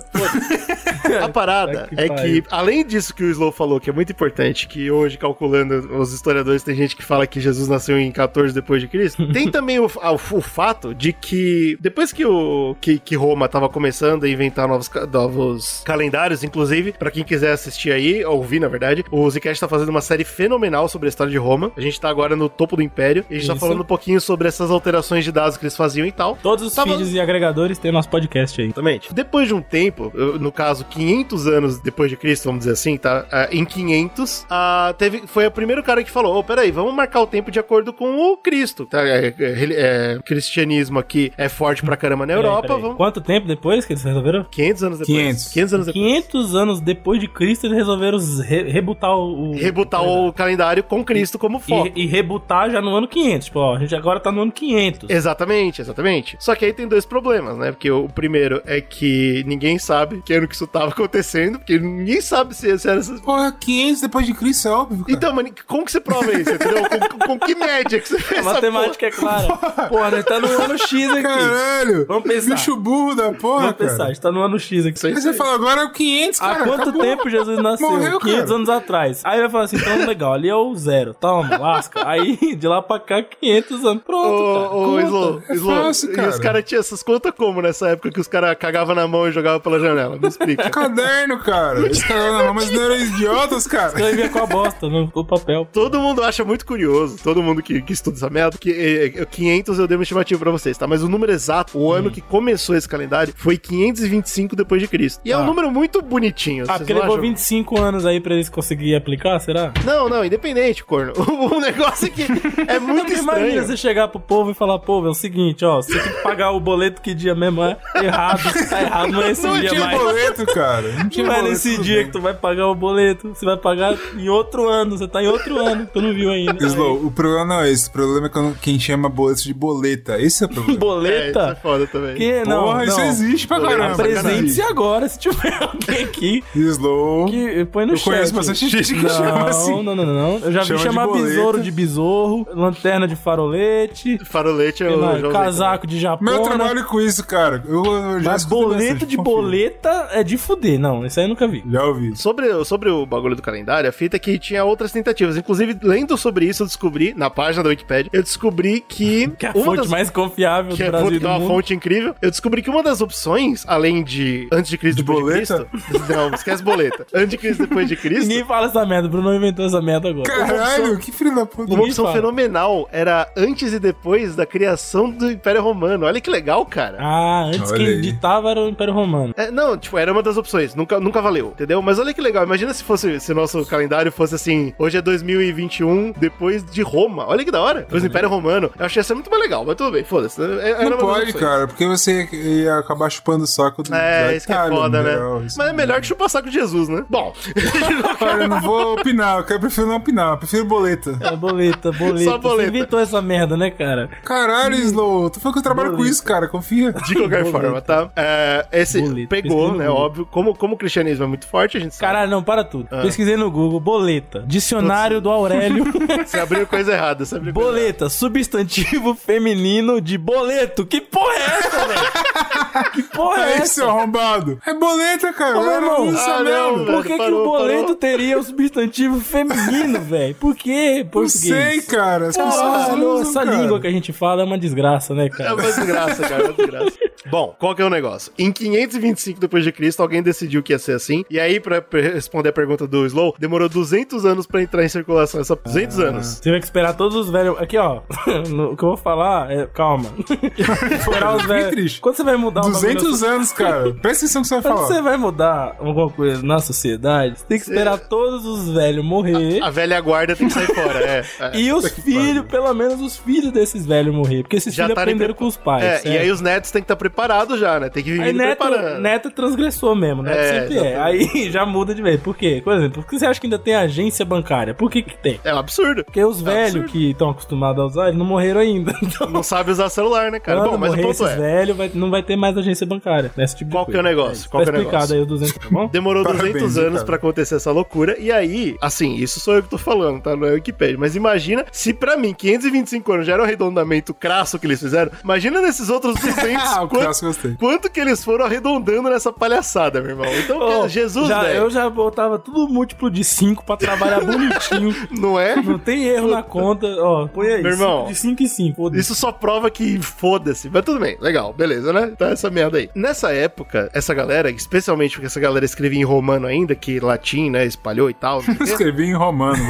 C: Foda-se. A parada
A: Tá que
C: é
A: pariu.
C: que, além disso que o Slow falou, que é muito importante, que hoje, calculando os historiadores, tem gente que fala que Jesus nasceu em 14 depois
A: *laughs*
C: de Cristo, tem também o, a- o fato de que, depois que, o, que, que Roma tava começando a inventar novos, ca- novos calendários, inclusive, pra quem quiser assistir aí, ouvir, na verdade, o Zcast tá fazendo uma série fenomenal sobre a história de Roma. A gente tá agora no topo do Império, e a gente tá
A: Isso.
C: falando um pouquinho sobre essas alterações de dados que eles faziam e tal.
A: Todos os
C: Tava-
A: vídeos e agregadores têm nosso podcast aí.
C: Exatamente. Depois de um tempo, eu- no caso 500 anos depois de Cristo, vamos dizer assim, tá? Ah, Em 500, ah, teve, foi o primeiro cara que falou: Ô, peraí, vamos marcar o tempo de acordo com o Cristo. Tá? É, é, reli- é, cristianismo aqui é forte pra caramba na
A: Peraí,
C: Europa.
A: peraí.
C: Vamos...
A: Quanto tempo depois que eles resolveram?
C: 500 anos depois.
B: 500.
C: 500 anos depois.
A: 500 anos depois de Cristo, eles resolveram re- rebutar o. o-
C: Rebutar o calendário com Cristo como foco.
A: E, e rebutar já no ano 500. Tipo, ó, a gente agora tá no ano 500.
C: Exatamente, exatamente. Só que aí tem dois problemas, né? Porque o primeiro é que ninguém sabe que ano que isso tava acontecendo, porque ninguém sabe se, se era essa
B: Porra, 500 depois de Cristo, é óbvio, cara.
C: Então, mano, como que você prova isso, entendeu? Com, com- com que média que você
A: A
C: fez essa
A: matemática é clara. Porra, nós tá no ano X aqui.
B: Caralho.
A: Vamos pensar.
B: Bicho burro da porra,
A: Vamos
B: cara.
A: pensar, a gente tá no ano X aqui.
C: Isso aí.
B: Aí você fala, agora é o 500,
A: Há
B: cara.
A: quanto
B: acabou.
A: tempo Jesus nasceu?
B: Morreu,
A: 500
B: cara.
A: anos atrás. Aí vai falar assim, então legal, ali é o zero. Toma, lasca. Aí, de lá pra cá, 500 anos.
C: Ô,
A: Pronto, cara.
C: ô,
A: Conta.
C: Slow,
B: É
C: Slow,
B: fácil,
C: E
B: cara.
C: os caras tinham essas contas como nessa época que os caras cagavam na mão e jogavam pela janela?
A: *laughs*
C: Me explica.
B: Caderno, cara. Os caras lá na mão, mas não eram idiotas, cara.
A: Escrevia com a bosta no, no papel.
C: Todo mundo acha muito curioso, todo mundo que, que estuda essa merda, que eh, eh, 500 eu dei uma estimativa pra vocês, tá? Mas o número exato, o
A: Hum.
C: ano que começou esse calendário, foi 525 depois de Cristo. E é um
A: Ah.
C: número muito bonitinho.
A: Ah,
C: vocês
A: porque
C: não
A: levou
C: acham?
A: 25 anos aí pra eles conseguirem aplicar, será?
C: Não, não, independente, corno. *laughs* O negócio é que
A: *laughs*
C: é muito
A: Porque Imagina
C: estranho.
A: você chegar pro povo e falar, povo, é o seguinte, ó, você tem que pagar o boleto que dia mesmo é
B: *laughs*
A: errado, tá errado, não é esse
B: Não
A: dia
B: tinha
A: mais.
B: boleto, cara. Não tinha
A: Não é
B: boleto,
A: nesse
B: tudo
A: dia
B: bem.
A: que tu vai pagar o boleto, você vai pagar em outro ano, você tá em outro ano, tu não viu ainda.
B: Slow, o problema não é esse. O problema é quando quem chama boleto de boleta. Esse é o
A: Aí,
B: problema.
C: É, isso é
A: Boleta?
C: foda também.
A: que não,
B: Porra,
A: não.
B: isso existe pra
C: Boleto,
B: caramba. cara.
A: Apresente-se agora, se tiver *laughs* alguém aqui
B: Slow.
A: que põe no
B: Eu
A: chat.
B: conheço bastante gente que
A: não,
B: chama assim.
A: não, não, não, não. Eu já vi
B: Chama de
A: chamar
B: boleta.
A: besouro de besouro, lanterna de farolete,
C: Farolete é
A: sei
C: o
A: lá,
C: João
A: casaco de japona.
B: Mas eu trabalho com isso, cara. Eu, eu já
A: Mas
B: escutei
A: boleto
B: bastante,
A: de
B: confio.
A: boleta é de fuder. Não, isso aí eu nunca vi.
B: Já ouvi.
C: Sobre, sobre o bagulho do calendário, a fita é que tinha outras tentativas. Inclusive, lendo sobre isso, eu descobri, na página da Wikipédia, eu descobri que.
A: *laughs* Que é a fonte mais confiável
C: *laughs* que
A: do
C: é,
A: Brasil
C: fonte,
A: e
C: que
A: do
C: é uma
A: mundo.
C: fonte incrível. Eu descobri que uma das opções, além de antes de Cristo
B: De
C: depois
B: boleta?
C: *laughs* de Cristo. Não, esquece boleta. Antes de Cristo depois de Cristo.
A: Ninguém fala essa merda, o Bruno inventou essa merda agora.
B: Caralho, Caralho, que filho da puta.
C: Uma opção
A: fala.
C: fenomenal era antes e depois da criação do Império Romano. Olha que legal, cara.
A: Ah, antes
B: Olha
A: quem
B: aí.
A: ditava era o Império Romano.
C: É, não, tipo, era uma das opções. Nunca, nunca valeu, entendeu? Mas olha que legal. Imagina se fosse se o nosso calendário fosse assim: hoje é 2021, depois de Roma. Olha que da hora. Depois do Império Romano. Eu achei essa muito mais legal, mas tudo bem, foda-se. É- era
B: Uhum. Não
C: uma das
B: pode,
C: opções.
B: cara, porque você ia acabar chupando o saco do
C: É,
B: da
C: isso que é
B: Itália,
C: foda, né?
B: tá meu, isso-
C: Mas é melhor que chupar saco de Jesus, né? Bom, *laughs*
B: Cara, eu não vou opinar, eu quero- prefiro não opinar, eu prefiro boleta.
A: É
B: *laughs*
A: boleta, boleta.
C: Só boleta.
A: Você inventou essa merda, né, cara?
B: Caralho, Slow, tu falou que eu trabalho com isso, cara, confia.
C: de qualquer forma, tá? É, esse
A: Boleto. Pesquisa
C: pegou,
A: no
C: né?
A: Google.
C: Óbvio. Como, como o cristianismo é muito forte, a gente sabe.
A: Caralho, não, para tudo. Pesquisei no Google, boleta, dicionário do Aurélio,
C: Você abriu coisa
B: *laughs*
C: errada, você abriu coisa errada.
A: boleta, substantivo feminino de boleto. Que porra é essa, velho? Que porra é
B: *laughs* É isso,
A: essa?
B: seu arrombado. É boleta, cara.
A: Ô, meu
B: Era
A: irmão, é
B: usa
C: ah,
B: mesmo.
C: não,
A: Por que, que
C: Parou,
A: o boleto
C: parou.
A: teria o substantivo feminino, velho? Por que
B: Não
A: português?
B: sei, cara. As pessoas
A: é Caralho,
B: usam,
A: essa
B: cara.
A: língua que a gente fala é uma desgraça, né,
C: É
A: cara?
C: uma desgraça, cara, é uma desgraça. Bom, qual que é o negócio? Em 525 depois de Cristo, alguém decidiu que ia ser assim. E aí, pra pra responder a pergunta do Slow, demorou 200 anos pra entrar em circulação essa 200
A: Ah.
C: anos.
A: Você vai que esperar todos os velhos. Aqui, ó. *laughs* no- o que eu vou falar é. Calma. esperar os
B: Que
A: velhos.
B: triste.
A: *laughs* Quando você vai mudar uma
B: 200 anos, cara. Presta atenção no que você vai
A: Quando Então você
B: falar.
A: vai mudar alguma coisa na sociedade, você tem que esperar todos os velhos morrer.
C: A velha guarda tem que sair fora,
A: *laughs*
C: é. é.
A: E os filhos, pelo menos os filhos desses velhos morrer. Porque esses
C: Já
A: filhos
C: tá nem
A: aprenderam
C: pre-
A: com os pais.
C: É, e
A: é.
C: aí os netos têm que estar preparados já, né? Tem que vir
A: Aí
C: vindo
A: neto,
C: preparando.
A: neto transgressou mesmo, neto
C: É,
A: sempre é. Aí *laughs* já muda de vez. Por quê? Por exemplo, por que você acha que ainda tem agência bancária? Por que, que tem?
C: É um absurdo.
A: Porque os velhos
C: absurdo.
A: que estão acostumados a usar, eles não morreram ainda. *laughs* Então,
C: Não sabe usar celular, né, cara?
A: quando
C: Bom, mas o
A: morrer
C: ponto
A: esses
C: é.
A: velhos, vai- não vai ter mais agência bancária. Nesse tipo
C: Qual
A: de
C: que é
A: coisa.
C: o negócio? Qual
A: tá
C: que é o
A: explicado
C: negócio?
A: aí o 200, tá bom?
C: Demorou
B: Parabéns,
C: 200
B: hein,
C: anos
B: cara.
C: pra acontecer essa loucura. E aí, assim, isso sou eu que tô falando, tá? Não é Wikipedia. Mas imagina se pra mim 525 anos já era um arredondamento crasso que eles fizeram. Imagina
B: *laughs*
C: nesses outros 200.
B: Ah, o
C: quanto,
B: crasso eu gostei.
C: quanto que eles foram arredondando nessa palhaçada, meu irmão. Então,
A: Ô,
C: cara, Jesus,
A: já,
C: velho.
A: Eu já botava tudo múltiplo de 5 pra trabalhar
C: *laughs*
A: bonitinho. *laughs*
C: Não é?
A: Não tem erro na conta, ó. Põe aí.
C: Meu irmão,
A: cinco De 5 em 5.
C: Isso só prova que foda-se. Mas tudo bem, legal, beleza, né? Tá essa merda aí. Nessa época, essa galera, especialmente porque essa galera escrevia em romano ainda, que latim, né, espalhou e tal. não sei
A: *laughs*
C: o quê. né?
B: Escrevi em romano.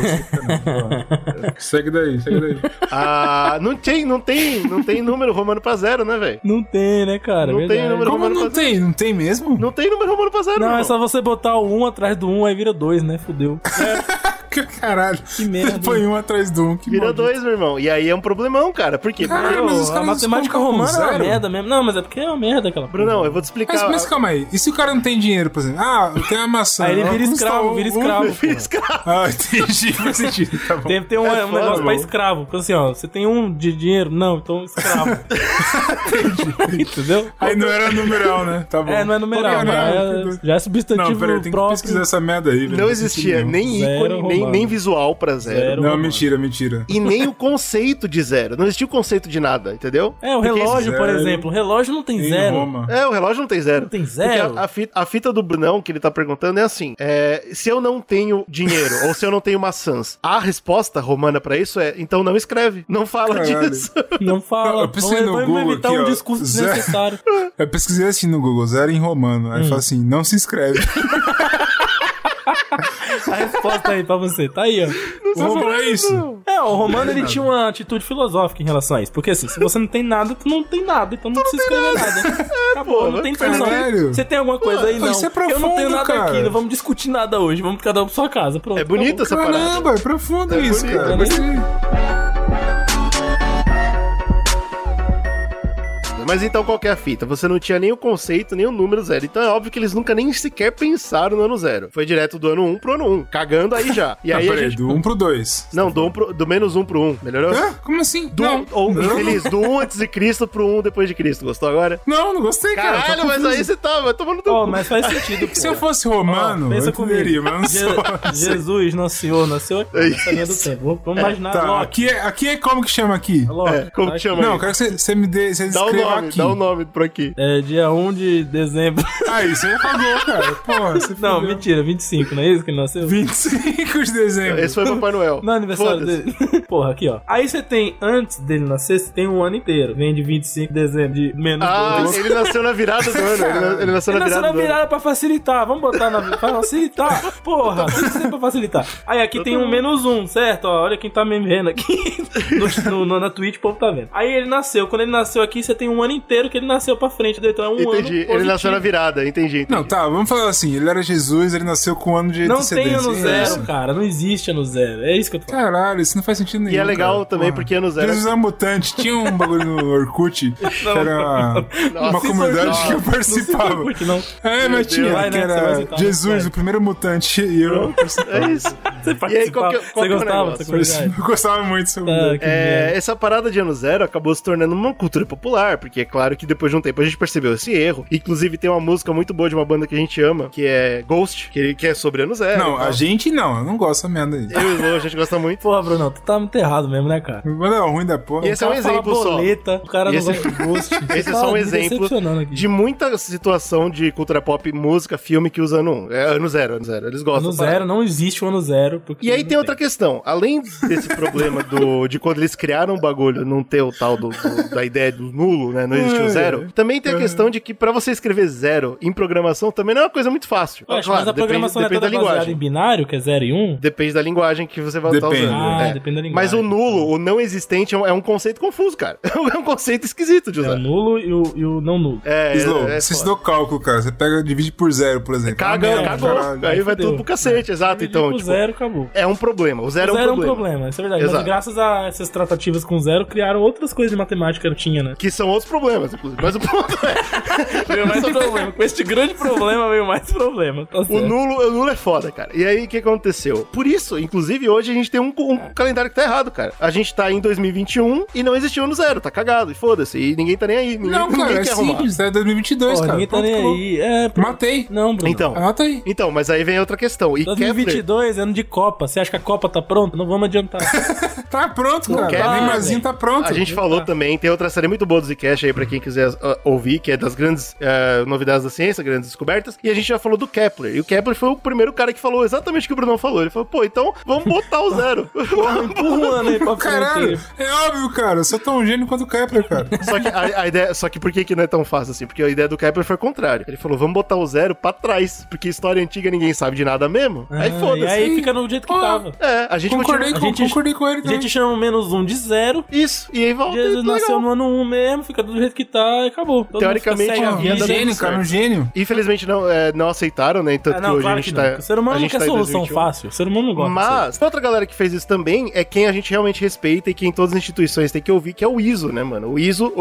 B: você- segue daí, segue daí.
C: Ah, não tem, não tem, não tem número romano pra zero, né, velho?
A: Não tem, né, cara?
C: Não tem
A: Verdade.
C: número-
B: Como não tem? Não tem mesmo?
C: Não tem número romano pra zero,
A: Não,
C: irmão.
A: é só você botar o 1 um atrás do 1, um, aí vira 2, né? Fudeu.
B: Que caralho.
A: Que merda.
B: Põe um atrás do um. Que
C: Vira
B: maldito.
C: dois, meu irmão. E aí é um problemão, cara. Por quê?
B: Ah, mas os
A: Pô, a
B: caras
A: matemática
B: colocam
A: romana é uma
B: zero.
A: merda mesmo. Não, mas é porque é uma merda aquela porra.
C: Brunão, eu vou te explicar.
B: Mas, mas calma aí, e se o cara não tem dinheiro, por exemplo? Ah, eu tenho uma maçã.
A: Aí ele
B: Ela
A: vira
B: custa
A: escravo,
B: um-
A: vira
B: um-
C: *laughs*
A: escravo. pô.
B: Ah, entendi, *laughs* faz sentido, tá bom.
A: Tem que ter um, um
C: É foda,
A: negócio pra
C: mano.
A: escravo. Porque assim, ó, você tem um de dinheiro? Não, então
C: *laughs*
A: escravo. *laughs* Entendeu?
B: Aí não era numeral, né? Tá bom.
A: É, não é numeral,
B: Qualquer
A: já
B: merda,
A: é,
B: tudo bem.
A: já é substantivo
B: Não, peraí, eu tenho que
A: próprio.
B: pesquisar essa merda aí. velho.
C: Não existia né?
B: sentido nenhum.
C: nem
A: Zero
C: ícone, nem,
A: romano.
C: nem visual pra zero.
A: Zero.
B: Não, mentira, mentira.
C: E nem o conceito de zero. Não existia o conceito de nada, entendeu?
A: É, o
C: Porque isso-
A: relógio, por
B: zero.
A: exemplo. O relógio não tem
B: Em
A: zero.
B: Roma.
C: É, o relógio não tem zero.
A: Não tem zero?
C: Porque A, a fita, a fita do Brunão que ele tá perguntando é assim: é, se eu não tenho dinheiro ou se eu não tenho maçãs, a resposta romana pra isso é: então não escreve, não fala
B: Caralho.
C: disso.
A: Não fala.
B: Eu pensei
A: Vamos-
B: no
A: vamos
B: Google
A: evitar
B: aqui,
A: um
B: ó.
A: discurso
B: Zero.
A: desnecessário.
C: É.
B: Eu pesquisei assim no Google, zero em romano.
A: Hum.
B: Aí fala assim, não se
C: *laughs*
B: inscreve.
A: A resposta aí pra você. Tá aí, ó.
B: O romano é isso.
A: É, o Romano ele tinha uma atitude filosófica em relação a isso. Porque assim, se você não tem nada, tu não tem nada, então não precisa escrever
B: É,
A: nada. Acabou,
C: pô,
A: não tem
B: caralho.
A: discussão. Você tem alguma coisa aí?
B: Pô,
A: Não.
B: isso é
A: Eu não tenho
B: profundo,
A: nada
B: cara.
A: aqui, não vamos discutir nada hoje, vamos cada um pra sua casa. Pronto.
C: É bonita essa parada.
B: Caramba, é profundo isso,
C: bonito,
A: né?
B: cara. Gostei.
C: Mas então qual que é a fita? Você não tinha nem o conceito, nem o número zero. Então é óbvio que eles nunca nem sequer pensaram no ano zero. Foi direto do ano 1 um pro ano 1, um, cagando aí já. E
B: Ah,
C: aí a
B: peraí,
C: gente...
B: do 1 um pro 2.
C: Não, do, um pro- do menos 1 um pro 1, um, melhorou?
B: Hã? Como assim?
C: Do,
B: não.
C: ou,
B: não,
C: Feliz, do 1 um antes de Cristo pro 1 um depois de Cristo. Gostou agora?
B: não, não gostei, cara. tá
C: Caralho, mas
B: confuso.
C: aí você tava tomando teu
A: Pô,
C: cu.
A: mas faz sentido.
B: Se
A: pô.
B: eu fosse romano,
A: Pensa
B: eu entenderia,
A: comigo.
B: mas eu
A: *laughs*
B: não
A: Je-
B: sou.
A: Jesus, nosso Senhor, nasceu aqui,
C: É
A: nessa linha do
C: isso.
A: tempo. Vamos imaginar
B: Tá,
A: Loki.
B: aqui é, aqui é como que chama aqui?
A: Loki.
C: É, como que chama
B: Não,
C: aí?
B: eu quero que você, você me dê, você
C: Dá o
B: descreva
C: nome,
B: aqui.
C: dá o nome por aqui.
A: É dia 1 de dezembro.
B: Ah, Aí, você me pagou, cara. Porra, você
A: *laughs* Não,
B: fudeu.
A: mentira, 25, não é isso que ele nasceu?
B: 25. 5 de dezembro.
C: Esse foi o Papai Noel.
A: No aniversário
C: Foda-se.
A: dele. *laughs* Porra, aqui, ó. Aí você tem, antes dele nascer, você tem um ano inteiro. Vem de 25 de dezembro, de menos
C: Ah, tá
A: dois.
C: ele nasceu na virada do ano. Ele, na- ele nasceu
A: Ele nasceu
C: na
A: na
C: virada do ano.
A: virada pra facilitar. Vamos botar na. pra
C: *laughs*
A: facilitar. Porra, tem que ser pra facilitar. Aí aqui tem um menos um, certo? Ó, olha quem tá me vendo aqui. *laughs* No, no- no- na Twitch o povo tá vendo. Aí ele nasceu. Quando ele nasceu aqui, você tem um ano inteiro que ele nasceu pra frente. Então é um ano.
C: Entendi. Ele
A: positivo.
C: nasceu na virada, entendi. entendi.
B: Não, tá, vamos falar assim. Ele era Jesus, ele nasceu com um ano de
A: Não tem
B: antecedência.
A: ano
B: É
A: zero,
B: isso.
A: cara. Não existe ano zero. É isso que eu tô falando.
B: Caralho, isso não faz sentido nenhum.
C: E é legal
B: cara.
C: também,
B: Porra.
C: porque ano zero.
B: Jesus é um mutante. Tinha um bagulho no
A: *laughs*
B: Orkut, que era uma, uma
C: Nossa,
B: comunidade
C: isso é
B: que eu
A: Não se
B: participava.
A: preocupe, não.
B: É, mas tinha,
A: Vai,
B: que
A: né, você vai
B: era
A: citar,
B: Jesus,
A: vai.
B: o primeiro mutante, e eu *laughs* participava.
C: É isso.
A: Você
C: E aí,
A: participava.
C: qual que é- qual
A: Você
C: que é o
A: gostava
C: negócio?
A: dessa
B: Por isso
A: comunidade?
B: eu gostava muito um dessa
A: Ah,
B: comunidade.
A: que merda.
C: É, essa parada de ano zero acabou se tornando uma cultura popular, porque é claro que depois de um tempo a gente percebeu esse erro. Inclusive tem uma música muito boa de uma banda que a gente ama, que é Ghost, que, que é sobre ano zero.
B: Não, a gente não, eu não gosto dessa merda aí.
C: Eu e o Lô, a gente gosta muito.
A: Porra, Bruno, tu tá muito errado mesmo, né, cara?
B: Mas é ruim da porra.
C: E esse é
A: O
C: um
A: cara fala
C: exemplo só.
A: boleta, O cara
C: E
A: não
C: esse-
A: gosta de gosto.
C: *laughs* Esse
A: Você
C: é
A: tá
C: só um
A: me
C: exemplo
A: decepcionando aqui.
C: de muita situação de cultura pop, música, filme que usa ano um. É ano zero, ano zero. Eles gostam.
A: Ano
C: da parada.
A: zero, não existe o ano zero. Porque
C: E aí
A: não
C: tem outra questão. Além
B: *laughs*
C: desse problema do, de quando eles criaram o bagulho não ter o tal do- do- da ideia do nulo, né? Não
B: É.
C: existe o zero. Também tem a questão de que pra você escrever zero em programação também não é uma coisa muito fácil.
A: Ué, mas a programação
C: depende
A: é
C: da
A: toda baseada em
C: linguagem.
A: binário, que é 0 e 1? Um.
C: Depende da linguagem que você vai
B: Depende.
C: estar usando.
A: Ah,
C: é.
A: depende da linguagem.
C: Mas o nulo, o não existente, é um, é um conceito confuso, cara. *laughs* É um conceito esquisito de
A: É o
C: usar.
A: nulo e o, e o não nulo.
C: É,
B: Slow,
C: é
B: você
C: foda.
B: estudou cálculo, cara. Você pega, divide por zero, por exemplo.
C: Caga,
B: Ah, merda,
C: cagou.
B: caralho.
C: aí vai
A: fudeu.
C: tudo pro cacete, exato.
A: Dividir
C: Então,
A: por
C: tipo,
A: zero, acabou.
C: é um problema. O zero,
A: O
C: é um problema.
A: isso é verdade. Mas
C: Exato.
A: graças a essas tratativas com zero, criaram outras coisas de matemática que tinha, né?
C: Que são outros problemas, inclusive. Mas o ponto é.
A: Veio mais problema. Com este grande problema, veio mais problema. Tá
C: O
A: certo.
C: nulo, o nulo é foda, cara. E aí, o que aconteceu? Por isso, inclusive, hoje a gente tem um, um calendário que tá errado, cara. A gente tá em 2021 e não existiu ano zero, tá cagado, e foda-se. E ninguém tá nem aí. Ninguém,
B: Não,
C: ninguém
B: cara, é
C: quer arrumar.
B: simples. É 2022,
A: Porra,
B: cara.
A: ninguém tá
B: Pronto,
A: nem
B: acabou.
A: aí. É, pro-
B: Matei.
A: Não, Bruno.
C: Então,
B: Anota aí.
C: então, mas aí vem outra questão. E Kepler,
A: 2022 é ano de Copa. Você acha que a Copa tá pronta? Não vamos
B: *laughs*
A: adiantar.
B: Tá pronto, cara.
C: quer,
B: o Neymarzinho
A: velho.
B: tá pronto.
C: a gente
A: Uhum.
C: falou
A: É.
C: também, tem outra série muito boa do Zcast aí pra quem quiser ah, ouvir, que é das grandes ah, novidades da ciência, grandes descobertas. E a gente já falou do Kepler. E o Kepler foi o primeiro cara que falou exatamente o que o Brunão falou. Ele falou, pô, então vamos botar o
A: *laughs*
C: zero.
A: Empurra um ano aí pra frente.
B: Caralho, é óbvio, cara. Eu sou tão gênio quanto o Kepler, cara.
C: *laughs* Só que, a, a ideia, só que por que, que não é tão fácil assim? Porque a ideia do Kepler foi o contrário. Ele falou, vamos botar o zero pra trás, porque história antiga ninguém sabe de nada mesmo. aí
A: Ah,
C: foda-se.
A: E aí fica no jeito que
B: Pô,
A: tava.
C: É, a gente
B: Concordei
C: continua-
B: com,
A: gente-
B: concordei com ele
A: A
B: também.
A: gente chama o menos um de zero.
C: Isso, e aí volta.
A: Jesus
C: legal.
A: nasceu no ano 1 um mesmo, fica do jeito que tá e acabou. Todo
C: Teoricamente,
A: mundo fica cego
B: Pô,
A: à
C: a
B: um
C: vida
A: vida.
B: gênio, cara, um gênio.
C: Infelizmente não, é, não aceitaram, né? Tanto
A: Ah,
C: que
A: não,
C: hoje
A: claro
C: a gente
A: que
C: tá.
A: não. O ser humano
C: a
A: não
C: gente
A: quer
C: tá em
A: solução
C: 2021.
A: fácil. O ser humano não gosta. disso.
C: Mas, outra galera que fez isso também é quem a gente realmente respeita e quem todas as instituições têm que ouvir, que é o ISO, né, mano? O ISO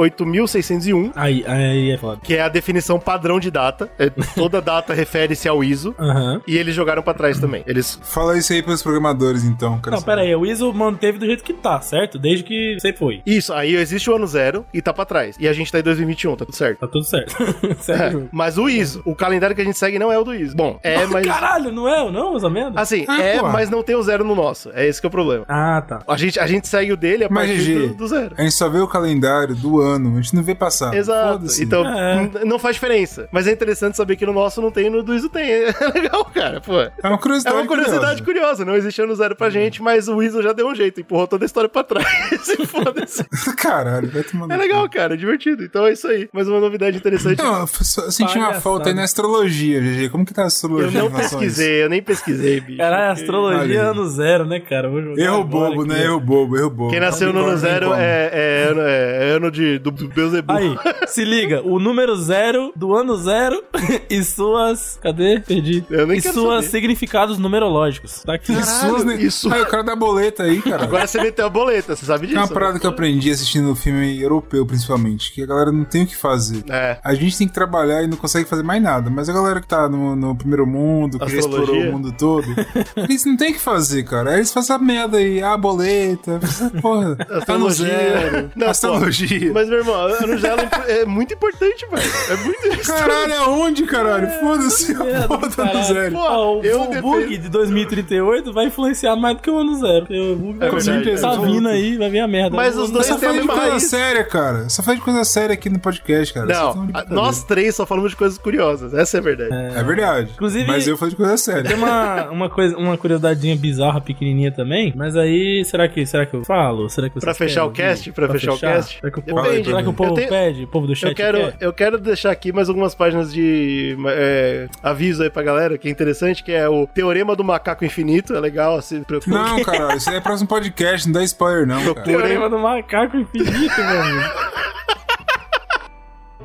C: 8601,
A: Aí, aí é foda.
C: que é a definição padrão de data.
B: *laughs*
C: É, toda data refere-se ao ISO.
A: Aham.
C: E eles jogaram pra trás também. Eles
B: Fala isso aí pros programadores, então. Cara.
A: Não, pera aí. O ISO manteve do jeito que tá, certo? Desde que você foi.
C: Isso, aí existe o ano zero e tá pra trás. E a gente tá em 2021, tá tudo certo.
A: Tá tudo
B: *laughs*
A: certo. certo. jogo.
C: Mas o ISO, o calendário que a gente segue não é o do ISO. Bom,
B: *laughs*
C: é, mas.
A: Caralho, não é? Não, essa merda?
C: Assim,
B: Ah,
C: é,
B: porra.
C: mas não tem o zero no nosso. É esse que é o problema.
A: Ah, tá.
C: A gente, a gente segue o dele a
B: Mas,
C: partir
B: GG,
C: do, do zero.
B: A gente só vê o calendário do ano, a gente não vê passar.
C: Exato.
B: Foda-se.
C: Então,
A: É.
C: n- não faz diferença. Mas é interessante saber que no nosso não tem e no do ISO tem. *laughs* É legal, cara, pô.
B: É uma
C: É
B: curiosidade.
C: uma curiosidade curiosa. né? Não existe ano zero pra gente, mas o ISO já deu um jeito. Empurrou toda a história pra trás. *laughs* E foda-se.
B: curiosa. *laughs* Caralho, vai tomando.
C: É legal, cara. é Divertido. Então é isso aí. Mais uma novidade
B: *laughs*
C: interessante.
B: Não, eu f- só senti uma
A: Palhaçada.
B: falta aí na astrologia, GG. Como que tá a astrologia?
C: Eu não
B: em relação a isso?
C: pesquisei, eu nem pesquisei, bicho.
A: Caralho,
C: Porque
A: astrologia
B: Olha aí.
A: ano zero, né, cara? Eu Vou jogar
B: Erro
A: agora
B: bobo,
A: aqui.
B: né? Erro bobo, erro bobo.
C: Quem nasceu no
B: Não
C: ano
B: tem
C: zero
B: como.
C: é, é ano, é ano de, do, do Beuzebu.
A: Aí, se liga, o número zero do ano zero *laughs* e suas. Cadê? Perdi.
C: Eu nem
A: e
C: quero
A: suas
C: saber.
A: significados numerológicos. Tá aqui.
B: Isso, né?
C: isso.
B: Aí o cara da boleta aí, cara.
C: Agora é você meteu a boleta, você sabe
B: Tem
C: disso.
B: uma parada
C: é
B: que eu aprendi assistindo o filme europeu, principalmente, que a galera não tem o que fazer.
C: É.
B: A gente tem que trabalhar e não consegue fazer mais nada. Mas a galera que tá no, no primeiro mundo, que já
C: Astrologia.
B: explorou o mundo todo, *laughs* eles não tem o que fazer, cara. Aí eles fazem a merda aí, ah, boleta, essa
C: *laughs*
B: porra, tá no
C: Astrologia.
B: zero,
C: Não, pô.
B: astrologia.
C: Mas, meu irmão, ano zero é muito importante, velho. É muito
B: é Caralho, aonde, caralho? Foda-se, a
A: merda,
B: porra tá no
A: É. caralho.
B: zero.
C: Pô,
A: Ó, o
C: eu
A: o bug de 2031 98 vai influenciar mais do que o ano zero. Porque o Hulk vai-
C: Com certeza.
A: Tá vindo aí, vai vir a merda.
C: Mas os dois
B: Só
C: têm
B: tá
C: a
B: falando de
C: mesma
B: coisa
C: raiz.
B: séria, cara. Só falando de coisa séria aqui no podcast, cara. Vocês tão
C: Não,
B: de
C: a-
B: brincadeira.
C: nós três só falamos de coisas curiosas. Essa é a verdade.
B: É verdade.
A: Inclusive-
B: Mas eu falei de coisa séria.
A: Tem uma, uma, coisa, uma curiosidadinha bizarra, pequenininha também. Mas aí, será que, será que eu falo? Será que
C: Pra
A: vocês querem
C: fechar o cast?
A: ouvir?
C: Pra fechar o cast?
A: Será que o povo,
C: Depende.
A: será que o
C: Eu
A: povo
C: tenho-
A: pede? O povo do chat
C: Eu quero,
A: quer?
C: eu quero deixar aqui mais algumas páginas de é, aviso aí pra galera, que é interessante, que é o Teorema do Macaco Infinito, é legal, assim, pra-
B: Não, cara, isso aí é próximo podcast, não dá spoiler, não, cara.
A: Teorema do macaco infinito, meu amigo.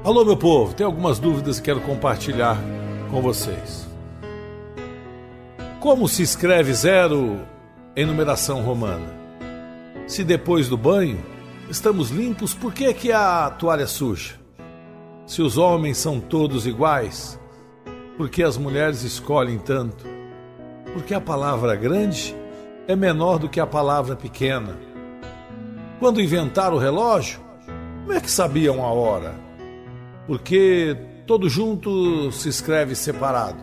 G: Alô, meu povo, tem algumas dúvidas que quero compartilhar com vocês. Como se escreve zero em numeração romana? Se depois do banho estamos limpos, por que, que a toalha é suja? Se os homens são todos iguais, por que as mulheres escolhem tanto? Porque a palavra grande é menor do que a palavra pequena. Quando inventaram o relógio, como é que sabiam a hora? porque todo junto se escreve separado.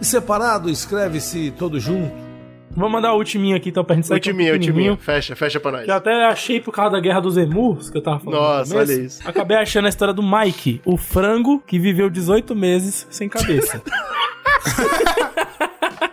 G: E separado escreve-se todo junto.
A: Vou mandar o ultiminho aqui, então, pra gente sair com
C: Ultiminho,
A: pequenininho.
C: ultiminho. Fecha, fecha pra nós.
A: Que eu até achei por causa da Guerra dos Emus, que eu tava falando. no
C: Nossa,
A: começo.
C: olha isso.
A: Acabei achando a história do Mike, o frango que viveu 18 meses sem cabeça.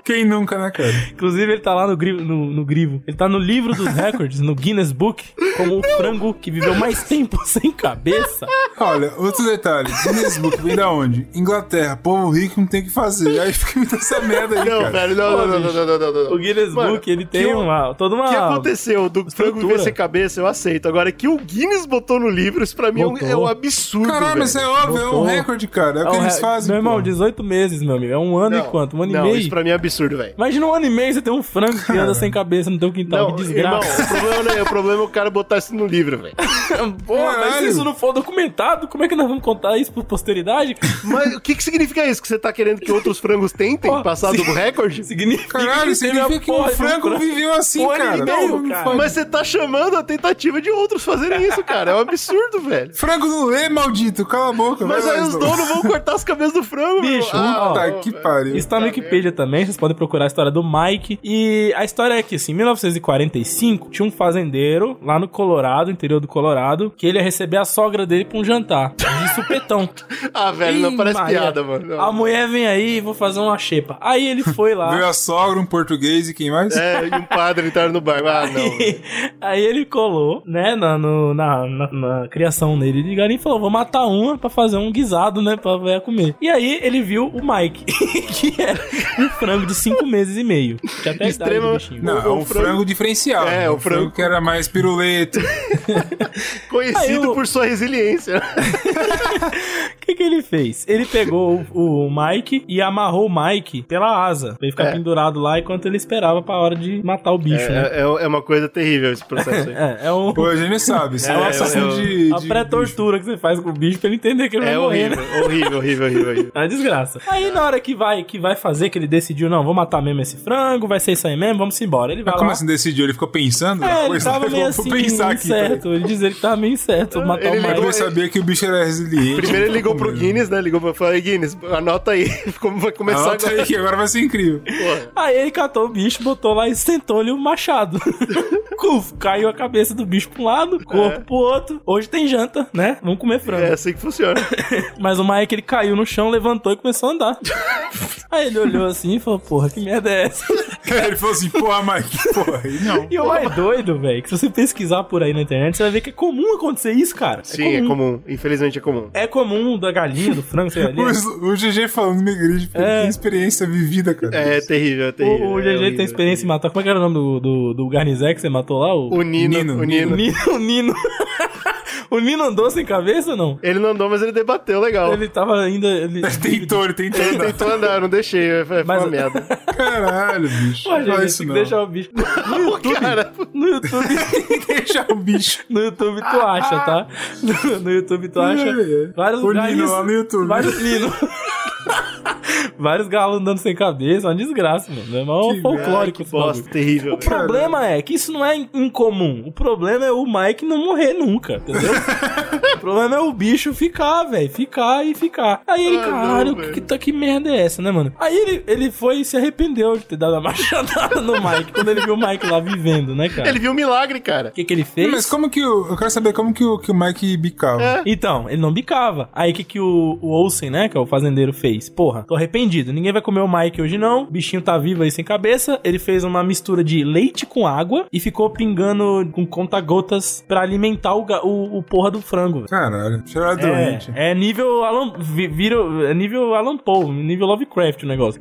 B: Quem nunca, né, cara?
A: Inclusive, ele tá lá no grivo, no, no grivo. Ele tá no livro dos recordes, no Guinness Book, como o frango que viveu mais tempo *laughs* sem cabeça.
B: Olha, outro detalhe. Guinness Book vem da onde? Inglaterra, povo rico não tem o que fazer. Aí fica me dando essa merda aí,
C: Não,
B: cara.
C: velho, não, não, não, não, não, não, não,
A: O
C: não.
A: Guinness
C: Mano,
A: Book, ele tem
C: que o-
A: uma, toda uma...
C: O que aconteceu do frango viver
A: Estrutura.
C: sem cabeça, eu aceito. Agora, que o Guinness botou no livro, isso pra mim é um, é um absurdo,
B: Caralho,
C: velho.
B: mas é óbvio, é um
A: Botou.
B: recorde, cara. É o
A: É
B: que
A: um
B: eles
A: re-
B: fazem.
A: Meu irmão,
B: pô.
A: 18 meses, meu amigo. É um ano
C: Não,
A: e quanto? Um ano
C: não,
A: e
C: isso
A: meio?
C: pra mim é absurdo, velho.
A: Imagina um ano e meio você tem um frango que anda sem cabeça no teu quintal.
C: Não,
A: que
C: irmão,
A: desgraça.
C: o problema, não é, o problema é o cara botar isso no livro, velho.
A: Porra, mas se
B: Caralho.
A: isso não for documentado, como é que nós vamos contar isso por posteridade?
C: Mas o que, que significa isso? Que você tá querendo que outros frangos tentem
A: Porra,
C: passar do
A: sim.
C: recorde?
A: Significa
B: Caralho,
A: que teve a
B: significa que
A: porra
B: um
A: de um
B: frango
A: frango.
B: viveu assim,
A: Um ano e
B: cara.
A: meio,
B: Não, não
A: cara.
B: fode.
C: Mas você tá chamando a tentativa de outros fazerem isso, cara. É um absurdo, velho.
B: Frango não lê, maldito. Cala a boca.
C: Mas
B: vai
C: aí
B: lá,
C: os
B: Slow.
C: donos vão cortar as cabeças do frango, meu.
A: Bicho, puta
C: Ah, não,
B: Tá, que
C: velho.
B: pariu.
A: Isso tá no Wikipedia também, vocês podem procurar a história do Mike. E a história é que, assim, em 1945, tinha um fazendeiro lá no Colorado, interior do Colorado, que ele ia receber a sogra dele pra um jantar.
C: *laughs*
A: De supetão.
C: Ah, velho, não
A: Ih,
C: parece
A: Maria.
C: piada, mano. Não.
A: A mulher vem aí, vou fazer uma xepa. Aí ele foi lá.
B: Veio
A: *laughs*
B: a sogra, um português e quem mais?
C: É, e um padre entrar no bar. Ah, não. velho.
A: Aí, aí ele colou, né, na, no- na, na, na criação dele de galinha e falou: vou matar uma pra fazer um guisado, né? Pra ver comer. E aí ele viu o Mike, *laughs* que era um frango de 5 meses e meio. Tinha até a idade do
C: Extrema-
A: bichinho.
B: Não, é
C: O- o
B: um frango,
C: frango
B: diferencial.
C: É,
B: né?
C: o
B: Um frango
C: frango-
B: que era mais
C: *laughs*
B: piruleto.
C: Conhecido
A: Aí eu-
C: por sua resiliência.
A: O que, que ele fez? Ele pegou o, o Mike e amarrou o Mike pela asa. Pra ele ficar
C: É.
A: pendurado lá enquanto ele esperava pra hora de matar o bicho, né?
C: É, é, é uma coisa terrível esse processo aí.
A: É, é um.
B: Pô, a gente sabe. Isso é,
C: É,
B: um
C: eu-
B: assassino
C: eu-
A: A
B: de. de bicho.
A: pré-tortura que você faz com o bicho pra ele entender que ele
C: É
A: vai morrer, né?
C: horrível, horrível, horrível, horrível, horrível.
A: É uma desgraça. Aí na hora que vai, que vai fazer, que ele decidiu, não, vou matar mesmo esse frango, vai ser isso aí mesmo, vamos embora. Ele vai
B: Mas
A: lá.
B: como assim decidiu? Ele ficou pensando? na
A: É, ele
B: coisa?
A: tava
B: *laughs* Vou-
A: meio
B: vou
A: assim,
B: pensar aqui. É peraí.
A: incerto. Ele diz ele que tava meio incerto, matar
C: Ele
A: o
B: Ele
C: ligou-
A: Mike.
B: vai saber que o bicho era resiliente.
C: É.
B: então.
C: Primeiro ele ligou pro
B: Pô,
C: Guinness, né? Ligou pra falou, "Ei, Guinness, anota aí. *laughs* Como vai começar
B: Anota
C: agora?
B: aí que agora vai ser
C: *laughs*
B: incrível.
C: Porra.
A: Aí ele catou o bicho, botou lá e sentou-lhe o machado. *laughs* Cuf, caiu a cabeça do bicho pra um lado, o corpo pro outro. Hoje tem janta, né? Vamos comer frango.
C: É assim que funciona.
A: Mas o Mike, ele caiu no chão, levantou e começou a
C: *laughs*
A: andar. aí ele olhou assim e falou, porra, que merda é essa?
B: ele falou assim, porra, Mike, porra, aí não.
A: E o mais doido, velho, que se você pesquisar por aí na internet, você vai ver que é comum acontecer isso, cara.
C: Sim, é comum. Infelizmente é comum.
A: É comum da galinha, do frango, sei lá.
C: *laughs*
B: O,
A: ali.
B: o GG falando me gride,
A: É.
B: tem experiência vivida, cara.
C: É terrível, é terrível.
A: O, o
C: é
A: GG
C: horrível,
A: tem experiência em
C: é
A: matar. Como é que era o nome do, do, do Garnizé que você matou lá?
C: terrível.
A: O,
C: O Nino,
B: Nino,
C: o Nino.
A: o Nino. *laughs* O Nino, o Nino andou sem cabeça ou não?
C: Ele não andou, mas ele debateu legal. Ele,
A: Ele tava ainda. Ele...
B: Tentou, ele
C: *laughs*
B: tentou. andar.
C: tentou andar, eu não deixei, foi, foi
A: Mas- *laughs*
C: uma merda.
B: Caralho, bicho.
A: *laughs* Pô,
B: Não
A: GG,
B: é
A: tem
B: isso
A: que
B: não.
A: deixar o
C: *laughs*
A: bicho. No YouTube.
C: Cara,
A: No YouTube.
B: Deixar o bicho.
A: No YouTube tu acha, tá? *laughs* No, no YouTube tu acha
B: É, é.
A: vários
B: O
A: lugares.
B: Nino lá no YouTube.
A: Vários Nino. *laughs* Vários galos andando sem cabeça, uma desgraça, mano. É mal
C: Que
A: folclórico
C: Ah,
A: esse
C: que
A: bagulho.
C: bosta, terrível.
A: O problema é que isso não é in- incomum. O problema é o Mike não morrer nunca,
C: *laughs*
A: entendeu? o problema é o bicho ficar, velho. Ficar e ficar. Aí ele,
C: Ah, não,
A: caralho,
C: velho.
A: que, tá- que merda é essa, né, mano? Aí ele, ele foi e se arrependeu de ter dado a *laughs* machadada no Mike quando ele viu o Mike lá vivendo, né, cara?
C: Ele viu um milagre, cara.
A: O que, que ele fez?
B: Mas como que o. Eu quero saber como que o, que o Mike bicava.
A: Então, ele não bicava. Aí o que, que o, o Olsen, né, que é o fazendeiro, fez? Porra, tô arrependido. Ninguém vai comer o Mike hoje não. O bichinho tá vivo aí sem cabeça. Ele fez uma mistura de leite com água e ficou pingando com conta-gotas pra alimentar o, ga- o, o porra do frango. velho.
B: Caralho, cheirado
A: É,
B: doente.
A: é nível Alan, vi- vira, é nível Alan Poe, nível Lovecraft o
C: *laughs*
A: negócio.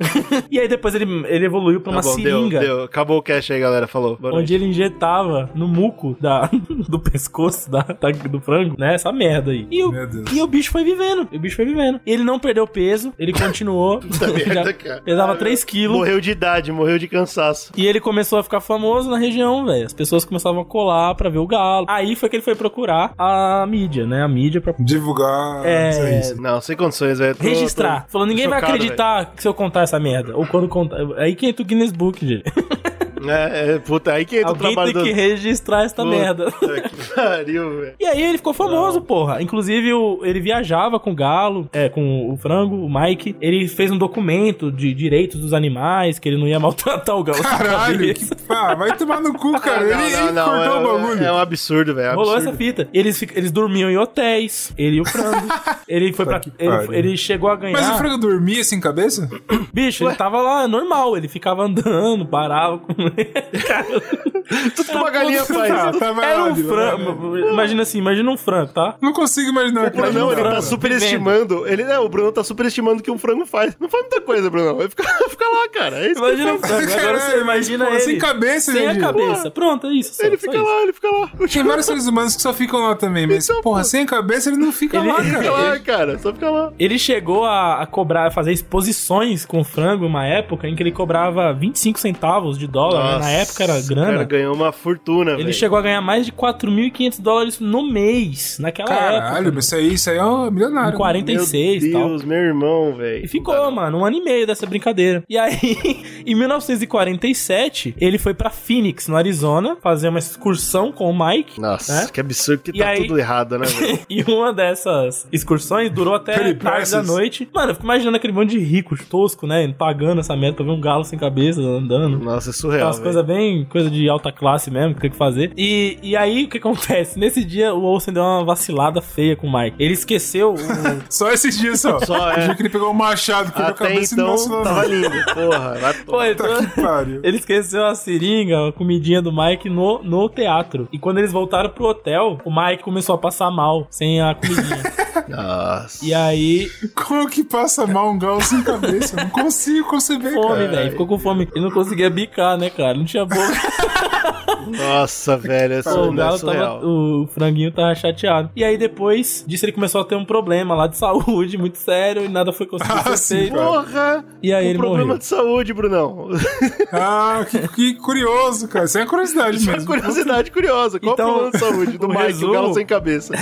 A: e aí depois ele, ele evoluiu pra
C: Tá
A: uma
C: bom, deu,
A: seringa.
C: deu. Acabou o cash aí, galera. Falou. Boa noite.
A: Onde ele injetava no muco da, *laughs* do pescoço da, da- do frango, né? Essa merda aí. E o,
B: Meu Deus.
A: e o bicho foi vivendo. E o bicho foi vivendo. Ele não perdeu peso, ele
C: *laughs*
A: continuou.
C: Puta merda,
A: *laughs* Já
C: cara.
A: pesava 3 quilos.
C: Morreu de idade, morreu de cansaço.
A: E ele começou a ficar famoso na região, velho. As pessoas começavam a colar pra ver o galo. Aí foi que ele foi procurar a mídia, né? A mídia pra
B: Divulgar.
A: É,
B: isso aí.
C: Não, sem condições, velho. Tô-
A: registrar.
C: tô
A: Falou, ninguém vai
C: chocado,
A: acreditar se eu contar essa merda. Ou quando contar. Aí que entra o Guinness Book,
C: *laughs*
A: gente.
C: velho. É, é, puta, aí que entra o
A: Alguém
C: trabalho
A: tem
C: do...
A: que registrar essa
C: Puta
A: merda.
C: que pariu, velho.
A: E aí ele ficou famoso, porra. Inclusive, o- ele viajava com o galo, é, com o frango, o Mike. Ele fez um documento de direitos dos animais, que ele não ia *laughs* maltratar o galo.
B: Caralho, que...
A: Isso.
B: ah, vai tomar no
A: *laughs*
B: cu, cara.
C: Não,
B: ele ele cortou
C: é,
B: o bagulho.
C: É um absurdo, velho. é um
A: Rolou
C: absurdo.
A: essa fita. Eles, fi- eles dormiam em hotéis, ele e o
B: *laughs*
A: frango. ele foi pra.
B: Puta que pariu.
A: Ele, ele chegou a ganhar.
B: Mas o frango dormia
A: *laughs*
B: sem cabeça?
A: Bicho, ele tava lá, normal. Ele ficava andando, parava, comia. Cara,
C: Tudo que uma galinha
B: Puta,
C: faz.
B: tá, vai
A: era
B: lá,
A: um
B: Diva, vai lá.
A: frango. Imagina assim, imagina um frango, tá?
B: Não consigo imaginar
C: O Brunão, ele tá
A: um Frango,
C: superestimando. Ele, não, o Bruno tá superestimando o que um frango faz. Não faz muita coisa, Bruno. Vai ficar, *laughs* ficar lá, cara. É isso que
A: Imagina um
C: ele, faz.
A: frango. Agora você
B: Caralho,
A: imagina
B: pô,
A: ele.
B: sem cabeça,
A: Sem a
B: gente.
A: cabeça. Pronto, é isso. só-
C: ele
A: só
C: fica
A: isso.
C: lá, ele fica lá.
B: Tem vários seres humanos que só ficam lá também, mas,
C: Então,
B: porra,
C: pô.
B: sem cabeça ele não fica
A: Ele-
B: lá,
C: Fica
B: cara.
C: lá, cara. Só fica lá.
A: Ele chegou a, a cobrar, a fazer exposições com frango uma época em que ele cobrava 25 centavos de dólar, né? na época era
C: Nossa, O
A: grana.
C: cara ganhou uma fortuna,
A: ele
C: velho.
A: chegou a ganhar mais de 4.500 dólares no mês, naquela
B: Caralho,
A: época.
B: mas isso aí, isso aí é um milionário.
A: Em
B: né?
C: Meu
A: 46 e tal.
C: Deus, meu irmão, velho.
A: E ficou, mano, um ano e meio dessa brincadeira. E aí, *laughs* em 1947, ele foi pra Phoenix, no Arizona, fazer uma excursão com o Mike.
C: Nossa,
A: né?
C: que absurdo que
A: E
C: tá
A: aí-
C: tudo errado, né,
A: *laughs*
C: velho?
A: E uma dessas excursões durou até tarde
B: Peripécias.
A: da noite. Mano, eu fico imaginando aquele monte de rico, tosco, né? Pagando essa merda pra ver um galo sem cabeça andando.
C: Nossa, é surreal.
A: Aquelas
C: velho.
A: coisas bem, coisa de alta classe mesmo, que tem que fazer. E, e aí, o que acontece? Nesse dia, o Olsen deu uma vacilada feia com o Mike. Ele esqueceu
B: *laughs*
A: o...
B: Só esses dias só.
C: Só, é.
B: O dia que ele pegou um machado, cortou a
C: Até
B: cabeça e não
A: né?
B: vacilou,
C: então, tava né?
B: não.
C: lindo.
A: *laughs*
C: Porra, vai
A: Pô, ele-
B: Puta que pariu.
A: Ele esqueceu a seringa, a comidinha do Mike no, no teatro. E quando eles voltaram pro hotel, o Mike começou a passar mal, sem a comidinha.
B: *laughs*
C: Nossa.
A: e aí,
B: Como que passa mal um galo sem cabeça? Eu não consigo conceber,
A: fome,
B: cara.
A: velho. Ficou com fome. Ele não conseguia bicar, né, cara? Não tinha boca.
C: Nossa, velho,
B: Tá
C: é
A: Pô, o
C: surreal.
A: galo tava, o franguinho tava chateado. E aí depois disso ele começou a ter um problema lá de *laughs* saúde muito sério e nada foi conseguido ser
B: Ah, sim,
A: feito.
B: cara.
C: Porra!
A: E aí
C: um
A: ele
C: problema
A: morreu.
C: de saúde, Brunão.
B: Ah, que, que curioso, cara. Isso é curiosidade
C: Isso é
B: mesmo.
C: curiosidade curiosa. Qual
A: Então,
C: o problema de saúde do
A: o
C: Mike,
A: resumo-
C: o galo sem cabeça?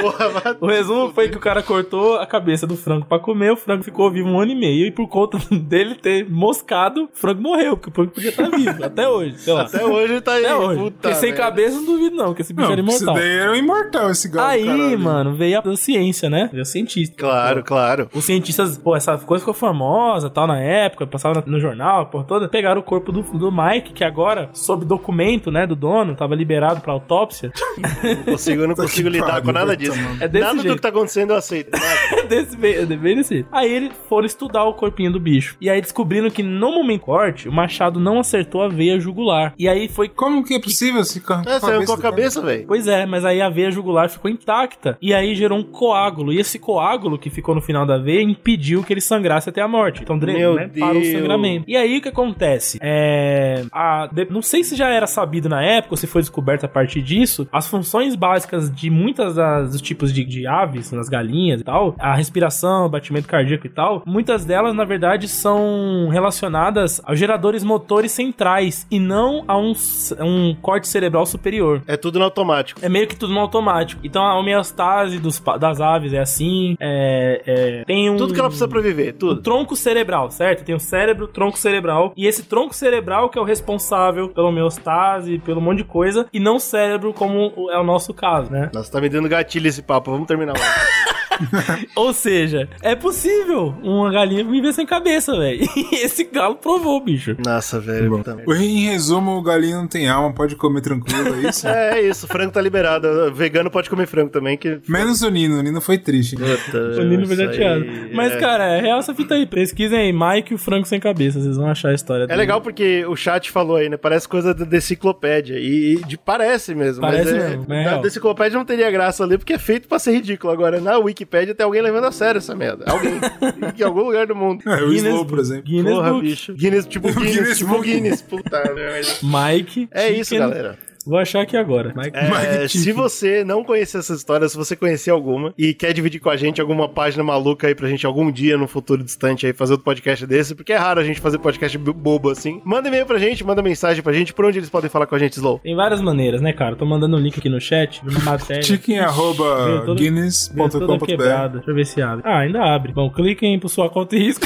C: Porra, vai...
A: *laughs* O resumo foi que o cara cortou a cabeça do frango pra comer, o frango ficou vivo um ano e meio, e por conta *laughs* dele ter moscado, o frango morreu, porque o frango podia estar vivo, até hoje, sei lá.
B: *laughs*
C: Até hoje ele tá aí.
A: Até hoje.
C: Puta,
A: porque sem
C: merda.
A: cabeça eu não duvido não, que esse bicho
B: Não,
A: era
C: é
B: porque isso
A: imortal.
B: daí era um imortal, esse galo.
A: Aí,
B: caralho.
A: mano, veio a ciência, né? Veio o cientista.
C: Claro, claro.
A: Os cientistas, pô, essa coisa ficou famosa tal na época, passava no jornal, por toda. Pegaram o corpo do, do Mike, que agora, sob documento, né, do dono, tava liberado pra autópsia. *laughs*
C: Não consigo, eu não
B: Puta
C: consigo
B: que
C: lidar
B: pariu,
C: com nada
B: puta,
C: disso.
B: mano.
A: É desse
C: nada do
A: jeito.
C: que tá acontecendo eu aceito. Nada.
A: desse, bem, bem desse. jeito. Aí eles foram estudar o corpinho do bicho. E aí descobriram que no momento do corte, o machado não acertou a veia jugular. E aí foi.
B: Como que é possível se
C: *laughs*
B: arrancar
C: É, saiu com a
B: do
C: cabeça, velho.
A: Pois é, mas aí a veia jugular ficou intacta. E aí gerou um coágulo. E esse coágulo que ficou no final da veia impediu que ele sangrasse até a morte. Então, dre-
C: Meu
A: né, parou o
C: Deus.
A: sangramento. E aí o que acontece? É. a- de- não sei se já era sabido na época, ou se foi descoberto a partir disso. As funções básicas de muitas das dos tipos de, de aves, nas das galinhas e tal, a respiração, o batimento cardíaco e tal, muitas delas, na verdade, são relacionadas aos geradores motores centrais e não a um, c- um corte cerebral superior.
C: É tudo no automático.
A: É meio que tudo no automático. Então a homeostase dos, pa- das aves é assim. É, é, tem um.
C: Tudo que ela precisa pra viver,
A: O
C: tudo.
A: tronco cerebral, certo? Tem o cérebro, tronco cerebral. E esse tronco cerebral que é o responsável pela homeostase, pelo monte de coisa. E não o cérebro, como o- é o nosso caso, né?
C: Nossa, tá me dando gatilho esse papo, vamos terminar lá.
A: Ou seja, é possível uma galinha viver sem cabeça, velho. *laughs* E esse galo provou, bicho.
C: *laughs* Nossa, velho. puta merda.
B: Em resumo, o galinha não tem alma, pode comer tranquilo, é
C: *laughs*
B: isso?
C: É isso, frango tá liberado. Vegano pode comer frango também, que.
B: Menos o Nino, o Nino foi triste.
C: Puta,
A: O Nino foi
C: isso
A: chateado.
C: aí
A: Mas,
C: é-
A: cara, é real essa fita aí. Pesquisem aí, Mike e o Frango Sem Cabeça. Vocês vão achar a história
C: É legal porque o chat falou aí, né? Parece coisa da deciclopédia. E, e de, parece mesmo.
A: Parece
C: mas é-
A: mesmo, né,
C: Na
A: real.
C: deciclopédia não teria graça ali, porque é feito pra ser ridículo. Agora, na Wikipédia tem alguém levando a sério essa merda. Alguém. em algum lugar do mundo.
B: *laughs* É, o Slow, por exemplo.
A: Guinness
C: né? Porra,
A: Book.
C: bicho.
B: *laughs*
C: Guinness, tipo Guinness,
B: Guinness
C: tipo
B: Book.
C: Guinness. Puta merda.
A: Mike.
C: É isso,
A: Chicken.
C: galera.
A: Vou achar aqui agora. Mike.
C: É,
B: Mike
C: se
B: Chicken.
A: tipo-
C: você não conhecer essa história, se você conhecer alguma e quer dividir com a gente alguma página maluca aí pra gente algum dia no futuro distante aí fazer outro podcast desse, porque é raro a gente fazer podcast bo- bobo assim, manda e-mail pra gente, manda mensagem pra gente, por onde eles podem falar com a gente, Slow?
A: Tem várias maneiras, né, cara? Tô mandando um link aqui no chat de uma matéria.
B: Chicken
A: Veio
B: arroba
A: toda- veio toda
B: guinness.com.br
A: quebrada. Deixa eu ver se abre. Ah, ainda abre. Bom, cliquem por sua conta e risco.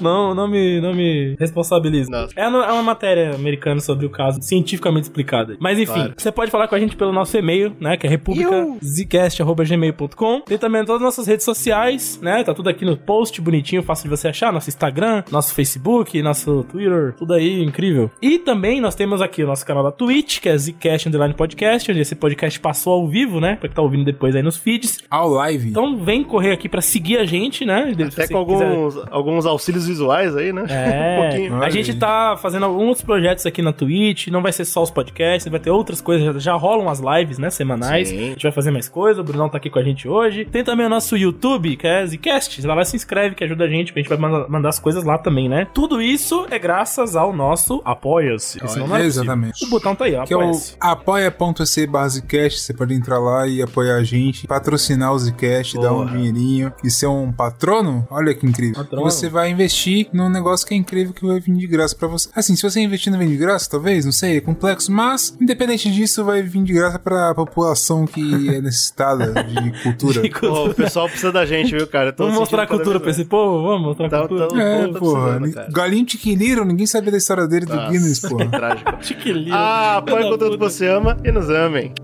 A: não, não me, não me responsabilize.
C: Nossa.
A: É uma, é uma matéria americana sobre o caso, cientificamente explicada. Mas enfim,
C: Claro.
A: você pode falar com a gente pelo nosso e-mail, né? Que é republicazcast.gmail.com. Tem também todas as nossas redes sociais, né? Tá tudo aqui no post, bonitinho, fácil de você achar. Nosso Instagram, nosso Facebook, nosso Twitter, tudo aí, incrível. E também nós temos aqui o nosso canal da Twitch, que é Zcast Underline Podcast, onde esse podcast passou ao vivo, né? Pra quem tá ouvindo depois aí nos feeds.
B: Ao live.
A: Então vem correr aqui pra seguir a gente, né? Se
C: Até
A: você
C: com
A: quiser-
C: alguns, alguns auxílios visuais aí, né?
B: *laughs*
A: É,
C: *laughs* um pouquinho.
A: a gente tá fazendo alguns projetos aqui na Twitch, não vai ser só os podcasts, vai ter outras coisas, já, já rolam as lives, né, semanais, a gente vai fazer mais coisa, o Brunão tá aqui com a gente hoje. Tem também o nosso YouTube, que é Zcast, vai lá se inscreve que ajuda a gente, que a gente vai mandar, mandar as coisas lá também, né? Tudo isso é graças ao nosso Apoia-se, esse não é possível.
B: Exatamente.
A: O botão tá aí, ó,
B: Que é o
A: apoia-se.
B: apoia.se barra Zcast, você pode entrar lá e apoiar a gente, patrocinar o Zcast, dar um dinheirinho e ser um patrono, olha que incrível.
A: Patrono.
B: E Você vai investir num negócio que é incrível que vai vir de graça pra você. Assim, se você investir não vem de graça, talvez, não sei, é complexo, mas independente disso, vai vir de graça pra população que é necessitada
A: *laughs*
B: de cultura.
C: Pô, o pessoal precisa da gente, viu, cara? Eu tô
A: Vamos mostrar a
C: sentindo
A: cultura
C: cada
A: pra
C: vez
A: esse povo? Vamos mostrar a
C: Tá-
A: cultura? Tá.
C: tá-
B: É,
C: Pô, tá
B: porra.
C: precisando, cara.
B: Galinho Tiquiliro, ninguém sabia da história dele do
C: Nossa.
B: Guinness, porra.
C: mais. Ah, Trágico.
A: *laughs* *laughs* Que lindo.
C: Ah, apoia
A: Filha
C: o
A: da
C: conteúdo que
A: puta.
C: você ama e nos amem.